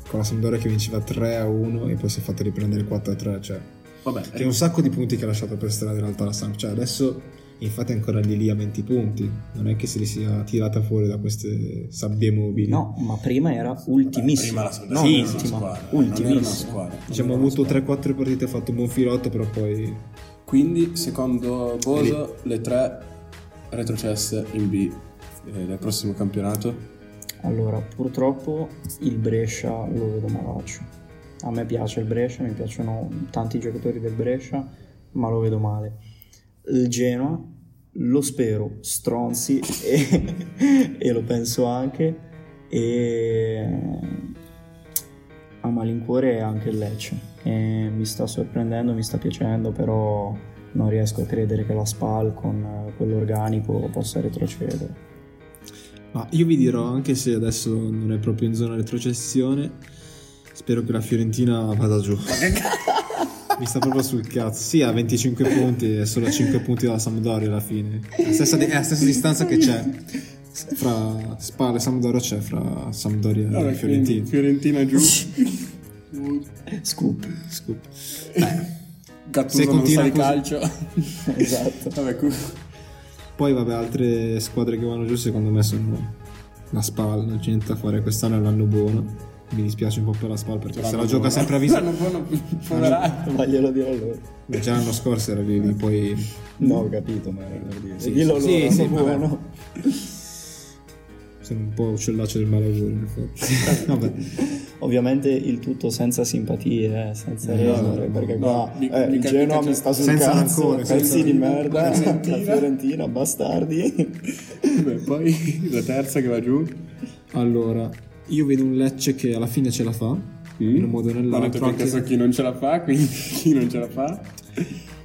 [SPEAKER 1] con la Sampdoria che vinceva 3 a 1 e poi si è fatta riprendere 4 a 3, cioè
[SPEAKER 2] Vabbè,
[SPEAKER 1] è un sacco di punti che ha lasciato per strada in realtà la Samp, cioè adesso infatti è ancora lì lì a 20 punti, non è che se li sia tirata fuori da queste sabbie mobili.
[SPEAKER 4] <laughs> No, ma prima era
[SPEAKER 2] prima
[SPEAKER 4] ultimissima.
[SPEAKER 2] la
[SPEAKER 4] no,
[SPEAKER 2] Sampdoria non era una
[SPEAKER 4] ultima,
[SPEAKER 2] squadra. Non era una
[SPEAKER 4] ultimissima.
[SPEAKER 2] squadra. non
[SPEAKER 1] Diciamo, ha
[SPEAKER 2] era una
[SPEAKER 1] avuto
[SPEAKER 2] squadra.
[SPEAKER 1] 3-4 partite, ha fatto un buon filotto, però poi
[SPEAKER 2] Quindi, secondo Boso, le tre retrocesse in B eh, del prossimo campionato.
[SPEAKER 4] Allora, purtroppo il Brescia lo vedo malaccio. A me piace il Brescia, mi piacciono tanti giocatori del Brescia, ma lo vedo male. Il Genoa lo spero, stronzi, <laughs> e, e lo penso anche, e a malincuore anche il Lecce. E mi sta sorprendendo, mi sta piacendo, però non riesco a credere che la Spal con eh, quell'organico possa retrocedere. <laughs>
[SPEAKER 1] Ma io vi dirò, anche se adesso non è proprio in zona retrocessione, spero che la Fiorentina vada giù. Mi sta proprio sul cazzo. Sì, ha 25 punti, è solo a 5 punti dalla Sampdoria alla fine. È la stessa, di- è la stessa distanza che c'è fra Spal e Sampdoria, c'è fra Sampdoria e Fiorentina.
[SPEAKER 2] Fiorentina giù.
[SPEAKER 1] <laughs>
[SPEAKER 4] Scoop.
[SPEAKER 1] Scusa.
[SPEAKER 2] Gattuso
[SPEAKER 1] Se
[SPEAKER 2] non
[SPEAKER 1] continua
[SPEAKER 2] sa di
[SPEAKER 1] così-
[SPEAKER 2] calcio. <laughs>
[SPEAKER 4] esatto.
[SPEAKER 2] Vabbè, cu-
[SPEAKER 1] Poi, vabbè, altre squadre che vanno giù, secondo me, sono la Spal. Non c'è niente da fare. Quest'anno è l'anno buono. Mi dispiace un po' per la Spal perché se la
[SPEAKER 2] L'anno
[SPEAKER 1] gioca
[SPEAKER 2] buono.
[SPEAKER 1] sempre a vista.
[SPEAKER 2] L'anno buono, poveraccio.
[SPEAKER 4] Voglielo dire a loro.
[SPEAKER 1] Beh, Già l'anno scorso era
[SPEAKER 2] Eh.
[SPEAKER 1] lì, lì, poi
[SPEAKER 4] No, ho capito, ma era per dire.
[SPEAKER 1] Mm. Sì,
[SPEAKER 4] Dillo
[SPEAKER 1] sì,
[SPEAKER 4] loro,
[SPEAKER 1] sì,
[SPEAKER 4] ma
[SPEAKER 1] sì,
[SPEAKER 4] buono.
[SPEAKER 1] vabbè. sono un po' uccellaccio del malaugurio. in
[SPEAKER 2] <laughs>
[SPEAKER 1] effetti. Vabbè,
[SPEAKER 4] <laughs> Ovviamente il tutto senza simpatie, eh, senza remore, perché
[SPEAKER 2] no,
[SPEAKER 4] qua
[SPEAKER 2] mi-
[SPEAKER 4] eh,
[SPEAKER 2] mi
[SPEAKER 4] il
[SPEAKER 2] capita
[SPEAKER 4] Genoa
[SPEAKER 2] già-
[SPEAKER 4] mi sta sul
[SPEAKER 1] senza
[SPEAKER 4] cazzo,
[SPEAKER 1] rancore,
[SPEAKER 4] pezzi
[SPEAKER 1] senza-
[SPEAKER 4] di merda, la
[SPEAKER 2] Fiorentina.
[SPEAKER 4] <laughs>
[SPEAKER 1] <laughs>
[SPEAKER 4] Fiorentina, bastardi.
[SPEAKER 2] Vabbè, poi la terza che va giù.
[SPEAKER 1] Mm? allora io vedo un Lecce che alla fine ce la fa in un modo o
[SPEAKER 2] Non ho detto
[SPEAKER 1] nell'altro.
[SPEAKER 2] Mm? perché so
[SPEAKER 1] Anche,
[SPEAKER 2] chi non ce la fa, quindi <laughs> chi non ce la fa.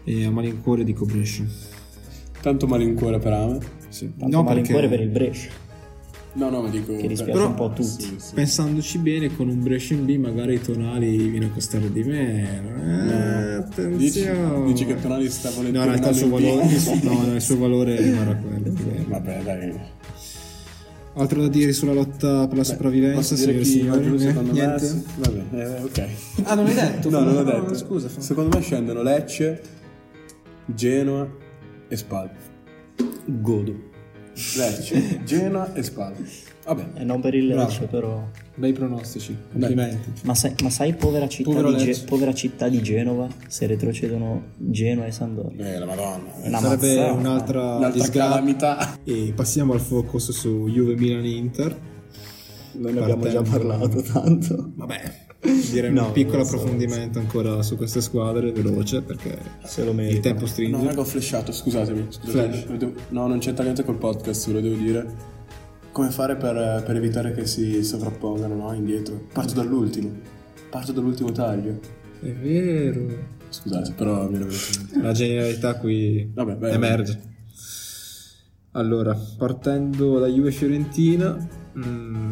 [SPEAKER 1] e a malincuore dico Brescia.
[SPEAKER 2] Tanto malincuore per Ame.
[SPEAKER 1] Sì.
[SPEAKER 4] Tanto malincuore per il Brescia.
[SPEAKER 2] No, no, ma dico.
[SPEAKER 4] Che dispiace
[SPEAKER 2] però-
[SPEAKER 4] un po' a tutti.
[SPEAKER 2] Sì, sì.
[SPEAKER 1] pensandoci bene, con un Brescia in B magari i tonali viene a costare di meno. Eh, attenzione.
[SPEAKER 2] Dici, dici che Tonali sta volendo.
[SPEAKER 1] No, in realtà il suo <laughs>
[SPEAKER 2] andare in
[SPEAKER 1] valore,
[SPEAKER 2] B. <laughs>
[SPEAKER 1] no, no, il suo valore rimarrà quello.
[SPEAKER 2] Vabbè, dai.
[SPEAKER 1] Altro da dire sulla lotta per la sopravvivenza,
[SPEAKER 2] Posso dire
[SPEAKER 1] signore e
[SPEAKER 2] chi
[SPEAKER 1] signori? Eh,
[SPEAKER 2] va giù secondo me?
[SPEAKER 1] Niente.
[SPEAKER 2] Sì. Va bene, eh, ok.
[SPEAKER 1] Ah,
[SPEAKER 4] <laughs>
[SPEAKER 1] non hai detto?
[SPEAKER 2] No, non l'ho
[SPEAKER 1] No,
[SPEAKER 2] detto.
[SPEAKER 1] scusa, fa-
[SPEAKER 2] Secondo me scendono Lecce, Genoa e Spal.
[SPEAKER 3] Godo.
[SPEAKER 2] <laughs> Lecce, Genoa e Spal. Vabbè,
[SPEAKER 4] E eh, non per il Lecce, però.
[SPEAKER 1] Bei pronostici, complimenti.
[SPEAKER 4] Ma sai, ma sai povera, città
[SPEAKER 1] Povero
[SPEAKER 4] di Ge-
[SPEAKER 1] Lecce.
[SPEAKER 4] povera città di Genova, se retrocedono Genoa e Sampdoria.
[SPEAKER 2] eh, la madonna.
[SPEAKER 4] Una
[SPEAKER 1] Sarebbe
[SPEAKER 4] mazzata.
[SPEAKER 1] un'altra,
[SPEAKER 2] Un'altra
[SPEAKER 1] disgra-
[SPEAKER 2] calamità.
[SPEAKER 1] E passiamo al focus su Juve, Milan e Inter.
[SPEAKER 4] Noi ne abbiamo già
[SPEAKER 1] Partendo-
[SPEAKER 4] parlato tanto.
[SPEAKER 1] Vabbè, direi
[SPEAKER 4] No,
[SPEAKER 1] un piccolo
[SPEAKER 4] non so.
[SPEAKER 1] approfondimento ancora su queste squadre, veloce, perché
[SPEAKER 4] Se lo
[SPEAKER 1] il
[SPEAKER 4] merita.
[SPEAKER 1] tempo stringe.
[SPEAKER 2] No, raga, ho flashato, scusatemi. Scusate,
[SPEAKER 1] Flash.
[SPEAKER 2] lo devo- No, non c'entra niente col podcast, ve lo devo dire. Come fare per, per evitare che si sovrappongano, no? Indietro. Parto dall'ultimo. Parto dall'ultimo taglio.
[SPEAKER 1] È vero.
[SPEAKER 2] Scusate, però mi ero venuto in mente.
[SPEAKER 1] La genialità qui
[SPEAKER 2] Vabbè, beh,
[SPEAKER 1] emerge. Allora, partendo da Juve Fiorentina, mm,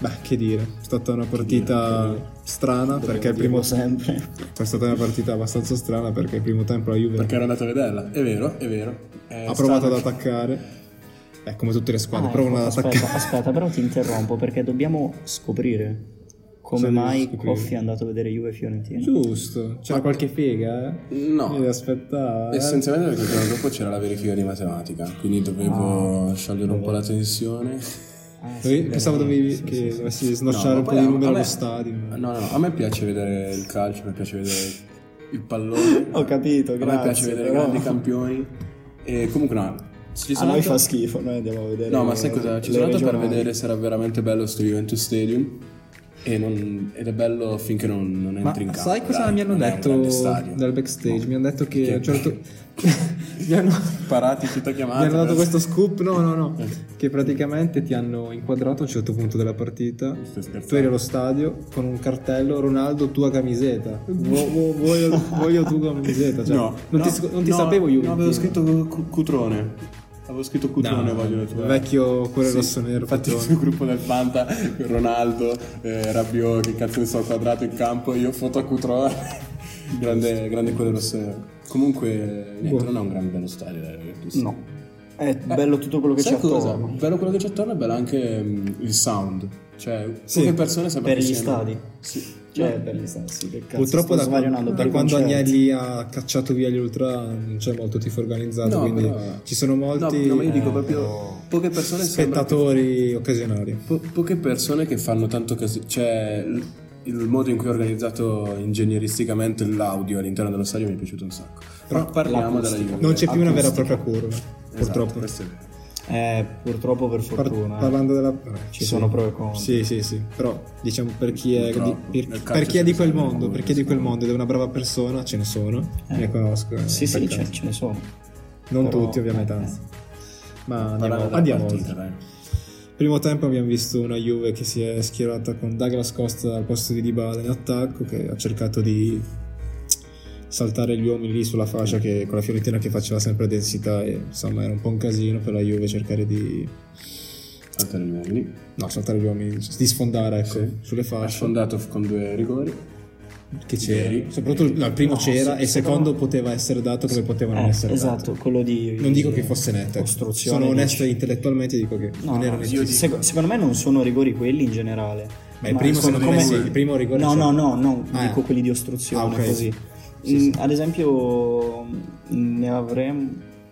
[SPEAKER 1] beh, che dire, è stata una partita strana perché il primo tempo
[SPEAKER 4] sempre.
[SPEAKER 1] è stata una partita abbastanza strana perché il primo tempo la Juve
[SPEAKER 2] Perché ero andato a vederla. È vero, è vero. È
[SPEAKER 1] ha provato
[SPEAKER 2] strano.
[SPEAKER 1] ad attaccare. Beh, come tutte le squadre,
[SPEAKER 4] Ah,
[SPEAKER 1] provano
[SPEAKER 4] ecco,
[SPEAKER 1] ad attaccare.
[SPEAKER 4] aspetta, aspetta, però ti interrompo perché dobbiamo scoprire
[SPEAKER 1] Cosa devi
[SPEAKER 4] come mai
[SPEAKER 1] scoprire?
[SPEAKER 4] Coffi è andato a vedere Juve e Fiorentina.
[SPEAKER 1] <laughs> Giusto, c'era qualche figa, eh?
[SPEAKER 2] No.
[SPEAKER 1] Mi aspettava. eh?
[SPEAKER 2] Essenzialmente perché il giorno dopo c'era la verifica di matematica, quindi dovevo
[SPEAKER 1] Ah.
[SPEAKER 2] sciogliere un po' la tensione.
[SPEAKER 4] Ah, sì,
[SPEAKER 1] Dovevi-
[SPEAKER 4] beh,
[SPEAKER 1] Pensavo dovevi che dovessi snocciare
[SPEAKER 2] ma
[SPEAKER 1] un po'
[SPEAKER 2] poi
[SPEAKER 1] di
[SPEAKER 2] a-
[SPEAKER 1] numero
[SPEAKER 2] a me-
[SPEAKER 1] allo stadio.
[SPEAKER 2] No, no, no, a me piace vedere il calcio, mi piace vedere il
[SPEAKER 1] <laughs>
[SPEAKER 2] pallone.
[SPEAKER 4] Ho capito,
[SPEAKER 2] A me piace
[SPEAKER 4] grazie,
[SPEAKER 2] vedere i
[SPEAKER 4] però-
[SPEAKER 2] grandi campioni. E comunque no, ci
[SPEAKER 4] A
[SPEAKER 2] sono
[SPEAKER 4] noi
[SPEAKER 2] andato-
[SPEAKER 4] Ah, fa schifo, noi andiamo a vedere.
[SPEAKER 2] No, ma sai cosa? Ci
[SPEAKER 4] le
[SPEAKER 2] sono andato per
[SPEAKER 4] regionali.
[SPEAKER 2] vedere se era veramente bello sto Juventus Stadium. E non- ed è bello finché non, non
[SPEAKER 1] Ma
[SPEAKER 2] entri in campo.
[SPEAKER 1] sai cosa
[SPEAKER 2] dai,
[SPEAKER 1] mi hanno
[SPEAKER 2] non è un
[SPEAKER 1] detto
[SPEAKER 2] grande stadio.
[SPEAKER 1] dal backstage? Mi hanno detto che a un
[SPEAKER 2] <laughs>
[SPEAKER 1] certo mi hanno, mi
[SPEAKER 2] Boh, Parati, tutta chiamata.
[SPEAKER 1] hanno dato
[SPEAKER 2] adesso. Eh.
[SPEAKER 1] questo scoop, no, no, no, che praticamente ti hanno inquadrato a un certo punto della partita.
[SPEAKER 2] Stai scherzando?
[SPEAKER 1] Tu eri allo stadio con un cartello Ronaldo tua camiseta. Vo- vo-
[SPEAKER 2] <laughs>
[SPEAKER 1] voglio, voglio tua camiseta, cioè,
[SPEAKER 2] no,
[SPEAKER 1] non,
[SPEAKER 2] no,
[SPEAKER 1] ti, non ti
[SPEAKER 2] no,
[SPEAKER 1] sapevo io.
[SPEAKER 2] No, avevo scritto cu- cu- Cutrone. Avevo scritto Cutrone, voglio cioè. le tue.
[SPEAKER 1] vecchio cuore rosso nero.
[SPEAKER 2] Infatti sul gruppo del Fanta, Ronaldo, eh, Rabiot, che cazzo ne so, quadrato in campo, io foto a Cutrone. grande, grande cuore rosso nero. Comunque, niente, non è un gran bello eh, stadio della Juventus.
[SPEAKER 4] No. È bello tutto quello che c'è
[SPEAKER 2] Sai cosa?
[SPEAKER 4] attorno.
[SPEAKER 2] Bello quello che c'è attorno è bello anche mm, il sound. Cioè, poche persone sembra
[SPEAKER 4] Per
[SPEAKER 2] che
[SPEAKER 4] gli
[SPEAKER 2] siano-
[SPEAKER 4] stadi.
[SPEAKER 2] Sì.
[SPEAKER 4] Cioè, per gli stadi, sì, che cazzo,
[SPEAKER 1] Purtroppo
[SPEAKER 4] sto
[SPEAKER 1] da,
[SPEAKER 4] svarionando
[SPEAKER 1] da
[SPEAKER 4] per i
[SPEAKER 1] quando
[SPEAKER 4] concerti.
[SPEAKER 1] Agnelli ha cacciato via gli ultra non c'è molto tifo organizzato,
[SPEAKER 2] No,
[SPEAKER 1] quindi
[SPEAKER 2] però-
[SPEAKER 1] ci sono molti
[SPEAKER 2] No, no, ma io dico
[SPEAKER 1] eh,
[SPEAKER 2] proprio poche persone sembra che-
[SPEAKER 1] spettatori occasionali.
[SPEAKER 2] Po- poche persone che fanno tanto casino, cioè l- il modo in cui è organizzato ingegneristicamente l'audio all'interno dello stadio mi è piaciuto un sacco. Però parliamo della Juve.
[SPEAKER 1] Non c'è più una vera e
[SPEAKER 2] Acustica.
[SPEAKER 1] propria curva,
[SPEAKER 2] Esatto,
[SPEAKER 1] purtroppo.
[SPEAKER 2] questo è vero.
[SPEAKER 4] Eh, purtroppo per
[SPEAKER 1] Par-
[SPEAKER 4] fortuna. eh.
[SPEAKER 1] parlando della... vabbè,
[SPEAKER 4] Ci sono pro e contro.
[SPEAKER 1] Sì, sì, sì, però diciamo per chi è di,
[SPEAKER 2] Purtroppo,
[SPEAKER 1] per,
[SPEAKER 2] nel
[SPEAKER 1] per
[SPEAKER 2] calcio
[SPEAKER 1] chi è di
[SPEAKER 2] ci
[SPEAKER 1] quel
[SPEAKER 2] sono
[SPEAKER 1] mondo,
[SPEAKER 2] dei
[SPEAKER 1] perché è di quel mondo ed è una brava persona, ce ne sono,
[SPEAKER 4] Eh.
[SPEAKER 1] ne conosco. eh,
[SPEAKER 4] Sì, sì,
[SPEAKER 1] peccato.
[SPEAKER 2] certo.
[SPEAKER 4] ce, ce ne sono.
[SPEAKER 1] Non
[SPEAKER 4] Però-
[SPEAKER 1] tutti ovviamente, anzi. Ma andiamo,
[SPEAKER 2] Parliamo della
[SPEAKER 1] andiamo
[SPEAKER 2] partita,
[SPEAKER 1] oltre.
[SPEAKER 2] dai.
[SPEAKER 1] Primo tempo abbiamo visto una Juve che si è schierata con Douglas Costa al posto di Dybala in attacco, che ha cercato di saltare gli uomini lì sulla fascia che, con la Fiorentina che faceva sempre densità e insomma era un po' un casino per la Juve cercare di...
[SPEAKER 2] Altri uomini.
[SPEAKER 1] no, saltare gli uomini, cioè, di sfondare ecco,
[SPEAKER 2] Sì.
[SPEAKER 1] sulle
[SPEAKER 2] Ha
[SPEAKER 1] fasce
[SPEAKER 2] sfondato f- con due rigori.
[SPEAKER 1] che c'era.
[SPEAKER 2] Ieri.
[SPEAKER 1] Soprattutto il- no, il primo
[SPEAKER 4] No,
[SPEAKER 1] c'era
[SPEAKER 4] sì,
[SPEAKER 1] e il secondo poteva essere dato come poteva non
[SPEAKER 4] Eh,
[SPEAKER 1] essere dato.
[SPEAKER 4] esatto, quello di...
[SPEAKER 1] Non dico che fosse netto, ecco.
[SPEAKER 4] Ostruzione.
[SPEAKER 1] sono
[SPEAKER 4] dici.
[SPEAKER 1] onesto intellettualmente dico che
[SPEAKER 4] No,
[SPEAKER 1] non era
[SPEAKER 4] no,
[SPEAKER 1] netto.
[SPEAKER 2] io dico-
[SPEAKER 4] Seco- secondo me non sono rigori quelli in generale.
[SPEAKER 1] Ma il primo,
[SPEAKER 4] sono
[SPEAKER 1] secondo me, sì, il primo rigore
[SPEAKER 4] No,
[SPEAKER 1] c'è.
[SPEAKER 4] no, no, no,
[SPEAKER 1] Ah,
[SPEAKER 4] dico
[SPEAKER 1] eh.
[SPEAKER 4] quelli di ostruzione
[SPEAKER 1] Ah, ok.
[SPEAKER 4] così.
[SPEAKER 1] Sì,
[SPEAKER 4] Mm,
[SPEAKER 1] sì.
[SPEAKER 4] Ad esempio mm, ne avremmo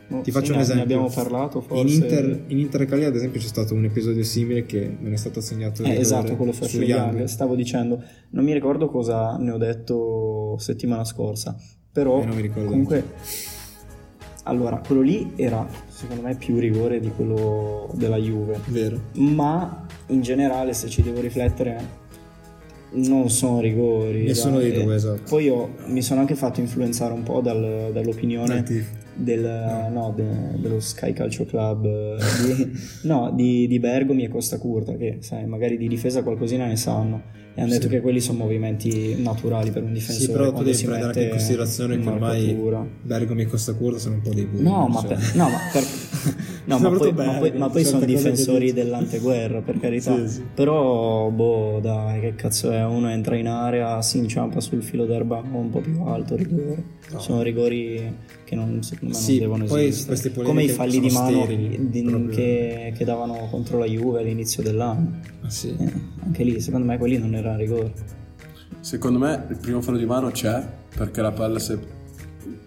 [SPEAKER 4] no,
[SPEAKER 1] Ti
[SPEAKER 4] sì,
[SPEAKER 1] faccio
[SPEAKER 4] ne-
[SPEAKER 1] un esempio.
[SPEAKER 4] Ne abbiamo parlato forse.
[SPEAKER 1] In Inter, in Inter Cagliari, ad esempio, c'è stato un episodio simile che non è stato assegnato il
[SPEAKER 4] Eh,
[SPEAKER 1] rigore
[SPEAKER 4] esatto, quello su Ashley
[SPEAKER 1] Young.
[SPEAKER 4] Young. Stavo dicendo, non mi ricordo cosa ne ho detto settimana scorsa, però
[SPEAKER 1] Eh, non mi ricordo
[SPEAKER 4] comunque allora, quello lì era secondo me più rigore di quello della Juve.
[SPEAKER 1] Vero.
[SPEAKER 4] ma in generale se ci devo riflettere non sono rigori
[SPEAKER 1] Nessuno
[SPEAKER 4] dai.
[SPEAKER 1] dei due, esatto.
[SPEAKER 4] poi io mi sono anche fatto influenzare un po' dal-
[SPEAKER 1] Dal
[SPEAKER 4] dall'opinione
[SPEAKER 1] tifo.
[SPEAKER 4] del, no, de- dello Sky Calcio Club eh,
[SPEAKER 1] <laughs>
[SPEAKER 4] di, no, di, di Bergomi e Costa Curta che sai magari di difesa qualcosina ne sanno e hanno detto
[SPEAKER 1] Sì.
[SPEAKER 4] che quelli sono movimenti naturali per un difensore
[SPEAKER 1] Sì, però tu
[SPEAKER 4] quando
[SPEAKER 1] devi
[SPEAKER 4] si
[SPEAKER 1] prendere
[SPEAKER 4] mette
[SPEAKER 1] anche in considerazione che ormai
[SPEAKER 4] marcatura.
[SPEAKER 1] Bergomi e Costa Curta sono un po' dei burri.
[SPEAKER 4] No, ma
[SPEAKER 1] <laughs> cioè.
[SPEAKER 4] per- no, ma per- No, ma poi, ma poi- ma poi sono difensori dell'anteguerra, per carità.
[SPEAKER 2] Sì, sì.
[SPEAKER 4] Però, boh, dai, che cazzo è? Uno entra in area, si inciampa sul filo d'erba un po' più alto, rigore. Sono rigori che non, secondo me non
[SPEAKER 1] Sì,
[SPEAKER 4] devono
[SPEAKER 1] poi queste
[SPEAKER 4] esistere.
[SPEAKER 1] polemiche
[SPEAKER 4] Come i falli di
[SPEAKER 1] sono
[SPEAKER 4] mano
[SPEAKER 1] sterili,
[SPEAKER 4] di-
[SPEAKER 1] proprio.
[SPEAKER 4] che, che davano contro la Juve all'inizio dell'anno.
[SPEAKER 1] Ah, sì.
[SPEAKER 4] Eh, anche lì, secondo me, quelli non erano rigori.
[SPEAKER 2] Secondo me il primo fallo di mano c'è perché la palla se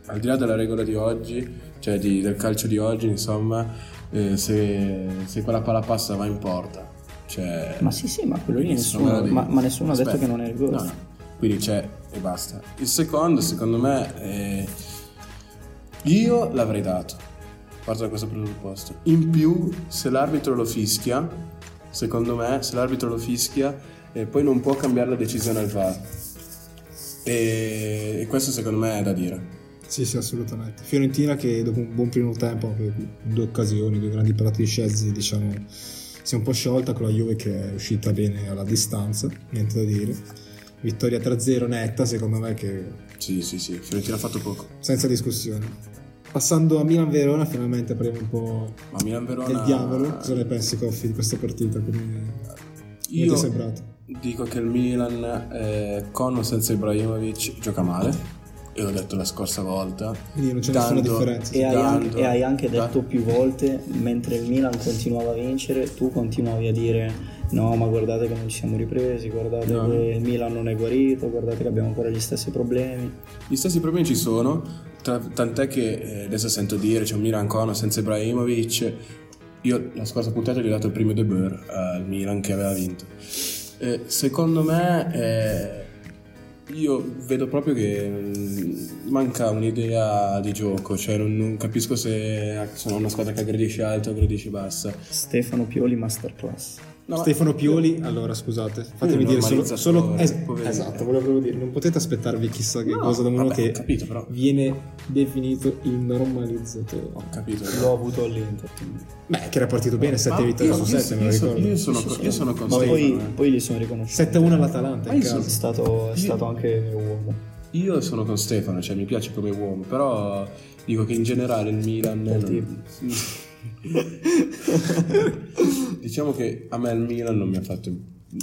[SPEAKER 2] al di là della regola di oggi, cioè di- del calcio di oggi, insomma, eh, se, se quella palla passa va in porta. Cioè,
[SPEAKER 4] Ma sì, sì, ma quello lì
[SPEAKER 2] Nessuno
[SPEAKER 4] nessuno,
[SPEAKER 2] lo dice.
[SPEAKER 4] ma, ma nessuno ha detto
[SPEAKER 2] Aspetta.
[SPEAKER 4] che non è rigore.
[SPEAKER 2] No, no. Quindi c'è e basta. Il secondo, secondo me, eh, io l'avrei dato. Parto da questo presupposto. In più, se l'arbitro lo fischia, secondo me, se l'arbitro lo fischia, eh, poi non può cambiare la decisione al VAR. E, e questo secondo me è da dire.
[SPEAKER 1] Sì, sì, assolutamente. Fiorentina che dopo un buon primo tempo, per due occasioni, due grandi parate di Scesi, diciamo, si è un po' sciolta con la Juve che è uscita bene alla distanza, niente da dire. Vittoria 3-0 netta, secondo me che
[SPEAKER 2] Sì, sì, sì, Fiorentina ha fatto poco.
[SPEAKER 1] senza discussione. Passando a Milan-Verona, finalmente parliamo un po'
[SPEAKER 2] Ma Milan Verona...
[SPEAKER 1] del diavolo. Cosa ne pensi, Coffi, di questa partita? Come come ti è
[SPEAKER 2] Io
[SPEAKER 1] sembrato?
[SPEAKER 2] dico che il Milan eh, con o senza Ibrahimovic gioca male. E ho detto la scorsa volta.
[SPEAKER 1] Quindi non c'è
[SPEAKER 2] Dando-
[SPEAKER 1] nessuna differenza.
[SPEAKER 4] E hai,
[SPEAKER 2] Dando-
[SPEAKER 4] anche, e hai anche
[SPEAKER 2] da-
[SPEAKER 4] detto più volte, mentre il Milan continuava a vincere, tu continuavi a dire no, ma guardate che non ci siamo ripresi, guardate
[SPEAKER 2] No.
[SPEAKER 4] che il Milan non è guarito, guardate che abbiamo ancora gli stessi problemi.
[SPEAKER 2] Gli stessi problemi ci sono, tra- tant'è che eh, adesso sento dire c'è un Milan con o senza Ibrahimovic. Io la scorsa puntata gli ho dato il primo debut al Milan che aveva vinto. Eh, secondo me eh, io vedo proprio che mm, manca un'idea di gioco, cioè non, non capisco se sono una squadra che aggredisce alto o aggredisce bassa.
[SPEAKER 4] Stefano Pioli Masterclass.
[SPEAKER 2] No, ma-
[SPEAKER 1] Stefano Pioli, allora scusate, fatemi
[SPEAKER 2] Pioli
[SPEAKER 1] dire solo, solo-
[SPEAKER 2] normalizzatore, eh,
[SPEAKER 1] es-
[SPEAKER 2] poverino.
[SPEAKER 1] esatto, volevo proprio dire, non potete aspettarvi chissà che cosa da uno
[SPEAKER 2] vabbè,
[SPEAKER 1] che
[SPEAKER 2] ho capito però.
[SPEAKER 1] viene definito il normalizzatore.
[SPEAKER 2] Ho capito.
[SPEAKER 4] L'ho avuto all'Inter.
[SPEAKER 1] Beh, che era partito bene, 7
[SPEAKER 2] Ma
[SPEAKER 1] vittorie su
[SPEAKER 2] io-
[SPEAKER 1] 7, me lo
[SPEAKER 2] io sono-
[SPEAKER 1] ricordo.
[SPEAKER 2] Io sono, io sono con
[SPEAKER 4] Ma
[SPEAKER 2] Stefano,
[SPEAKER 4] poi,
[SPEAKER 2] eh.
[SPEAKER 4] poi gli sono riconosciuti.
[SPEAKER 1] 7-1 all'Atalanta,
[SPEAKER 2] Ma
[SPEAKER 1] in
[SPEAKER 2] io sono
[SPEAKER 4] È
[SPEAKER 1] caso.
[SPEAKER 4] stato, è stato anche uomo.
[SPEAKER 2] eh. Io sono con Stefano, cioè mi piace come uomo, però dico che in generale il Milan...
[SPEAKER 4] Bel
[SPEAKER 2] <laughs> diciamo che a me il Milan non mi ha fatto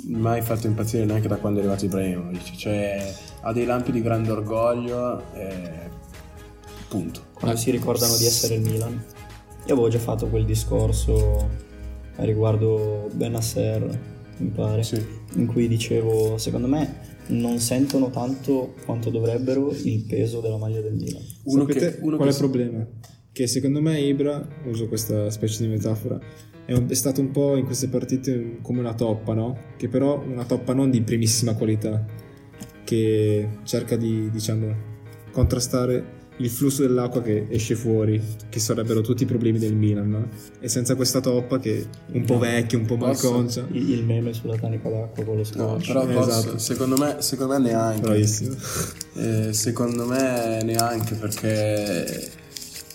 [SPEAKER 2] mai fatto impazzire neanche da quando è arrivato Ibrahimovic, cioè ha dei lampi di grande orgoglio e... punto.
[SPEAKER 4] quando si ricordano di essere il Milan. Io avevo già fatto quel discorso a riguardo Benasser, mi pare,
[SPEAKER 2] Sì.
[SPEAKER 1] Eh,
[SPEAKER 4] in cui dicevo, secondo me non sentono tanto quanto dovrebbero il peso della maglia del Milan.
[SPEAKER 2] Uno
[SPEAKER 1] Sapete
[SPEAKER 2] che, uno
[SPEAKER 1] qual
[SPEAKER 2] che
[SPEAKER 1] è il problema? Che secondo me Ibra, uso questa specie di metafora, è, un- è stato un po' in queste partite come una toppa, no? Che però una toppa non di primissima qualità, che cerca di, diciamo, contrastare il flusso dell'acqua che esce fuori, che sarebbero tutti i problemi del Milan, no? E senza questa toppa che un po' vecchia, un po'
[SPEAKER 2] Posso?
[SPEAKER 1] malconcia.
[SPEAKER 4] Il, il meme sulla tanica d'acqua con lo
[SPEAKER 2] No,
[SPEAKER 4] scotch.
[SPEAKER 2] però
[SPEAKER 1] Eh,
[SPEAKER 2] posso-
[SPEAKER 1] esatto.
[SPEAKER 2] secondo, me, secondo me neanche.
[SPEAKER 1] Bravissimo.
[SPEAKER 2] Eh, secondo me neanche perché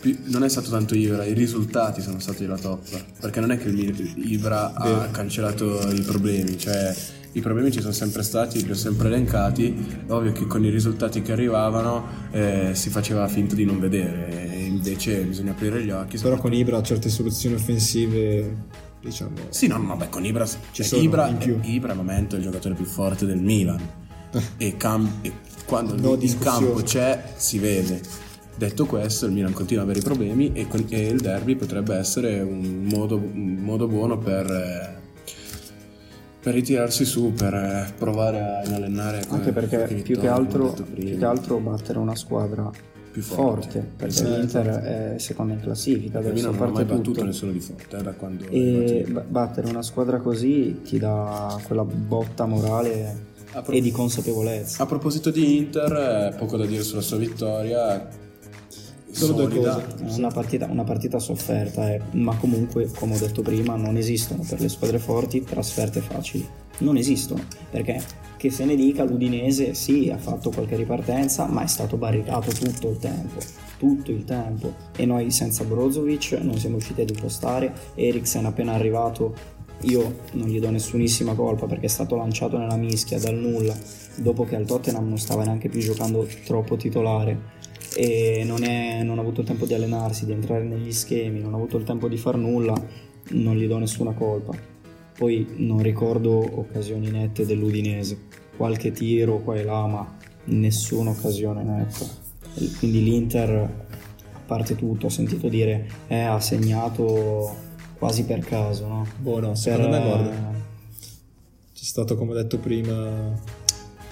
[SPEAKER 2] pi- non è stato tanto Ibra, i risultati sono stati la toppa. Perché non è che il Mil- Ibra ha cancellato i problemi, cioè i problemi ci sono sempre stati, li ho sempre elencati. Ovvio che con i risultati che arrivavano eh, si faceva finta di non vedere, e invece bisogna aprire gli occhi.
[SPEAKER 1] Però con Ibra certe soluzioni offensive, diciamo...
[SPEAKER 2] Sì, no, ma beh, con Ibra, cioè,
[SPEAKER 1] sono,
[SPEAKER 2] Ibra,
[SPEAKER 1] in più.
[SPEAKER 2] Ibra al momento è il giocatore più forte del
[SPEAKER 3] <laughs>
[SPEAKER 2] Milan. e, cam- e quando
[SPEAKER 1] No
[SPEAKER 2] il- il
[SPEAKER 1] discussione.
[SPEAKER 2] campo c'è, si vede. Detto questo, il Milan continua ad avere problemi e, con- e il derby potrebbe essere un modo, un modo buono per, eh, per ritirarsi su, per eh, provare a inallenare
[SPEAKER 3] Anche perché più che, altro, più che altro battere una squadra
[SPEAKER 2] Più forte.
[SPEAKER 3] forte, perché
[SPEAKER 1] Sì.
[SPEAKER 3] l'Inter è seconda in classifica,
[SPEAKER 2] il
[SPEAKER 3] adesso
[SPEAKER 2] Milan non ha
[SPEAKER 3] parte
[SPEAKER 2] mai battuto
[SPEAKER 3] tutto.
[SPEAKER 2] nessuno di forte eh, da quando è arrivato
[SPEAKER 3] E
[SPEAKER 2] Ibra.
[SPEAKER 3] ba- battere una squadra così ti dà quella botta morale
[SPEAKER 2] A pro-
[SPEAKER 3] e di consapevolezza.
[SPEAKER 2] A proposito di Inter, eh, poco da dire sulla sua vittoria.
[SPEAKER 1] Solo due
[SPEAKER 2] solida.
[SPEAKER 1] cose.
[SPEAKER 4] Una partita, una partita sofferta, eh, ma comunque, come ho detto prima, non esistono per le squadre forti trasferte facili. Non esistono, perché che se ne dica, l'Udinese sì, ha fatto qualche ripartenza, ma è stato barricato tutto il tempo, tutto il tempo. E noi senza Brozovic non siamo riusciti ad impostare, Eriksen appena arrivato io non gli do nessunissima colpa perché è stato lanciato nella mischia dal nulla dopo che al Tottenham non stava neanche più giocando troppo titolare e non, è- non ha avuto il tempo di allenarsi, di entrare negli schemi, non ha avuto il tempo di far nulla, non gli do nessuna colpa. Poi non ricordo occasioni nette dell'Udinese, qualche tiro qua e là, ma nessuna occasione netta. E Quindi l'Inter, a parte tutto, ho sentito dire eh, ha segnato quasi per caso, no?
[SPEAKER 1] Boh, no,
[SPEAKER 4] Per,
[SPEAKER 1] secondo me, guarda,
[SPEAKER 4] eh,
[SPEAKER 1] c'è stato, come ho detto prima,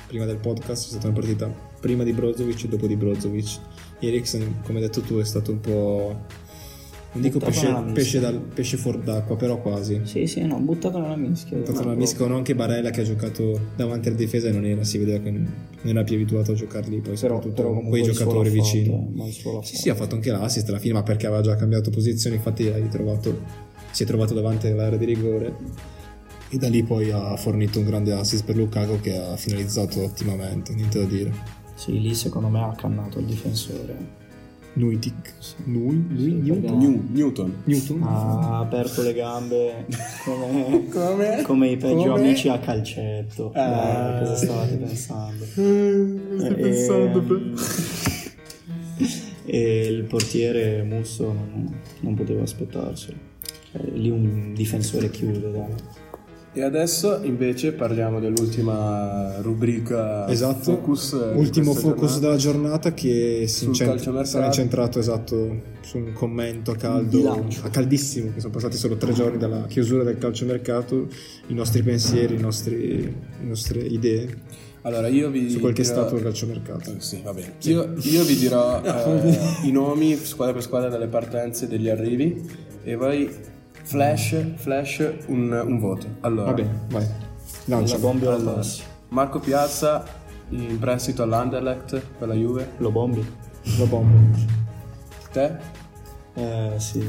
[SPEAKER 1] prima del podcast, c'è stata una partita prima di Brozovic e dopo di Brozovic. Eriksen, come hai detto tu, è stato un po'... Non dico
[SPEAKER 4] Buttato
[SPEAKER 1] pesce,
[SPEAKER 4] nella mischia.
[SPEAKER 1] pesce, dal- pesce fuori d'acqua, però quasi.
[SPEAKER 4] Sì, boh. sì, no, buttato nella mischia.
[SPEAKER 1] Tanto
[SPEAKER 4] No,
[SPEAKER 1] non miscono anche Barella che ha giocato davanti alla difesa e non era, si vedeva che non era più abituato a giocare lì, poi
[SPEAKER 4] Però,
[SPEAKER 1] soprattutto
[SPEAKER 4] però
[SPEAKER 1] con
[SPEAKER 4] comunque
[SPEAKER 1] quei
[SPEAKER 4] il suo
[SPEAKER 1] giocatori
[SPEAKER 4] l'ha fatto,
[SPEAKER 1] vicini.
[SPEAKER 4] eh, ma il suo l'ha
[SPEAKER 1] Sì, sì, ha fatto anche l'assist alla fine, ma perché aveva già cambiato posizione, infatti l'ha ritrovato- si è trovato davanti all'area di rigore e da lì poi ha fornito un grande assist per Lukaku che ha finalizzato ottimamente, niente da dire.
[SPEAKER 4] fatto. Sì, lì secondo me ha accannato il difensore.
[SPEAKER 1] Nuitic, Nui, Nui-
[SPEAKER 4] Sì, Ah.
[SPEAKER 1] Newton,
[SPEAKER 4] perché-
[SPEAKER 2] New- Newton.
[SPEAKER 1] Newton?
[SPEAKER 4] Ha aperto le gambe come,
[SPEAKER 2] <laughs> Come?
[SPEAKER 4] come i peggio
[SPEAKER 2] Come?
[SPEAKER 4] amici a calcetto.
[SPEAKER 2] Ah.
[SPEAKER 4] Eh, cosa stavate pensando?
[SPEAKER 2] Eh,
[SPEAKER 1] Eh,
[SPEAKER 2] Sto
[SPEAKER 4] Ehm, <laughs> e il portiere Musso non, non poteva aspettarselo. Eh, lì un difensore chiude, dai.
[SPEAKER 2] E adesso invece parliamo dell'ultima rubrica
[SPEAKER 1] Esatto,
[SPEAKER 2] focus. eh,
[SPEAKER 1] ultimo
[SPEAKER 2] di questa
[SPEAKER 1] focus
[SPEAKER 2] giornata.
[SPEAKER 1] della giornata che si
[SPEAKER 2] Sul
[SPEAKER 1] incent-
[SPEAKER 2] calciomercato.
[SPEAKER 1] sarà incentrato esatto su un commento a caldo,
[SPEAKER 4] Bilancio.
[SPEAKER 1] a caldissimo, che sono passati solo tre giorni dalla chiusura del calciomercato, i nostri pensieri, i nostri- le nostre idee
[SPEAKER 2] Allora io vi
[SPEAKER 1] su quel che è
[SPEAKER 2] dirò-
[SPEAKER 1] stato il calciomercato.
[SPEAKER 2] Sì, va bene. Io, io vi
[SPEAKER 1] <laughs>
[SPEAKER 2] dirò eh, i nomi squadra per squadra delle partenze e degli arrivi e voi flash, flash un, un voto. Allora,
[SPEAKER 1] Va bene, vai,
[SPEAKER 4] La
[SPEAKER 1] lancia.
[SPEAKER 4] bombi o la
[SPEAKER 2] allora,
[SPEAKER 4] passi?
[SPEAKER 2] Marco Piazza in prestito all'Anderlecht per la Juve.
[SPEAKER 4] Lo bombi?
[SPEAKER 1] La bomba.
[SPEAKER 2] Te?
[SPEAKER 4] Eh sì,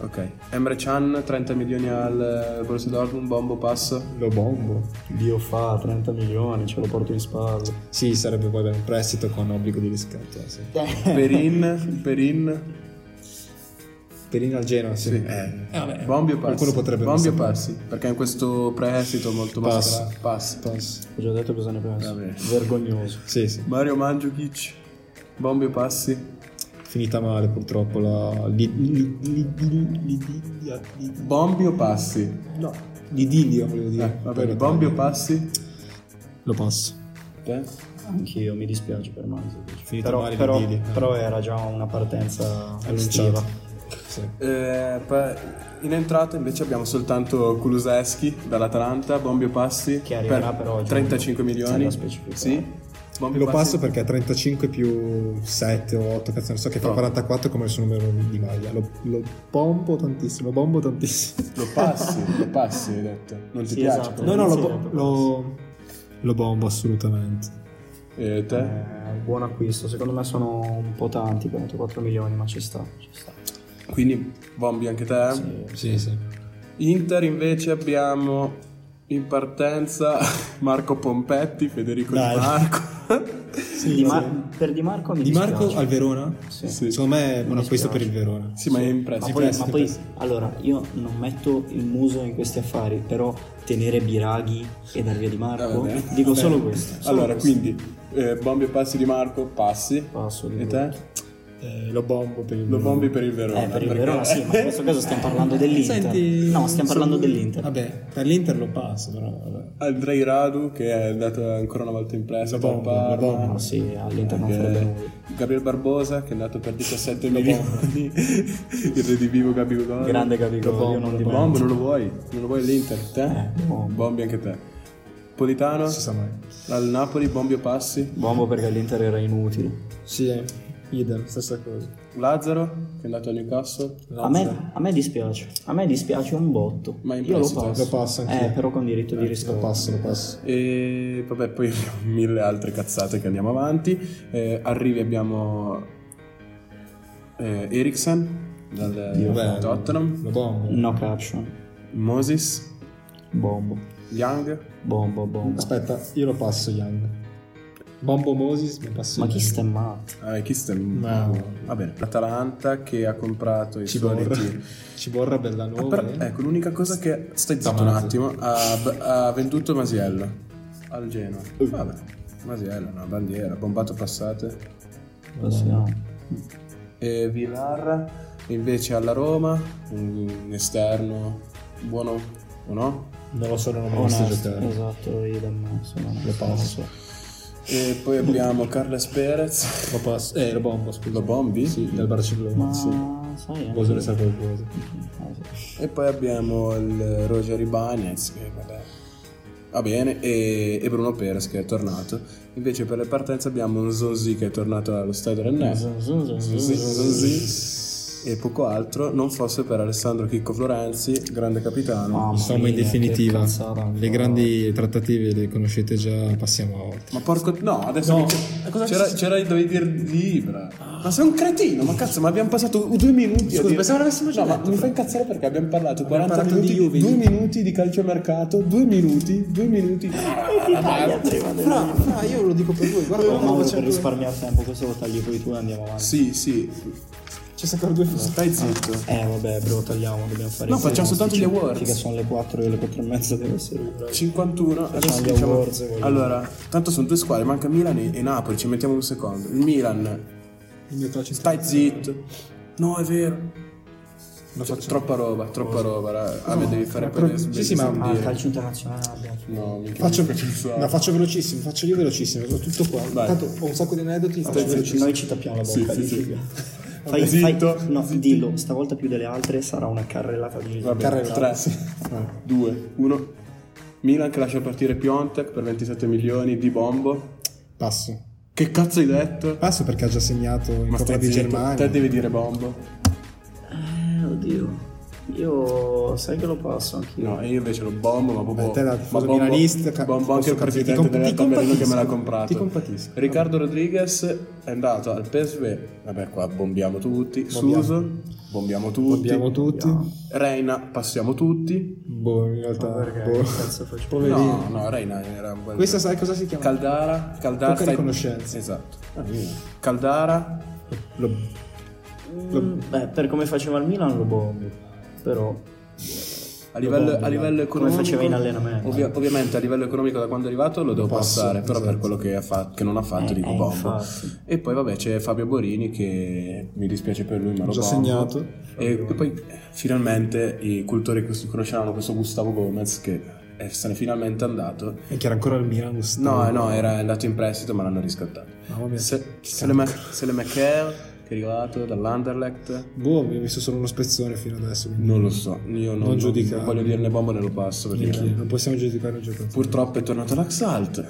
[SPEAKER 2] Ok. Emre Chan 30 milioni al eh, Borussia Dortmund, bombo passo.
[SPEAKER 1] Lo bombo.
[SPEAKER 4] Dio fa 30 milioni, ce lo porto in spalle.
[SPEAKER 1] Sì, sarebbe poi un prestito con obbligo di riscatto. eh, Sì.
[SPEAKER 2] Perin, Perin.
[SPEAKER 1] Perin al Genoa, sì.
[SPEAKER 2] Eh, Bombi o passi?
[SPEAKER 1] Qualcuno potrebbe
[SPEAKER 2] Bombi o
[SPEAKER 1] non sapere.
[SPEAKER 2] passi? Perché in questo prestito molto
[SPEAKER 1] Passi.
[SPEAKER 2] mascherato. Passi.
[SPEAKER 1] Pass.
[SPEAKER 4] Ho già detto cosa ne penso.
[SPEAKER 2] Vabbè.
[SPEAKER 4] Vergognoso.
[SPEAKER 1] Sì, sì.
[SPEAKER 2] Mario Mandzukic, bombi o passi?
[SPEAKER 1] Finita male purtroppo la... li- li- li- li- li- li-
[SPEAKER 2] Bombi o passi?
[SPEAKER 1] No, l'idillio volevo dire.
[SPEAKER 2] Eh, va
[SPEAKER 1] Poi
[SPEAKER 2] bene,
[SPEAKER 1] lo
[SPEAKER 2] bombi o
[SPEAKER 1] taglio.
[SPEAKER 2] passi?
[SPEAKER 1] Lo passo.
[SPEAKER 2] Te?
[SPEAKER 4] Anch'io mi dispiace per Mandzukic.
[SPEAKER 1] Finito
[SPEAKER 4] Però,
[SPEAKER 1] male
[SPEAKER 4] però-
[SPEAKER 1] l'idillio.
[SPEAKER 4] però era già una partenza
[SPEAKER 1] Annunciato.
[SPEAKER 4] estiva.
[SPEAKER 1] Sì.
[SPEAKER 2] Eh, poi in entrata invece abbiamo soltanto Kuluseschi dall'Atalanta, bombi o passi?
[SPEAKER 4] Che arriverà però oggi.
[SPEAKER 2] 35 milioni.
[SPEAKER 4] Senza specificare.
[SPEAKER 2] Sì. Bombi
[SPEAKER 1] Lo
[SPEAKER 2] o passi?
[SPEAKER 1] passo perché 35 più 7 o 8, cazzo, non so che fa
[SPEAKER 2] No.
[SPEAKER 1] 44 come il suo numero di maglia. Lo, lo bombo tantissimo, lo bombo tantissimo.
[SPEAKER 2] Lo passi, lo passi, hai detto. Non ti
[SPEAKER 4] Sì,
[SPEAKER 2] piace.
[SPEAKER 4] esatto.
[SPEAKER 2] però.
[SPEAKER 1] No, no, lo,
[SPEAKER 4] Sì,
[SPEAKER 1] bo-
[SPEAKER 4] lo
[SPEAKER 1] lo, lo bombo assolutamente.
[SPEAKER 2] Eh, te?
[SPEAKER 4] Eh, buon acquisto, secondo me sono un po' tanti, 44 milioni, ma ci sta. Ci sta. Eh.
[SPEAKER 2] Quindi bombi anche te?
[SPEAKER 1] Sì, sì.
[SPEAKER 2] Inter invece abbiamo in partenza Marco Pompetti, Federico
[SPEAKER 1] Dai.
[SPEAKER 2] Di Marco. <laughs>
[SPEAKER 4] Di Mar- Per Di Marco mi
[SPEAKER 1] Di Marco
[SPEAKER 4] dispiace.
[SPEAKER 1] al Verona?
[SPEAKER 4] Sì.
[SPEAKER 2] Sì.
[SPEAKER 1] Secondo me è un
[SPEAKER 4] Mi
[SPEAKER 1] acquisto
[SPEAKER 4] dispiace.
[SPEAKER 1] per il Verona.
[SPEAKER 2] Sì, Eh, ma è in
[SPEAKER 4] Ma
[SPEAKER 2] prestito.
[SPEAKER 4] poi,
[SPEAKER 1] prestito,
[SPEAKER 4] ma poi-
[SPEAKER 1] prestito.
[SPEAKER 4] allora, io non metto il muso in questi affari, però tenere Biraghi e dar via Di Marco,
[SPEAKER 2] Eh, vabbè.
[SPEAKER 4] dico
[SPEAKER 2] Vabbè.
[SPEAKER 4] solo questo. solo
[SPEAKER 2] Allora,
[SPEAKER 4] questo.
[SPEAKER 2] quindi eh, bombi e passi di Marco, passi.
[SPEAKER 4] Passo di
[SPEAKER 2] E te?
[SPEAKER 1] Eh, lo bombo per il
[SPEAKER 2] Lo
[SPEAKER 1] Verona.
[SPEAKER 2] bombi per il Verona.
[SPEAKER 4] Eh, per il
[SPEAKER 2] perché-
[SPEAKER 4] Verona sì, ma in questo caso stiamo
[SPEAKER 1] <laughs>
[SPEAKER 4] parlando dell'Inter.
[SPEAKER 1] Senti, Ah,
[SPEAKER 4] no, stiamo parlando
[SPEAKER 1] sono-
[SPEAKER 4] dell'Inter.
[SPEAKER 1] Vabbè, per l'Inter lo passo, però vabbè.
[SPEAKER 2] <laughs> Andrei Radu che è andato ancora una volta in prestito
[SPEAKER 1] Lo
[SPEAKER 2] al
[SPEAKER 1] bombo, lo
[SPEAKER 2] Parma.
[SPEAKER 1] bombo.
[SPEAKER 4] No, sì, all'Inter non
[SPEAKER 2] Eh,
[SPEAKER 4] farebbe nulla.
[SPEAKER 2] Gabriel Barbosa che è andato per 17 <laughs> milioni il redivivo Gabigol
[SPEAKER 4] Grande Gabigol,
[SPEAKER 2] Lo bombo,
[SPEAKER 4] io non
[SPEAKER 2] lo
[SPEAKER 4] dimentico.
[SPEAKER 2] bombo, non lo vuoi non lo vuoi l'Inter te?
[SPEAKER 4] Eh, bombo.
[SPEAKER 2] bombi anche te Politano
[SPEAKER 1] Non si sa mai.
[SPEAKER 2] al Napoli bombi o passi
[SPEAKER 4] Bombo perché l'Inter era inutile.
[SPEAKER 1] Sì, eh, idem, stessa cosa.
[SPEAKER 2] Lazzaro che è andato a Newcastle
[SPEAKER 4] A me, a me dispiace, a me dispiace un botto.
[SPEAKER 2] Ma in
[SPEAKER 4] io lo
[SPEAKER 2] prestito,
[SPEAKER 4] passo.
[SPEAKER 1] lo passo anch'io.
[SPEAKER 4] Eh, però con diritto di
[SPEAKER 1] Lo
[SPEAKER 4] riscatto.
[SPEAKER 1] passo, lo passo.
[SPEAKER 2] E vabbè, poi abbiamo <laughs> mille altre cazzate che andiamo avanti. Eh, arrivi abbiamo eh, Eriksen dal
[SPEAKER 1] Vabbè,
[SPEAKER 2] Tottenham,
[SPEAKER 1] Lo bombo.
[SPEAKER 4] No caption.
[SPEAKER 2] Moses,
[SPEAKER 4] Bombo.
[SPEAKER 2] Young,
[SPEAKER 4] Bombo, bombo.
[SPEAKER 1] Aspetta, io lo passo Young. Bombo Moses, mi passo
[SPEAKER 4] Ma
[SPEAKER 1] Young.
[SPEAKER 4] chi sta matto?
[SPEAKER 2] eh, chi sta?
[SPEAKER 1] No.
[SPEAKER 2] Va bene, l'Atalanta che ha comprato i
[SPEAKER 1] Ciborra.
[SPEAKER 2] soliti.
[SPEAKER 1] Ciborra
[SPEAKER 2] Ah,
[SPEAKER 1] Bellanova.
[SPEAKER 6] eh.
[SPEAKER 2] però, ecco, l'unica cosa che stai zitto un
[SPEAKER 1] Davanti.
[SPEAKER 2] attimo, ha, ha venduto Masiello al Genoa. Vabbè, Masiello, una bandiera, bombato passate.
[SPEAKER 3] Passiamo.
[SPEAKER 2] E Vilar invece alla Roma, un esterno buono o no?
[SPEAKER 6] Non lo so, non ho mai visto
[SPEAKER 3] Onesto,
[SPEAKER 6] giocare.
[SPEAKER 3] Esatto, idem, insomma, non lo
[SPEAKER 6] passo.
[SPEAKER 2] E poi <laughs> abbiamo Carles Perez,
[SPEAKER 6] Lo passo. Eh, lo bombo, scusa.
[SPEAKER 2] lo Bombi.
[SPEAKER 6] Sì, dal Barcellona.
[SPEAKER 3] Ma
[SPEAKER 6] Sì.
[SPEAKER 3] sai, anche-
[SPEAKER 4] eh,
[SPEAKER 6] Voglio sapere qualcosa.
[SPEAKER 3] Ah, sì.
[SPEAKER 2] E poi abbiamo il Roger Ibanez, che vabbè. Va bene, e, e Bruno Perez che è tornato. Invece per le partenze abbiamo un Zonzi che è tornato allo stadio Rennè.
[SPEAKER 3] Zun, zun, zun,
[SPEAKER 2] Zonzi,
[SPEAKER 3] zun.
[SPEAKER 2] Zonzi. E poco altro, non fosse per Alessandro Chicco Florenzi, grande capitano.
[SPEAKER 3] Mamma
[SPEAKER 1] Insomma, in
[SPEAKER 3] mia, che
[SPEAKER 1] definitiva,
[SPEAKER 3] cazzata,
[SPEAKER 1] le
[SPEAKER 3] ancora.
[SPEAKER 1] grandi trattative le conoscete già, passiamo a volte.
[SPEAKER 2] Ma porco. No, adesso.
[SPEAKER 6] No.
[SPEAKER 2] mi- C'era, c'era dovevi dire Libra. Ma sei un cretino, ma cazzo, ma abbiamo passato due minuti.
[SPEAKER 6] Ah. Scusa, pensavo l'avessimo già
[SPEAKER 2] No, ma
[SPEAKER 6] detto,
[SPEAKER 2] mi fa incazzare perché abbiamo parlato 40
[SPEAKER 6] parlato
[SPEAKER 2] minuti
[SPEAKER 6] di Juve,
[SPEAKER 2] Due
[SPEAKER 6] di-
[SPEAKER 2] minuti di calciomercato, due minuti, due
[SPEAKER 6] Ah,
[SPEAKER 2] minuti. Ah,
[SPEAKER 4] No, no, io lo dico per voi, guarda.
[SPEAKER 3] No, no, per risparmiare tempo, questo lo taglio poi tu e andiamo avanti.
[SPEAKER 2] Sì, sì.
[SPEAKER 4] C'è ancora due fasi.
[SPEAKER 2] Stai zitto.
[SPEAKER 3] Eh vabbè bro, tagliamo, dobbiamo fare
[SPEAKER 2] No,
[SPEAKER 3] i
[SPEAKER 2] facciamo soltanto gli
[SPEAKER 3] pronostici.
[SPEAKER 2] awards.
[SPEAKER 3] Figa, sono le 4 e le 4 e mezza deve essere ora.
[SPEAKER 2] 51. Adesso
[SPEAKER 3] gli
[SPEAKER 2] diciamo.
[SPEAKER 3] awards, voglio-
[SPEAKER 2] allora, tanto sono due squadre, manca Milan e, e Napoli, ci mettiamo un secondo. Il Milan.
[SPEAKER 6] Il mio calcio
[SPEAKER 2] Stai zitto. No, è vero. Cioè, troppa roba, troppa roba. raga. Ah, beh, devi fare poi le
[SPEAKER 6] sì, ma-
[SPEAKER 2] devi
[SPEAKER 3] Ah,
[SPEAKER 2] dire.
[SPEAKER 3] calcio internazionale abbiamo.
[SPEAKER 2] No, mica. <laughs>
[SPEAKER 6] Faccio,
[SPEAKER 2] sensuale.
[SPEAKER 6] no, faccio velocissimo, faccio io velocissimo, sono tutto qua.
[SPEAKER 2] Vai.
[SPEAKER 6] Tanto ho un sacco di aneddoti, faccio velocissimo.
[SPEAKER 3] Noi ci tappiamo la bocca.
[SPEAKER 2] Sì, sì,
[SPEAKER 3] di <laughs>
[SPEAKER 2] sì.
[SPEAKER 3] figa. Fai,
[SPEAKER 2] Zitto,
[SPEAKER 3] fai- no, dillo, stavolta più delle altre sarà una carrellata di
[SPEAKER 2] Va bene,
[SPEAKER 6] Carrera.
[SPEAKER 2] 3, 2, 1. Milan che lascia partire Piontek per 27 milioni di bombo.
[SPEAKER 1] Passo.
[SPEAKER 2] Che cazzo hai detto?
[SPEAKER 1] Passo perché ha già segnato in Ah, Coppa
[SPEAKER 2] stai
[SPEAKER 1] di
[SPEAKER 2] zitto,
[SPEAKER 1] Germania.
[SPEAKER 2] Te devi dire bombo.
[SPEAKER 4] Eh, oddio. Io sai che lo passo anch'io.
[SPEAKER 2] No, e io invece lo bombo, ma proprio...
[SPEAKER 1] Beh, te la-
[SPEAKER 2] ma
[SPEAKER 1] cosa milanista, ca-
[SPEAKER 2] bombo anche
[SPEAKER 1] posso
[SPEAKER 2] il
[SPEAKER 1] capire, ti
[SPEAKER 2] presidente
[SPEAKER 1] comp-
[SPEAKER 2] della
[SPEAKER 1] ti
[SPEAKER 2] Tabellino che me l'ha
[SPEAKER 1] compatisco,
[SPEAKER 2] comprato.
[SPEAKER 1] ti compatisco.
[SPEAKER 2] Riccardo Rodriguez è andato al PSV. Vabbè, qua bombiamo tutti. Suso, bombiamo tutti.
[SPEAKER 1] Abbiamo tutti.
[SPEAKER 2] Reina, passiamo tutti.
[SPEAKER 1] Boh, in realtà. boh.
[SPEAKER 3] <laughs>
[SPEAKER 1] Poverino.
[SPEAKER 2] No, no, Reina era un bel...
[SPEAKER 6] Questa sai cosa si chiama?
[SPEAKER 2] Caldara, Caldara
[SPEAKER 6] Poca riconoscenza.
[SPEAKER 2] Esatto.
[SPEAKER 1] Ah,
[SPEAKER 2] Caldara,
[SPEAKER 4] Mm, beh, per come faceva il Milan lo bombo. Però
[SPEAKER 2] a livello, a livello economico.
[SPEAKER 4] faceva in allenamento.
[SPEAKER 2] ovvia- ovviamente a livello economico da quando è arrivato lo devo passare, però
[SPEAKER 1] esatto.
[SPEAKER 2] per quello che, ha fatto, che non ha fatto dico
[SPEAKER 4] eh,
[SPEAKER 2] bombo.
[SPEAKER 4] infatti.
[SPEAKER 2] E poi vabbè c'è Fabio Borini che mi dispiace per lui ma lo
[SPEAKER 6] Già
[SPEAKER 2] bombo.
[SPEAKER 6] segnato.
[SPEAKER 2] E, e poi eh, finalmente i cultori che si conosceranno questo Gustavo Gomez che eh, se n'è finalmente andato.
[SPEAKER 1] E eh, che era ancora il Milan. Gustavo.
[SPEAKER 2] No, eh, no, era andato in prestito ma l'hanno riscattato.
[SPEAKER 1] Mamma mia.
[SPEAKER 2] Se, se le Mac- se le Macaire, che è arrivato dall'Anderlecht.
[SPEAKER 1] Boh, mi ho visto solo uno spezzone fino adesso. quindi
[SPEAKER 2] Non lo so, io non,
[SPEAKER 1] Non giudicare.
[SPEAKER 2] non voglio dirne bomba ne lo passo perché
[SPEAKER 1] neanch'io. Non possiamo giudicare un giocatore.
[SPEAKER 2] purtroppo è tornato l'Axalt.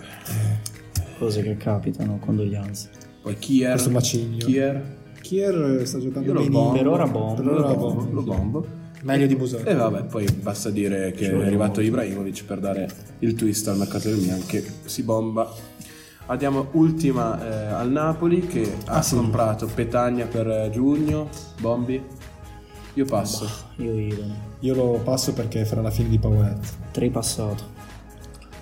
[SPEAKER 3] cose che capitano, condoglianze.
[SPEAKER 2] Poi Kier,
[SPEAKER 1] Questo macigno.
[SPEAKER 2] Kier,
[SPEAKER 1] Kier eh, sta giocando
[SPEAKER 2] io lo
[SPEAKER 1] benissimo.
[SPEAKER 2] bombo,
[SPEAKER 3] Per ora bombo.
[SPEAKER 1] Per ora
[SPEAKER 2] lo bombo,
[SPEAKER 1] bombo,
[SPEAKER 2] lo
[SPEAKER 1] sì.
[SPEAKER 2] bombo.
[SPEAKER 1] Meglio di Busoni.
[SPEAKER 2] E vabbè, poi basta dire che è arrivato Ibrahimovic per dare il twist al mercato del Milan che si bomba. Andiamo ultima eh, al Napoli che ha comprato Petagna per eh, giugno, Bombi. Io passo.
[SPEAKER 3] Io idem.
[SPEAKER 1] Io lo passo perché farà la fine di Pavetta.
[SPEAKER 3] Tre passato.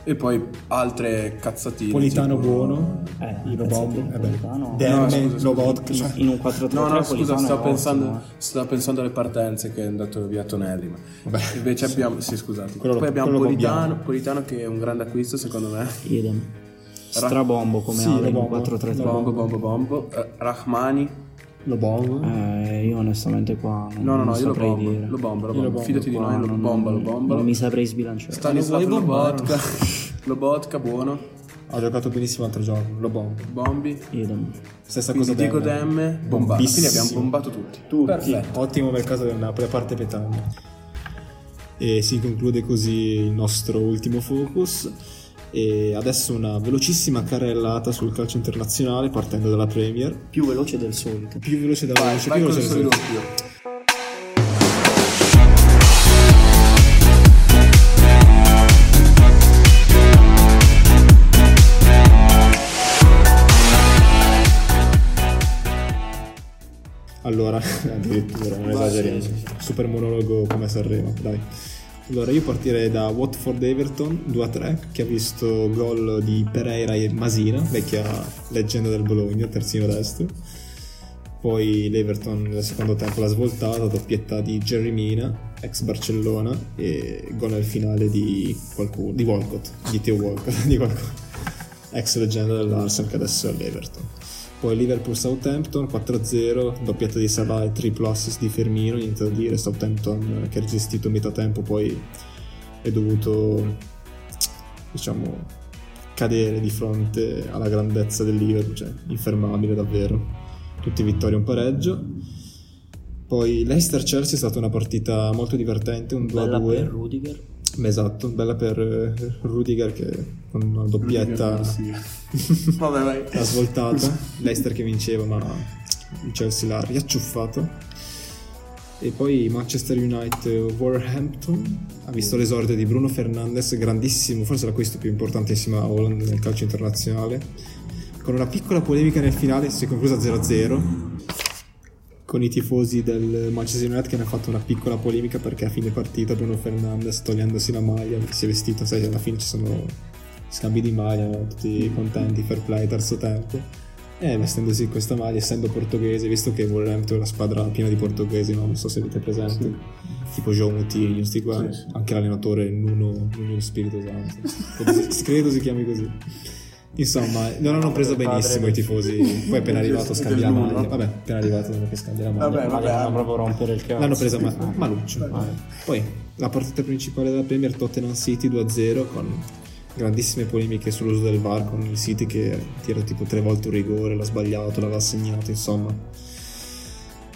[SPEAKER 2] E poi altre cazzatine.
[SPEAKER 1] Politano
[SPEAKER 2] tipo-
[SPEAKER 1] buono.
[SPEAKER 3] Eh,
[SPEAKER 1] Io lo
[SPEAKER 3] pensa
[SPEAKER 1] bombo.
[SPEAKER 3] che
[SPEAKER 1] Eh beh. cioè,
[SPEAKER 3] Politano-
[SPEAKER 2] No,
[SPEAKER 1] Demme,
[SPEAKER 2] scusa, scusa.
[SPEAKER 1] lo vodka.
[SPEAKER 3] In, in un 4-3-3
[SPEAKER 2] No, no, scusa,
[SPEAKER 3] Politano
[SPEAKER 2] sto
[SPEAKER 3] è
[SPEAKER 2] pensando,
[SPEAKER 3] ottimo, eh.
[SPEAKER 2] sto pensando alle partenze che è andato via Tonelli. Ma... Invece abbiamo. Sì, scusate.
[SPEAKER 1] Quello lo-
[SPEAKER 2] Poi abbiamo
[SPEAKER 1] quello lo
[SPEAKER 2] Politano, Politano che è un grande acquisto, secondo me.
[SPEAKER 3] Idem. Strabombo come
[SPEAKER 1] Sì,
[SPEAKER 3] Ale
[SPEAKER 1] lo
[SPEAKER 3] in un
[SPEAKER 1] bombo.
[SPEAKER 3] 4-3-3.
[SPEAKER 2] Bombo, bombo, bombo. Eh, Rahmani.
[SPEAKER 1] Lo bombo.
[SPEAKER 3] Eh, io onestamente qua non,
[SPEAKER 2] No, no,
[SPEAKER 3] non
[SPEAKER 2] no, io lo
[SPEAKER 3] saprei
[SPEAKER 2] bombo.
[SPEAKER 3] dire.
[SPEAKER 2] Lo bombo, lo bombo. Fidati di
[SPEAKER 3] Qua
[SPEAKER 2] noi, lo
[SPEAKER 3] non-
[SPEAKER 2] bomba, lo bomba.
[SPEAKER 3] Non mi saprei sbilanciare.
[SPEAKER 2] Stanislav Lobotka. <laughs> Lobotka, buono.
[SPEAKER 1] Ha giocato benissimo l'altro giorno. Lo bombo.
[SPEAKER 2] Bombi.
[SPEAKER 3] Idem.
[SPEAKER 1] Stessa
[SPEAKER 2] Quindi
[SPEAKER 1] cosa
[SPEAKER 2] Diego
[SPEAKER 1] Demme.
[SPEAKER 2] Demme, bombato. Quindi abbiamo
[SPEAKER 1] Bombissimo.
[SPEAKER 2] bombato tutti. Perfetto.
[SPEAKER 1] Ottimo mercato del Napoli, a parte Petagna. E si conclude così il nostro ultimo focus. E adesso una velocissima carrellata sul calcio internazionale partendo dalla Premier.
[SPEAKER 3] Più veloce del solito.
[SPEAKER 1] Più veloce da veloce,
[SPEAKER 2] Vai
[SPEAKER 1] più
[SPEAKER 2] con
[SPEAKER 1] veloce
[SPEAKER 2] il
[SPEAKER 1] da
[SPEAKER 2] suo
[SPEAKER 1] veloce.
[SPEAKER 2] doppio.
[SPEAKER 1] Allora, <laughs> addirittura, non esageriamo. Super monologo come Sanremo, dai. Allora, io partirei da Watford Everton 2-3, che ha visto gol di Pereira e Masina, vecchia leggenda del Bologna, terzino destro. Poi l'Everton nel secondo tempo l'ha svoltata, doppietta di Jerry Mina, ex Barcellona, e gol al finale di qualcuno, di <laughs> Walcott, di Theo Walcott, di qualcuno, ex leggenda dell'Arsenal che adesso è all'Everton. Poi Liverpool-Southampton 4-0, doppietta di Salah e triplo assist di Firmino, niente da dire, Southampton eh, che ha resistito metà tempo poi è dovuto diciamo cadere di fronte alla grandezza del Liverpool, cioè infermabile davvero. Tutti vittorie e un pareggio. Poi Leicester-Chelsea è stata una partita molto divertente, un 2-2.
[SPEAKER 4] Bella per Rudiger.
[SPEAKER 1] Esatto, bella per eh, Rudiger che con una doppietta
[SPEAKER 2] Vabbè, vai.
[SPEAKER 1] l'ha svoltata. Leicester che vinceva, ma il Chelsea l'ha riacciuffata. E poi Manchester United Wolverhampton ha visto l'esordio di Bruno Fernandes, grandissimo, forse la questo più importantissima a Holland nel calcio internazionale. Con una piccola polemica nel finale si è conclusa 0-0 con i tifosi del Manchester United che hanno fatto una piccola polemica perché a fine partita Bruno Fernandes togliendosi la maglia perché si è vestito, sai, alla fine ci sono scambi di maglia, no?
[SPEAKER 2] Mm.
[SPEAKER 1] tutti contenti, fair play, terzo tempo. E vestendosi questa maglia, essendo portoghese, visto che Wolverhampton è una squadra piena di portoghesi, no? non so se avete presente, tipo João Moutinho, sti qua,
[SPEAKER 2] Sì, sì.
[SPEAKER 1] anche l'allenatore Nuno, Nuno Spirito Santo, Credo si- credo si chiami così. Insomma, non hanno preso benissimo i
[SPEAKER 2] <laughs>
[SPEAKER 1] tifosi. Poi appena arrivato scambia la maglia. Vabbè, appena arrivato non è che scambia la maglia.
[SPEAKER 2] Vabbè,
[SPEAKER 4] Ma
[SPEAKER 2] vabbè.
[SPEAKER 4] gli hanno proprio rompere il cazzo.
[SPEAKER 1] L'hanno presa ma- Maluccio. Poi la partita principale della Premier Tottenham City 2-0 con grandissime polemiche sull'uso del VAR con il City che tira tipo tre volte un rigore, l'ha sbagliato, l'aveva segnato, insomma.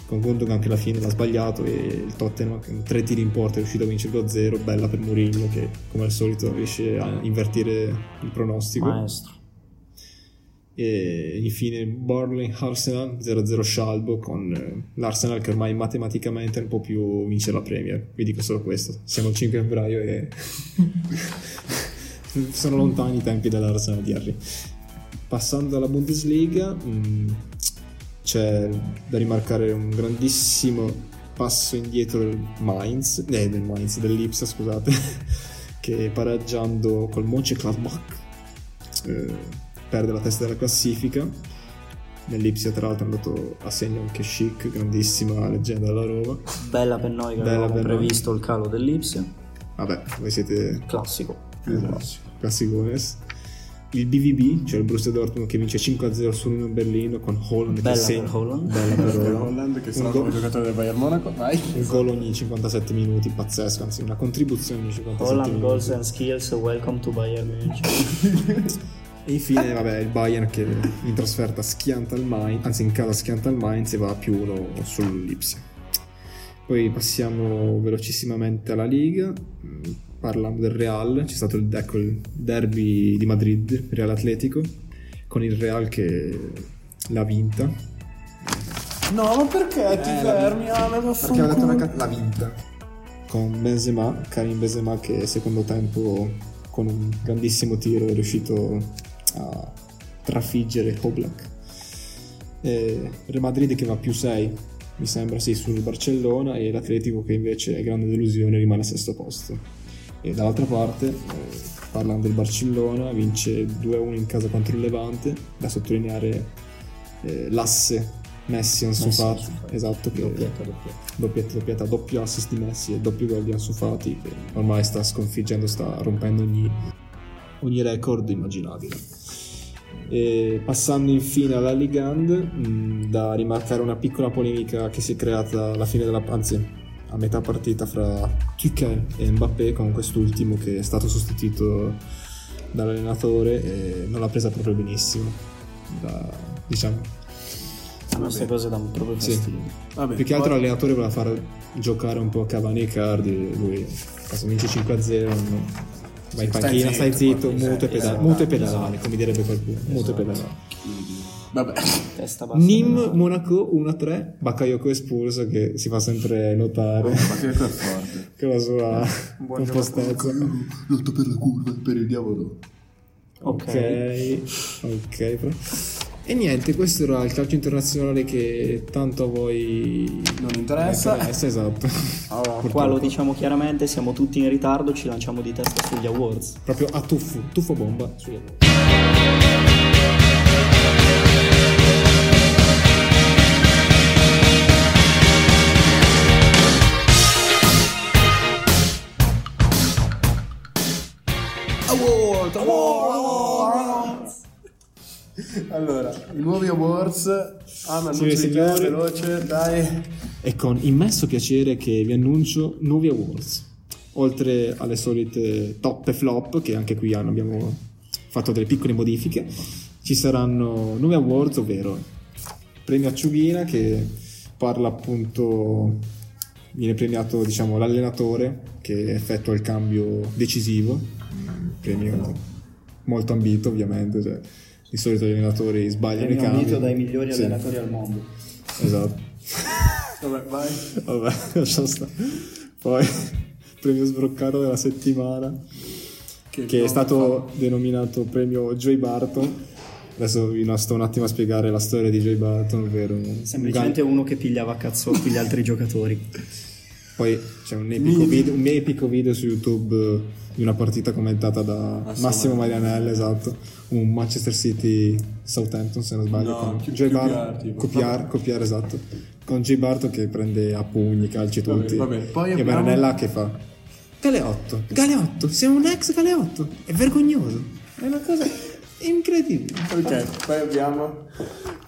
[SPEAKER 1] Con conto che anche alla fine l'ha sbagliato e il Tottenham con tre tiri in porta è riuscito a vincere 2-0, bella per Mourinho che come al solito riesce a invertire il pronostico.
[SPEAKER 4] Maestro.
[SPEAKER 1] E infine Burnley Arsenal 0-0 scialbo con eh, l'Arsenal che ormai matematicamente non può più vincere la Premier. Vi dico solo questo. Siamo al 5 febbraio e <laughs> sono lontani i tempi dell'Arsenal di Harry. Passando alla Bundesliga mh, c'è da rimarcare un grandissimo passo indietro del Mainz, eh, del Mainz, dell'Ipsa scusate, <laughs> che pareggiando col Mönchengladbach eh, perde la testa della classifica. Nell'Ipsia, tra l'altro, è andato a segno anche Chic, grandissima leggenda della Roma.
[SPEAKER 4] Bella per noi che
[SPEAKER 1] Bella
[SPEAKER 4] avevamo
[SPEAKER 1] per noi.
[SPEAKER 4] previsto il calo dell'Ipsia.
[SPEAKER 1] Vabbè, voi siete
[SPEAKER 4] Classico.
[SPEAKER 1] classicones. Il BVB, cioè il Borussia Dortmund, che vince 5-0 sull'1 in Berlino con Holland che
[SPEAKER 4] Bella
[SPEAKER 1] segna.
[SPEAKER 4] per Holland.
[SPEAKER 1] Bella per Holland.
[SPEAKER 2] Holland che è
[SPEAKER 1] Un
[SPEAKER 2] stato
[SPEAKER 1] gol-
[SPEAKER 2] il giocatore del Bayern Monaco, vai.
[SPEAKER 1] Un gol ogni 57 minuti, pazzesco, anzi una contribuzione ogni 57
[SPEAKER 4] Holland
[SPEAKER 1] minuti.
[SPEAKER 4] goals and skills, welcome to Bayern Munich.
[SPEAKER 1] E infine, vabbè, il Bayern che in trasferta schianta il Mainz, anzi in casa schianta il Mainz e va a più uno sull'Ipsia. Poi passiamo velocissimamente alla Liga, mm, parlando del Real, c'è stato il, ecco, il derby di Madrid, Real Atletico, con il Real che l'ha vinta.
[SPEAKER 2] No, ma perché ti fermi? Ah, me lo
[SPEAKER 1] Eh, Perché l'ha vinta. Con Benzema, Karim Benzema che secondo tempo con un grandissimo tiro è riuscito a trafiggere Oblak. Eh, Real Madrid che va più 6, mi sembra, sì, sul Barcellona e l'Atletico che invece è grande delusione rimane al sesto posto. E dall'altra parte, eh, parlando del Barcellona, vince 2-1 in casa contro il Levante, da sottolineare eh, l'asse Messi Ansufati, esatto, che
[SPEAKER 4] Doppietta, doppietta.
[SPEAKER 1] doppietta doppietta, doppio assist di Messi e doppio gol di Ansu Fati che ormai sta sconfiggendo, sta rompendo ogni, ogni record immaginabile. E passando infine alla Ligand, mh, da rimarcare una piccola polemica che si è creata alla fine della anzi a metà partita fra Tuchel e Mbappé con quest'ultimo che è stato sostituito dall'allenatore e non l'ha presa proprio benissimo. Da, diciamo
[SPEAKER 4] Sono queste cose danno proprio
[SPEAKER 1] Sì.
[SPEAKER 4] fastidio.
[SPEAKER 2] Vabbè,
[SPEAKER 1] più che altro
[SPEAKER 2] poi-
[SPEAKER 1] l'allenatore voleva far giocare un po' Cavani e Cardi, lui caso vince 5-0 non- vai in
[SPEAKER 2] stai
[SPEAKER 1] panchina,
[SPEAKER 2] zitto,
[SPEAKER 1] stai zitto,
[SPEAKER 2] poi,
[SPEAKER 1] muto, e
[SPEAKER 2] esatto,
[SPEAKER 1] pedala-
[SPEAKER 2] esatto,
[SPEAKER 1] muto e pedalare, come direbbe qualcuno, muto e pedalare.
[SPEAKER 2] Vabbè.
[SPEAKER 4] Testa bassa.
[SPEAKER 1] Nim Monaco 1-3, Bakayoko espulso che si fa sempre notare <laughs>
[SPEAKER 2] Ma che è forte.
[SPEAKER 1] con la sua compostezza.
[SPEAKER 2] <laughs> Lotto per la curva e per il diavolo.
[SPEAKER 1] Ok, ok. però- E niente, questo era il calcio internazionale che tanto a voi
[SPEAKER 2] Non interessa.
[SPEAKER 1] interessa, esatto. <laughs>
[SPEAKER 4] Allora, qua
[SPEAKER 1] Purtroppo.
[SPEAKER 4] lo diciamo chiaramente, siamo tutti in ritardo, ci lanciamo di testa sugli awards.
[SPEAKER 1] Proprio a tuffo, tuffo bomba sulle bombe.
[SPEAKER 2] Allora, i nuovi awards. Ah, ma non
[SPEAKER 1] Signore e
[SPEAKER 2] c'è
[SPEAKER 1] signori.
[SPEAKER 2] veloce, dai.
[SPEAKER 1] E con immenso piacere che vi annuncio nuovi awards. Oltre alle solite top e flop, che anche qui hanno- abbiamo fatto delle piccole modifiche, ci saranno nuovi awards, ovvero premio Acciughina che parla appunto, viene premiato diciamo l'allenatore che effettua il cambio decisivo, premio molto ambito ovviamente, cioè, di solito gli allenatori sbagliano i
[SPEAKER 4] Premio
[SPEAKER 1] cambi.
[SPEAKER 4] ambito dai migliori
[SPEAKER 1] Sì,
[SPEAKER 4] allenatori al mondo.
[SPEAKER 1] Esatto.
[SPEAKER 2] Vabbè, vai.
[SPEAKER 1] Vabbè, <laughs> lasciamo stare. Poi <laughs> premio sbroccato della settimana che, è stato denominato premio Joy Barton. Adesso vi no- sto un attimo a spiegare la storia di Joy Barton, ovvero un
[SPEAKER 4] Semplicemente uno che pigliava a cazzotti gli
[SPEAKER 1] <laughs>
[SPEAKER 4] altri giocatori.
[SPEAKER 1] gan- poi c'è un epico, video, un epico video su YouTube eh, di una partita commentata da
[SPEAKER 2] Ah,
[SPEAKER 1] Massimo Marianella, esatto, un Manchester City Southampton se non sbaglio,
[SPEAKER 2] No,
[SPEAKER 1] con
[SPEAKER 2] chi-
[SPEAKER 1] Joy
[SPEAKER 2] chi-
[SPEAKER 1] Barton,
[SPEAKER 2] chi- tipo.
[SPEAKER 1] copiar, copiar, esatto, con Joy Barton che prende a pugni, calci
[SPEAKER 2] Vabbè,
[SPEAKER 1] tutti,
[SPEAKER 2] vabbè. Poi
[SPEAKER 1] e
[SPEAKER 2] abbiamo-
[SPEAKER 1] Marianella che fa Galeotto, Galeotto, sei un ex Galeotto, è vergognoso, è una cosa incredibile.
[SPEAKER 2] Ok, poi abbiamo.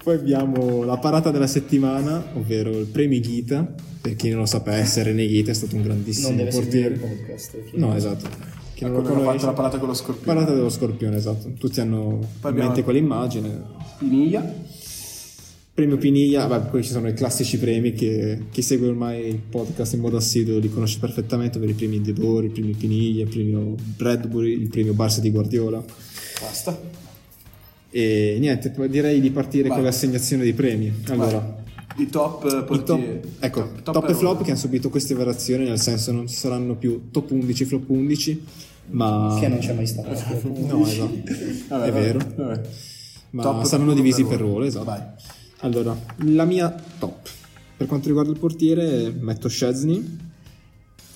[SPEAKER 1] Poi abbiamo la parata della settimana, ovvero il premio Ghita. Per chi non lo sapesse, René Ghita è stato un grandissimo
[SPEAKER 4] Non deve sentire
[SPEAKER 1] portiere.
[SPEAKER 4] il podcast. chi-
[SPEAKER 1] No, esatto. Chi non lo
[SPEAKER 2] Ecco, Quello che ha fatto
[SPEAKER 1] conosce,
[SPEAKER 2] la parata con lo scorpione.
[SPEAKER 1] parata dello scorpione, esatto. Tutti hanno in
[SPEAKER 2] abbiamo-
[SPEAKER 1] mente quell'immagine.
[SPEAKER 2] Piniglia.
[SPEAKER 1] Premio Piniglia, vabbè, poi ci sono i classici premi che chi segue ormai il podcast in modo assiduo li conosce perfettamente, ovvero i premi De Boer, il premio Piniglia, il premio Bradbury, il premio Barça di Guardiola.
[SPEAKER 2] Basta.
[SPEAKER 1] E niente, poi direi di partire
[SPEAKER 2] Vai.
[SPEAKER 1] con l'assegnazione dei premi. Allora,
[SPEAKER 2] I top eh,
[SPEAKER 1] I top,
[SPEAKER 2] portieri.
[SPEAKER 1] ecco, top, e
[SPEAKER 2] errori.
[SPEAKER 1] flop che hanno subito queste variazioni, nel senso non ci saranno più top 11, flop 11, ma...
[SPEAKER 4] Che non c'è mai stato.
[SPEAKER 1] <laughs> No, esatto.
[SPEAKER 2] Vabbè,
[SPEAKER 1] è
[SPEAKER 2] vabbè,
[SPEAKER 1] vero.
[SPEAKER 2] vabbè.
[SPEAKER 1] Ma
[SPEAKER 2] Top
[SPEAKER 1] saranno
[SPEAKER 2] per
[SPEAKER 1] divisi per
[SPEAKER 2] ruolo.
[SPEAKER 1] ruolo, esatto.
[SPEAKER 2] Vai.
[SPEAKER 1] Allora, la mia top. Per quanto riguarda il portiere, metto Szczesny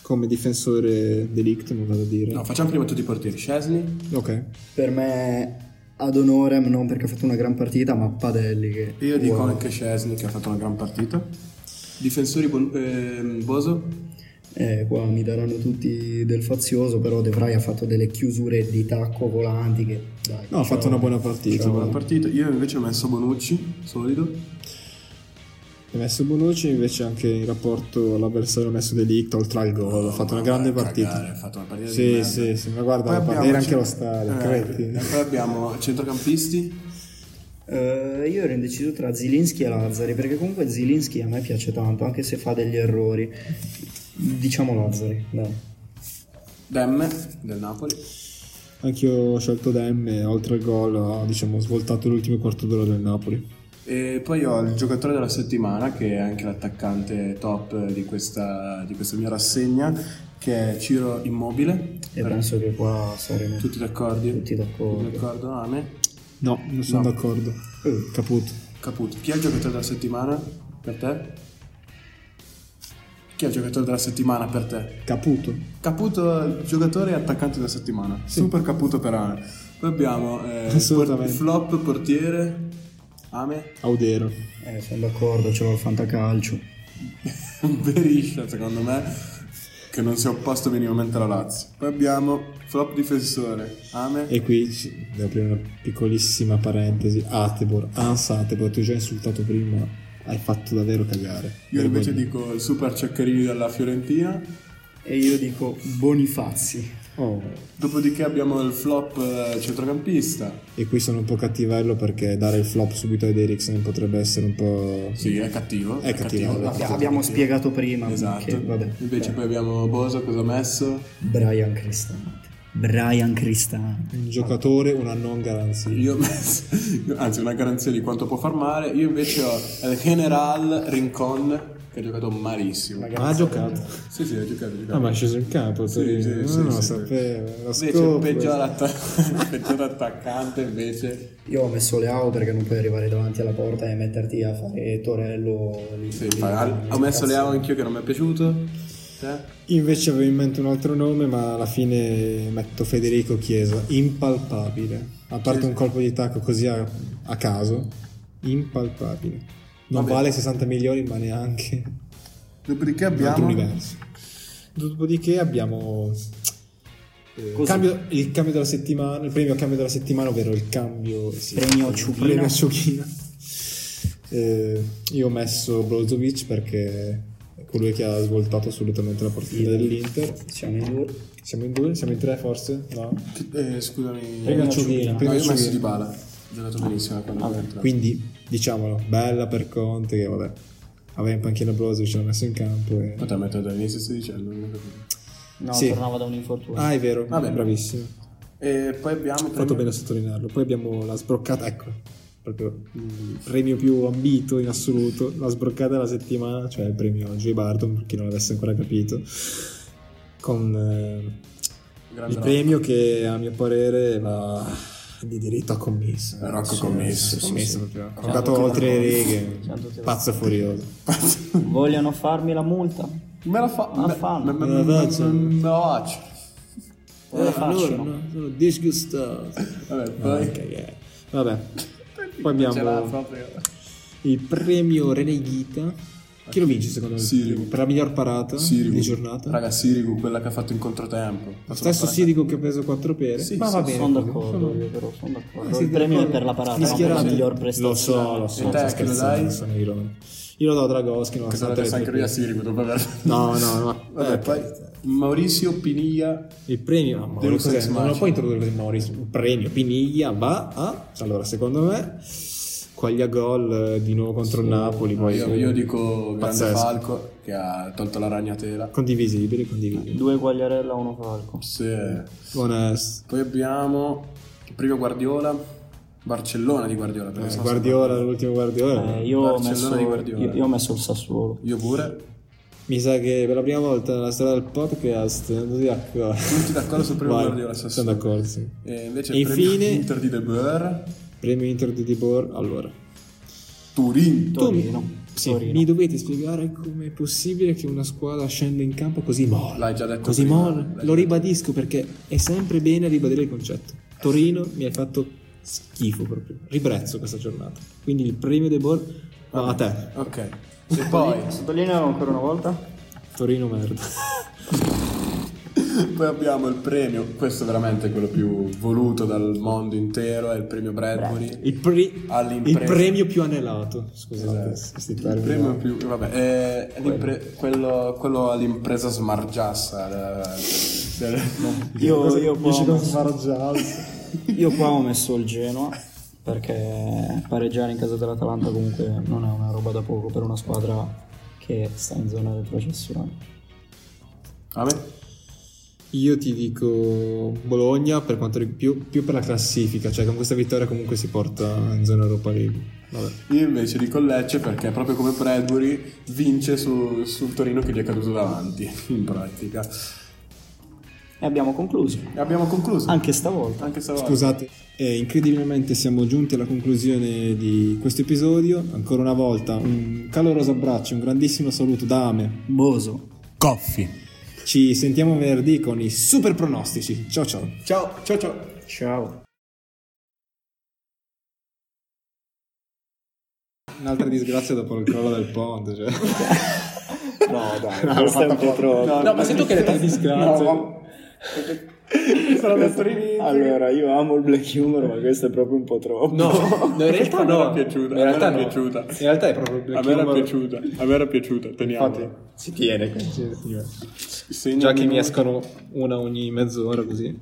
[SPEAKER 1] come difensore delict, non vado a dire.
[SPEAKER 2] No, facciamo prima tutti i portieri. Scesni.
[SPEAKER 1] Ok.
[SPEAKER 4] Per me ad honorem, non perché ha fatto una gran partita, ma Padelli che...
[SPEAKER 2] Io dico
[SPEAKER 4] Wow.
[SPEAKER 2] anche Scesni che ha fatto una gran partita. Difensori Bon- ehm, Boso.
[SPEAKER 4] Eh, qua mi daranno tutti del fazioso, però De Vrij ha fatto delle chiusure di tacco volanti che... Dai,
[SPEAKER 1] No, ha fatto una buona partita.
[SPEAKER 2] Una buona partita. Io invece ho messo Bonucci, solido.
[SPEAKER 1] Ha messo Bonucci invece anche in rapporto all'avversario ha messo delict, oltre al gol. Ha fatto una grande partita.
[SPEAKER 2] Oh, Cagare, ha fatto una partita di
[SPEAKER 1] Sì,
[SPEAKER 2] merda.
[SPEAKER 1] sì, sì, ma
[SPEAKER 2] Poi
[SPEAKER 1] guarda,
[SPEAKER 2] abbiamo
[SPEAKER 1] era
[SPEAKER 2] cent-
[SPEAKER 1] anche lo stadio,
[SPEAKER 2] eh,
[SPEAKER 1] credi?
[SPEAKER 2] e Poi abbiamo centrocampisti.
[SPEAKER 4] Eh, io ero indeciso tra Zilinski e Lazzari, perché comunque Zilinski a me piace tanto, anche se fa degli errori. Diciamo Lazzari, dai.
[SPEAKER 2] Demme del Napoli.
[SPEAKER 1] Anch'io ho scelto Demme, oltre al gol ha diciamo, svoltato l'ultimo quarto d'ora del Napoli.
[SPEAKER 2] E poi ho il giocatore della settimana, che è anche l'attaccante top di questa, di questa mia rassegna, che è Ciro Immobile.
[SPEAKER 4] E
[SPEAKER 2] Per-
[SPEAKER 4] penso che qua saremo tutti,
[SPEAKER 2] Tutti d'accordo?
[SPEAKER 4] d'accordo.
[SPEAKER 2] Tutti d'accordo, Ame.
[SPEAKER 1] No, non sono
[SPEAKER 2] No.
[SPEAKER 1] d'accordo. Eh, Caputo.
[SPEAKER 2] Caputo. Chi è il giocatore della settimana per te? Chi è il giocatore della settimana per te?
[SPEAKER 1] Caputo.
[SPEAKER 2] Caputo, giocatore e attaccante della settimana. Super Caputo per Ame. Poi
[SPEAKER 1] <laughs>
[SPEAKER 2] abbiamo eh,
[SPEAKER 1] Assolutamente.
[SPEAKER 2] flop portiere. Ame. <laughs>
[SPEAKER 1] Audero.
[SPEAKER 4] Eh, sono d'accordo, ce l'ho al fantacalcio.
[SPEAKER 2] Beriscia, secondo me, che non si è opposto minimamente alla Lazio. Poi abbiamo flop difensore. Ame.
[SPEAKER 1] E qui ci- devo aprire una piccolissima parentesi. Atebor, Hans Atebor, ti ho già insultato prima, hai fatto davvero cagare.
[SPEAKER 2] Io invece
[SPEAKER 1] Vergogna.
[SPEAKER 2] dico il super Ciaccherini della Fiorentina.
[SPEAKER 4] E io dico Bonifazzi.
[SPEAKER 1] Oh,
[SPEAKER 2] Dopodiché abbiamo il flop eh, centrocampista.
[SPEAKER 1] E qui sono un po' cattivello perché dare il flop subito ad Eriksen potrebbe essere un po'...
[SPEAKER 2] Sì, eh. è cattivo.
[SPEAKER 1] È cattivo, è
[SPEAKER 2] Abbi-
[SPEAKER 1] cattivo.
[SPEAKER 4] Abbiamo spiegato prima.
[SPEAKER 2] Esatto.
[SPEAKER 4] Che, vabbè.
[SPEAKER 2] Invece poi abbiamo Boso, cosa ha messo?
[SPEAKER 4] Brian Cristante. Brian Cristante.
[SPEAKER 1] Un giocatore, una non garanzia.
[SPEAKER 2] Io ho messo, <laughs> anzi una garanzia di quanto può farmare. Io invece ho il General Rincon che ha giocato malissimo.
[SPEAKER 1] Ma ha giocato.
[SPEAKER 2] Sì, sì, ha giocato, ha giocato.
[SPEAKER 1] Ah, ma è sceso in campo. il
[SPEAKER 2] Sì,
[SPEAKER 1] Torino.
[SPEAKER 2] sì,
[SPEAKER 1] No,
[SPEAKER 2] sì,
[SPEAKER 1] no,
[SPEAKER 2] sì.
[SPEAKER 1] sapevo. Lo
[SPEAKER 2] Invece il
[SPEAKER 1] scopo.
[SPEAKER 2] peggior, atta- <laughs> il peggior attaccante invece
[SPEAKER 4] Io ho messo Leao perché non puoi arrivare davanti alla porta e metterti a fare Torello. lì-
[SPEAKER 2] sì,
[SPEAKER 4] lì-
[SPEAKER 2] fa- ha- ho messo
[SPEAKER 4] cazzo.
[SPEAKER 2] Leao anch'io che non mi è piaciuto Te?
[SPEAKER 1] Io invece avevo in mente un altro nome, ma alla fine metto Federico Chiesa, impalpabile. A parte un colpo di tacco così a, a caso, impalpabile. Non
[SPEAKER 2] Vabbè.
[SPEAKER 1] vale 60 milioni, ma neanche
[SPEAKER 2] dopodiché
[SPEAKER 1] un altro
[SPEAKER 2] abbiamo
[SPEAKER 1] universo. Dopodiché abbiamo
[SPEAKER 3] Così.
[SPEAKER 1] Cambio- eh, il cambio della settimana, il premio cambio della settimana, ovvero il cambio sì,
[SPEAKER 3] Premio
[SPEAKER 1] il
[SPEAKER 3] Ciuchina.
[SPEAKER 1] premio Ciuchina. Eh, io ho messo Brozovic perché è colui che ha svoltato assolutamente la partita dell'Inter.
[SPEAKER 3] Siamo in due.
[SPEAKER 1] Siamo in due, siamo in tre forse? No.
[SPEAKER 2] Eh, scusami,
[SPEAKER 1] Prima
[SPEAKER 2] No,
[SPEAKER 1] Ciuchina, prima
[SPEAKER 2] io ho messo
[SPEAKER 1] Ciuchina.
[SPEAKER 2] di bala. Ho giocato benissimo quando è entrato.
[SPEAKER 1] Quindi diciamolo, bella per Conte che vabbè. Aveva in panchina Brozovic, l'ha messo in campo e...
[SPEAKER 2] Potrei mettere dall'inizio stai dicendo, non ho capito.
[SPEAKER 4] No,
[SPEAKER 1] Sì.
[SPEAKER 4] tornava da un infortunio.
[SPEAKER 1] Ah, è vero,
[SPEAKER 2] Vabbè.
[SPEAKER 1] bravissimo.
[SPEAKER 2] E poi abbiamo
[SPEAKER 1] Ho fatto bene a sottolinearlo. Poi abbiamo la sbroccata, ecco, proprio il premio più ambito in assoluto, la sbroccata della settimana, cioè il premio J. Barton, per chi non l'avesse ancora capito, con eh,
[SPEAKER 2] Grande
[SPEAKER 1] il
[SPEAKER 2] Rocco.
[SPEAKER 1] premio che a mio parere va di diritto a commesso.
[SPEAKER 2] Eh, Rocco Commisso,
[SPEAKER 1] Sì,
[SPEAKER 2] commisso.
[SPEAKER 1] commesso proprio. Ha dato oltre le righe, pazzo furioso.
[SPEAKER 2] ecco.
[SPEAKER 4] Vogliono farmi la multa?
[SPEAKER 2] Me la fa.
[SPEAKER 4] Ah,
[SPEAKER 2] me-
[SPEAKER 4] fa.
[SPEAKER 2] Me me-
[SPEAKER 1] Me la faccio.
[SPEAKER 2] me- me- me la faccio.
[SPEAKER 4] O la faccio?
[SPEAKER 1] sono disgustato.
[SPEAKER 2] Vabbè,
[SPEAKER 1] Ah,
[SPEAKER 2] poi.
[SPEAKER 1] ok, eh. Vabbè, poi
[SPEAKER 2] Ce l'ha
[SPEAKER 1] abbiamo... Eh?
[SPEAKER 2] proprio.
[SPEAKER 1] il premio René Ghita. Chi lo vince secondo me?
[SPEAKER 2] Sirigu.
[SPEAKER 1] Per la miglior parata di giornata.
[SPEAKER 2] Raga, Sirigu, quella che ha fatto in controtempo.
[SPEAKER 1] Lo
[SPEAKER 2] Faccio
[SPEAKER 1] stesso
[SPEAKER 2] una
[SPEAKER 1] Sirigu che ha preso 4 pere.
[SPEAKER 2] Sì,
[SPEAKER 1] ma
[SPEAKER 2] sì,
[SPEAKER 1] va
[SPEAKER 2] sì,
[SPEAKER 1] bene.
[SPEAKER 4] Sono
[SPEAKER 1] così.
[SPEAKER 4] d'accordo, io però sono
[SPEAKER 2] Ah,
[SPEAKER 4] d'accordo.
[SPEAKER 1] Sì,
[SPEAKER 4] il premio è
[SPEAKER 1] d'accordo.
[SPEAKER 4] per la parata,
[SPEAKER 1] Gli
[SPEAKER 4] non per la
[SPEAKER 1] schierati.
[SPEAKER 4] miglior
[SPEAKER 1] Lo
[SPEAKER 4] prestazione.
[SPEAKER 1] so, lo so.
[SPEAKER 2] E te,
[SPEAKER 1] sto
[SPEAKER 2] che lo
[SPEAKER 1] scherzando,
[SPEAKER 2] dai?
[SPEAKER 1] Sono ironico. Io lo do a Dragoschi,
[SPEAKER 2] Che sarà
[SPEAKER 1] nonostante
[SPEAKER 2] adesso
[SPEAKER 1] le
[SPEAKER 2] anche
[SPEAKER 1] sue
[SPEAKER 2] lui a
[SPEAKER 1] pere.
[SPEAKER 2] Sirigu dopo aver.
[SPEAKER 1] No, no, no.
[SPEAKER 2] Vabbè,
[SPEAKER 1] eh,
[SPEAKER 2] poi Maurizio Piniglia.
[SPEAKER 1] Il premio, no, Maurizio,
[SPEAKER 2] Deus
[SPEAKER 1] cos'è?
[SPEAKER 2] Ex
[SPEAKER 1] non lo
[SPEAKER 2] Machina.
[SPEAKER 1] puoi introdurre così Maurizio. Il premio Piniglia va a. Allora, secondo me, quaglia gol eh, di nuovo contro il Napoli. Poi
[SPEAKER 2] Io, io dico Grande
[SPEAKER 1] Pazzesco.
[SPEAKER 2] Falco che ha tolto la ragnatela.
[SPEAKER 1] condivisibile, condivisibile.
[SPEAKER 4] Due Guagliarella, uno Falco.
[SPEAKER 2] Sì. eh.
[SPEAKER 1] Buona
[SPEAKER 2] Poi abbiamo il primo Guardiola, Barcellona di Guardiola. perché
[SPEAKER 1] Eh,
[SPEAKER 2] sennò
[SPEAKER 1] Guardiola,
[SPEAKER 2] sembra-
[SPEAKER 1] l'ultimo Guardiola.
[SPEAKER 4] Eh, io, ho
[SPEAKER 2] Barcellona
[SPEAKER 4] messo,
[SPEAKER 2] di Guardiola.
[SPEAKER 4] io- io ho messo il Sassuolo.
[SPEAKER 2] Io pure.
[SPEAKER 1] Mi sa che per la prima volta nella storia del podcast non si d'accordo.
[SPEAKER 2] Tutti d'accordo sul primo
[SPEAKER 1] Vai,
[SPEAKER 2] Guardiola Sassuolo.
[SPEAKER 1] Sono d'accordo, sì.
[SPEAKER 2] E invece
[SPEAKER 1] E
[SPEAKER 2] il premio
[SPEAKER 1] infine-
[SPEAKER 2] Inter di De Boer,
[SPEAKER 1] Premio Inter di Dibor, allora.
[SPEAKER 2] Turin.
[SPEAKER 4] Torino.
[SPEAKER 1] Sì,
[SPEAKER 4] Torino.
[SPEAKER 1] mi dovete spiegare com'è possibile che una squadra scenda in campo così molle.
[SPEAKER 2] L'hai già detto
[SPEAKER 1] Così
[SPEAKER 2] prima, l'hai
[SPEAKER 1] molle.
[SPEAKER 2] già
[SPEAKER 1] Lo
[SPEAKER 2] detto.
[SPEAKER 1] ribadisco perché è sempre bene ribadire il concetto. Torino mi hai fatto schifo proprio. Ribrezzo questa giornata. Quindi il premio Dibor va a te.
[SPEAKER 2] Ok. E poi,
[SPEAKER 1] <laughs>
[SPEAKER 4] Sottolineo ancora una volta.
[SPEAKER 1] Torino merda. <laughs>
[SPEAKER 2] poi abbiamo il premio, questo è veramente quello più voluto dal mondo intero, è il premio Bradbury.
[SPEAKER 1] Il, pri-
[SPEAKER 2] All'impresa.
[SPEAKER 1] il premio più anelato. Scusate,
[SPEAKER 2] Esatto.
[SPEAKER 1] questi
[SPEAKER 2] Il
[SPEAKER 1] termini.
[SPEAKER 2] premio più... vabbè, è- è l'impre- quello, quello all'impresa smargiassa. da-
[SPEAKER 1] <laughs>
[SPEAKER 2] del-
[SPEAKER 4] Io, io qua ho messo-
[SPEAKER 1] Smargiato.
[SPEAKER 4] Io qua ho messo il Genoa perché pareggiare in casa dell'Atalanta comunque non è una roba da poco per una squadra che sta in zona retrocessione.
[SPEAKER 2] A me?
[SPEAKER 1] Io ti dico Bologna per quanto rig- più, più per la classifica, cioè con questa vittoria comunque si porta in zona Europa League. Vabbè.
[SPEAKER 2] Io invece dico il Lecce perché proprio come Bradbury vince su- sul Torino che gli è caduto davanti, <laughs> in pratica.
[SPEAKER 4] E abbiamo concluso.
[SPEAKER 2] E abbiamo concluso.
[SPEAKER 4] Anche stavolta.
[SPEAKER 2] Anche stavolta.
[SPEAKER 1] Scusate, eh, incredibilmente siamo giunti alla conclusione di questo episodio. Ancora una volta un caloroso abbraccio, un grandissimo saluto da Ame.
[SPEAKER 4] Boso.
[SPEAKER 1] Ci sentiamo venerdì con i super pronostici. Ciao ciao.
[SPEAKER 2] Ciao, ciao, ciao.
[SPEAKER 4] Ciao.
[SPEAKER 1] Un'altra disgrazia dopo il crollo del ponte. Cioè.
[SPEAKER 4] No, <laughs> dai, questo è un po' troppo.
[SPEAKER 1] No, ma sento che le tre disgrazie.
[SPEAKER 2] Sono messo l'inizio.
[SPEAKER 4] Allora, io amo il black humor, ma questo è proprio un po' troppo. No.
[SPEAKER 1] No, <laughs> in realtà
[SPEAKER 2] A me
[SPEAKER 1] no.
[SPEAKER 2] era piaciuta.
[SPEAKER 1] In realtà
[SPEAKER 2] a me
[SPEAKER 1] no.
[SPEAKER 2] era piaciuta.
[SPEAKER 1] In realtà è proprio
[SPEAKER 2] A me era piaciuta. A me era piaciuta. Teniamola.
[SPEAKER 1] Si tiene.
[SPEAKER 2] Segna
[SPEAKER 1] Già che
[SPEAKER 2] il
[SPEAKER 1] mi
[SPEAKER 2] numero.
[SPEAKER 1] escono una ogni mezz'ora così.